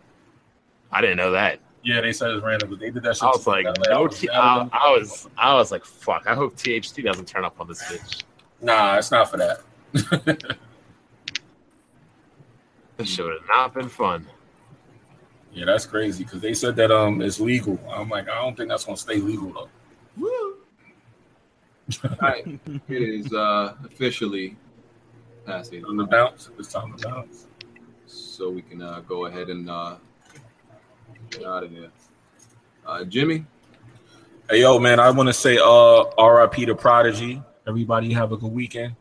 S3: I didn't know that.
S4: Yeah, they said it's random, but they did that shit.
S3: I was
S4: to me.
S3: like, um,
S4: I'm
S3: no,
S4: I'm
S3: t-
S4: mad
S3: I,
S4: at
S3: I
S4: them.
S3: was, I was like, fuck. I hope THT doesn't turn up on this bitch.
S4: Nah, it's not for that.
S3: This shit would have not been fun.
S4: Yeah, that's crazy because they said that um it's legal. I'm like, I don't think that's gonna stay legal though.
S1: All right, it is uh, officially passing,
S4: On the bounce, it's time to bounce.
S1: so we can uh, go ahead and uh, get out of here. Uh, Jimmy,
S4: Hey yo, man, I want to say uh RIP to Prodigy. Everybody have a good weekend.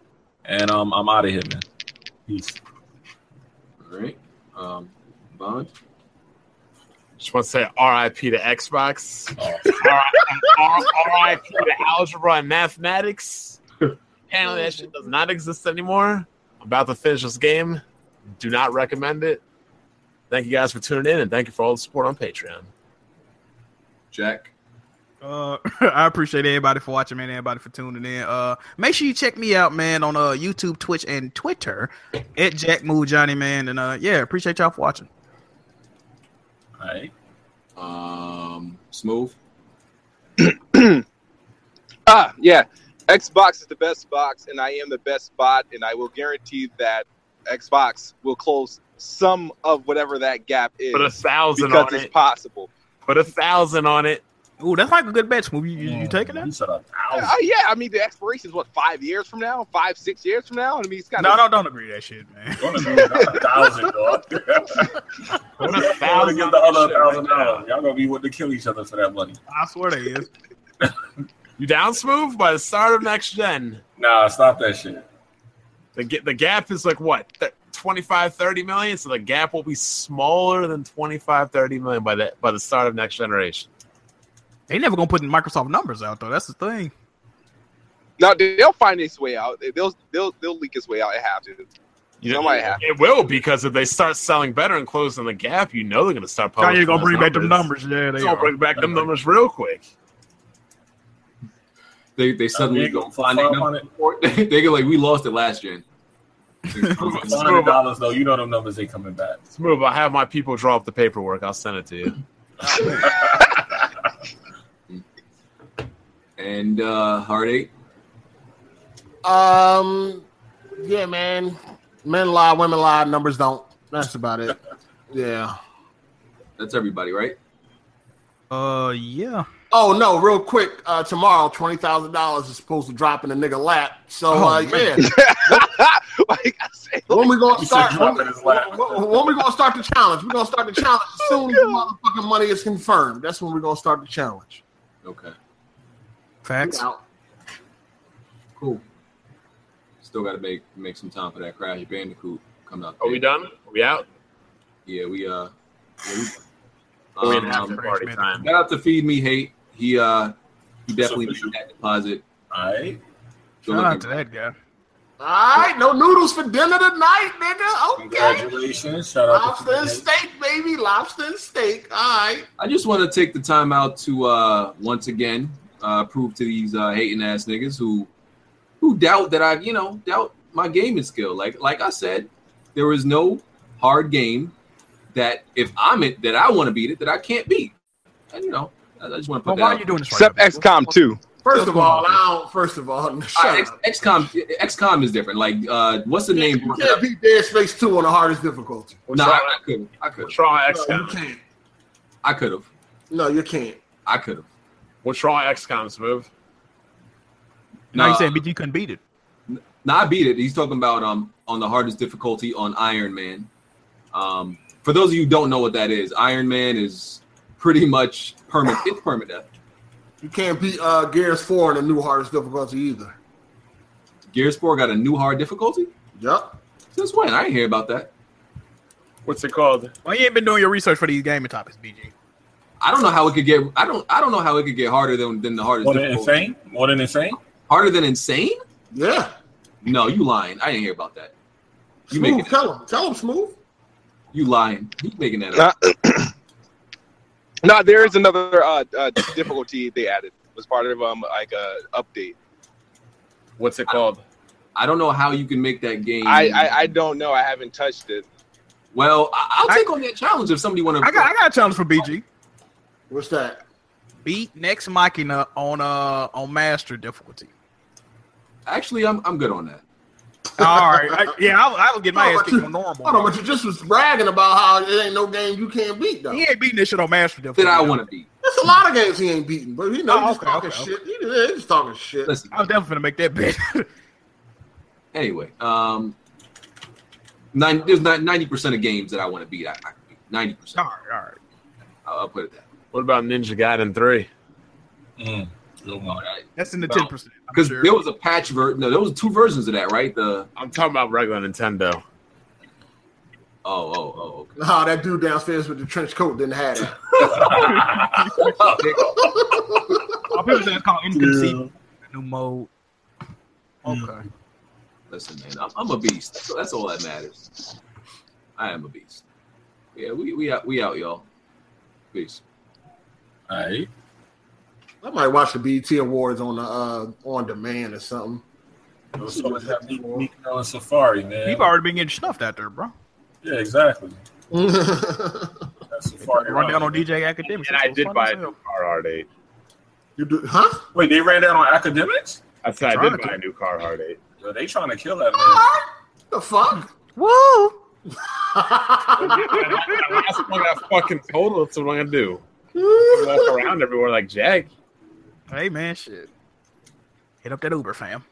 S4: And um I'm out of here, man. Peace.
S1: all right, um, Bond.
S3: Just want to say R.I.P. to Xbox,
S4: Oh,
S3: R.I.P. to algebra and mathematics. Apparently, that shit does not exist anymore. I'm about to finish this game. Do not recommend it. Thank you guys for tuning in, and thank you for all the support on Patreon.
S1: Jack.
S2: Uh, I appreciate everybody for watching, man. Everybody for tuning in. Uh, make sure you check me out, man, on uh YouTube, Twitch, and Twitter at Jack Move Johnny, man. And uh, yeah, appreciate y'all for watching.
S4: all right.
S1: Um, Smooth.
S6: Ah, yeah. Xbox is the best box, and I am the best bot, and I will guarantee that Xbox will close some of whatever that gap is
S3: Put a thousand
S6: because
S3: on
S6: it's
S3: it.
S6: possible.
S3: Put a thousand on it.
S2: Ooh, that's like a good bet, Smooth. You, you, you taking
S4: He
S2: that?
S4: said a
S6: Uh,
S4: thousand.
S6: yeah, I mean the expiration is what five years from now, five six years from now. I mean it's kind
S2: No,
S6: of
S2: no, don't agree to that shit, man.
S4: Don't agree with that, a thousand, dog.
S3: Put
S4: Y'all
S3: a
S4: gonna
S3: thousand
S4: give
S3: on
S4: the
S3: that
S4: other
S3: shit right
S4: thousand
S3: now.
S4: dollars. Y'all gonna be willing to kill each other for that money.
S2: I swear they is.
S3: You down smooth by the start of next gen.
S4: Nah, stop that shit.
S3: The ga- the gap is like what th- 25 30 million so the gap will be smaller than 25 30 million by the by the start of next generation.
S2: They never gonna put Microsoft numbers out though. That's the thing.
S6: no. they- They'll find its way out. They'll they'll they'll leak its way out. It have to.
S3: You
S6: Somebody has
S3: it will because if they start selling better and closing the gap, you know they're going to start publishing.
S2: Kanye's gonna
S3: those
S2: bring back them numbers. Yeah,
S3: They're
S2: they
S3: going to
S2: are.
S3: bring back them numbers real quick.
S1: They they suddenly
S4: They
S1: go
S4: gonna
S1: find
S4: five
S1: it.
S4: hundred-
S1: they go like we lost it last gen.
S4: five hundred dollars though. You know them numbers ain't coming back.
S3: Smooth. I'll have my people draw up the paperwork. I'll send it to you.
S1: and uh, Heart Eight.
S5: Um, yeah, man. Men lie, women lie, numbers don't. That's about it. Yeah.
S1: That's everybody, right?
S2: Uh, yeah.
S5: Oh no! Real quick, uh, tomorrow twenty thousand dollars is supposed to drop in a nigga lap. So
S2: Oh,
S5: uh, yeah,
S2: man.
S6: like I said,
S5: when we gonna
S4: He
S5: start?
S4: said drop
S5: When,
S4: in his lap.
S5: when- when we gonna start the challenge? We are gonna start the challenge as soon as the motherfucking money is confirmed. That's when we are gonna start the challenge.
S1: Okay,
S2: Facts.
S5: Out.
S1: cool. Still got to make make some time for that Crash Bandicoot coming out.
S3: Are Oh, we
S1: there.
S3: done? Are we out?
S1: Yeah, we uh. Yeah,
S3: Are Oh, we
S1: we,
S3: in after
S1: um,
S3: party time?
S1: shout out to feed me hate. He uh he definitely
S4: official.
S1: made that deposit.
S4: All right.
S1: Good
S2: Shout out
S1: looking
S2: to that guy.
S5: All right, no noodles for dinner tonight, nigga. Okay,
S4: Congratulations. Shout out
S5: lobster
S4: to
S5: and
S4: you.
S5: steak, baby. Lobster and steak. All right.
S1: I just want to take the time out to uh, once again uh, prove to these uh, hating ass niggas who who doubt that I, you know, doubt my gaming skill. Like like I said, there is no hard game that if I'm it that I want to beat it that I can't beat. And you know, I I just want to
S2: Well,
S1: put
S2: why are
S1: that.
S2: you
S1: Out.
S2: doing this? right
S6: except
S2: now?
S6: XCOM two.
S5: First of all, I don't. First of all,
S1: Uh,
S5: shut
S1: X,
S5: up.
S1: XCOM XCOM is different. Like uh, what's the name?
S5: You can't beat Dead Space Two on the hardest difficulty.
S1: No, I, I could I
S3: We'll
S1: could
S3: try
S5: No, you
S3: XCOM.
S5: can't.
S1: I could have
S5: No, you can't.
S1: I could have.
S3: We'll try XCOM, Smooth.
S2: Now you
S1: Nah.
S2: saying but you couldn't beat it.
S1: No, I beat it. He's talking about um on the hardest difficulty on Iron Man. Um, for those of you who don't know what that is, Iron Man is pretty much perma it's permadeath.
S5: You can't beat uh Gears Four in the new hardest difficulty either.
S1: Gears Four got a new hard difficulty.
S5: Yep.
S1: Since when? I didn't hear about that.
S3: What's it called?
S2: Well, you ain't been doing your research for these gaming topics, BG.
S1: I don't know how it could get. I don't. I don't know how it could get harder than than the hardest
S4: More than
S1: difficulty.
S4: insane. More than insane.
S1: Harder than insane?
S5: Yeah.
S1: No, you lying. I didn't hear about that. You
S5: smooth.
S1: making that,
S5: tell him. Tell him smooth.
S1: you lying? You making that
S6: Nah.
S1: up?
S6: No, there is another uh, uh, difficulty they added was part of um like a update.
S3: What's it called?
S1: I don't know how you can make that game.
S6: I, I I don't know. I haven't touched it.
S1: well, I, I'll
S2: I-
S1: take on that challenge if somebody want to.
S2: I got I got a challenge for BG.
S5: What's that?
S2: Beat next Machina on uh on master difficulty.
S1: Actually, I'm I'm good on that.
S2: All right, I, yeah, I'll, I'll get my
S5: Oh,
S2: ass
S5: but
S2: kicked
S5: you-
S2: on
S5: Hold on,
S2: normal.
S5: but you just was bragging about how it ain't no game you can't beat though.
S2: He ain't beating this shit on master difficulty.
S1: That I want to be.
S5: There's a lot of games he ain't beaten, but you know,
S2: Oh,
S5: he's just
S2: okay,
S5: talking
S2: okay,
S5: shit. He just, he just talking shit.
S1: Listen,
S2: I was definitely gonna make that bet.
S1: anyway, um, nine, there's not ninety percent of games that I want to beat. I, I ninety
S2: all
S1: percent.
S2: right, all right.
S1: I'll I'll put it that
S3: What about Ninja Gaiden 3?
S4: Mm. Good one.
S2: That's in the
S1: Well,
S2: ten percent.
S1: because there was a patch version. No, there was two versions of that, right? The
S3: I'm talking about regular Nintendo.
S1: oh oh oh. Okay.
S5: Nah, that dude downstairs with the trench coat didn't have it.
S1: oh,
S2: All people say it's called inconceivable. New mode.
S3: Mm.
S2: Okay.
S1: Listen, man, I'm, I'm a beast. That's, that's all that matters. I am a beast. Yeah, we we out we out, y'all. Peace.
S4: All right.
S5: I might watch the BET Awards on the uh, on demand or something.
S4: What's up with that Meek- Meek Mill and Safari, man?
S2: People already been getting snuffed out there, bro.
S4: Yeah, exactly.
S5: you
S4: That Safari
S2: Run down
S4: run.
S2: on DJ Academics.
S3: And
S2: That's
S3: I
S2: so
S3: did
S2: funny
S3: buy
S2: as
S3: a
S2: hell.
S3: new car R8.
S5: do, huh?
S4: Wait, they ran down on academics?
S3: I said I
S2: Trying
S3: did
S2: to.
S3: buy a new Carhartt eight.
S4: Yo, they trying to kill that man.
S5: The fuck?
S2: Woo!
S3: I sprung that fucking total. That's what I'm gonna do. Left around everywhere like Jack.
S2: Hey man, shit. Hit up that Uber, fam.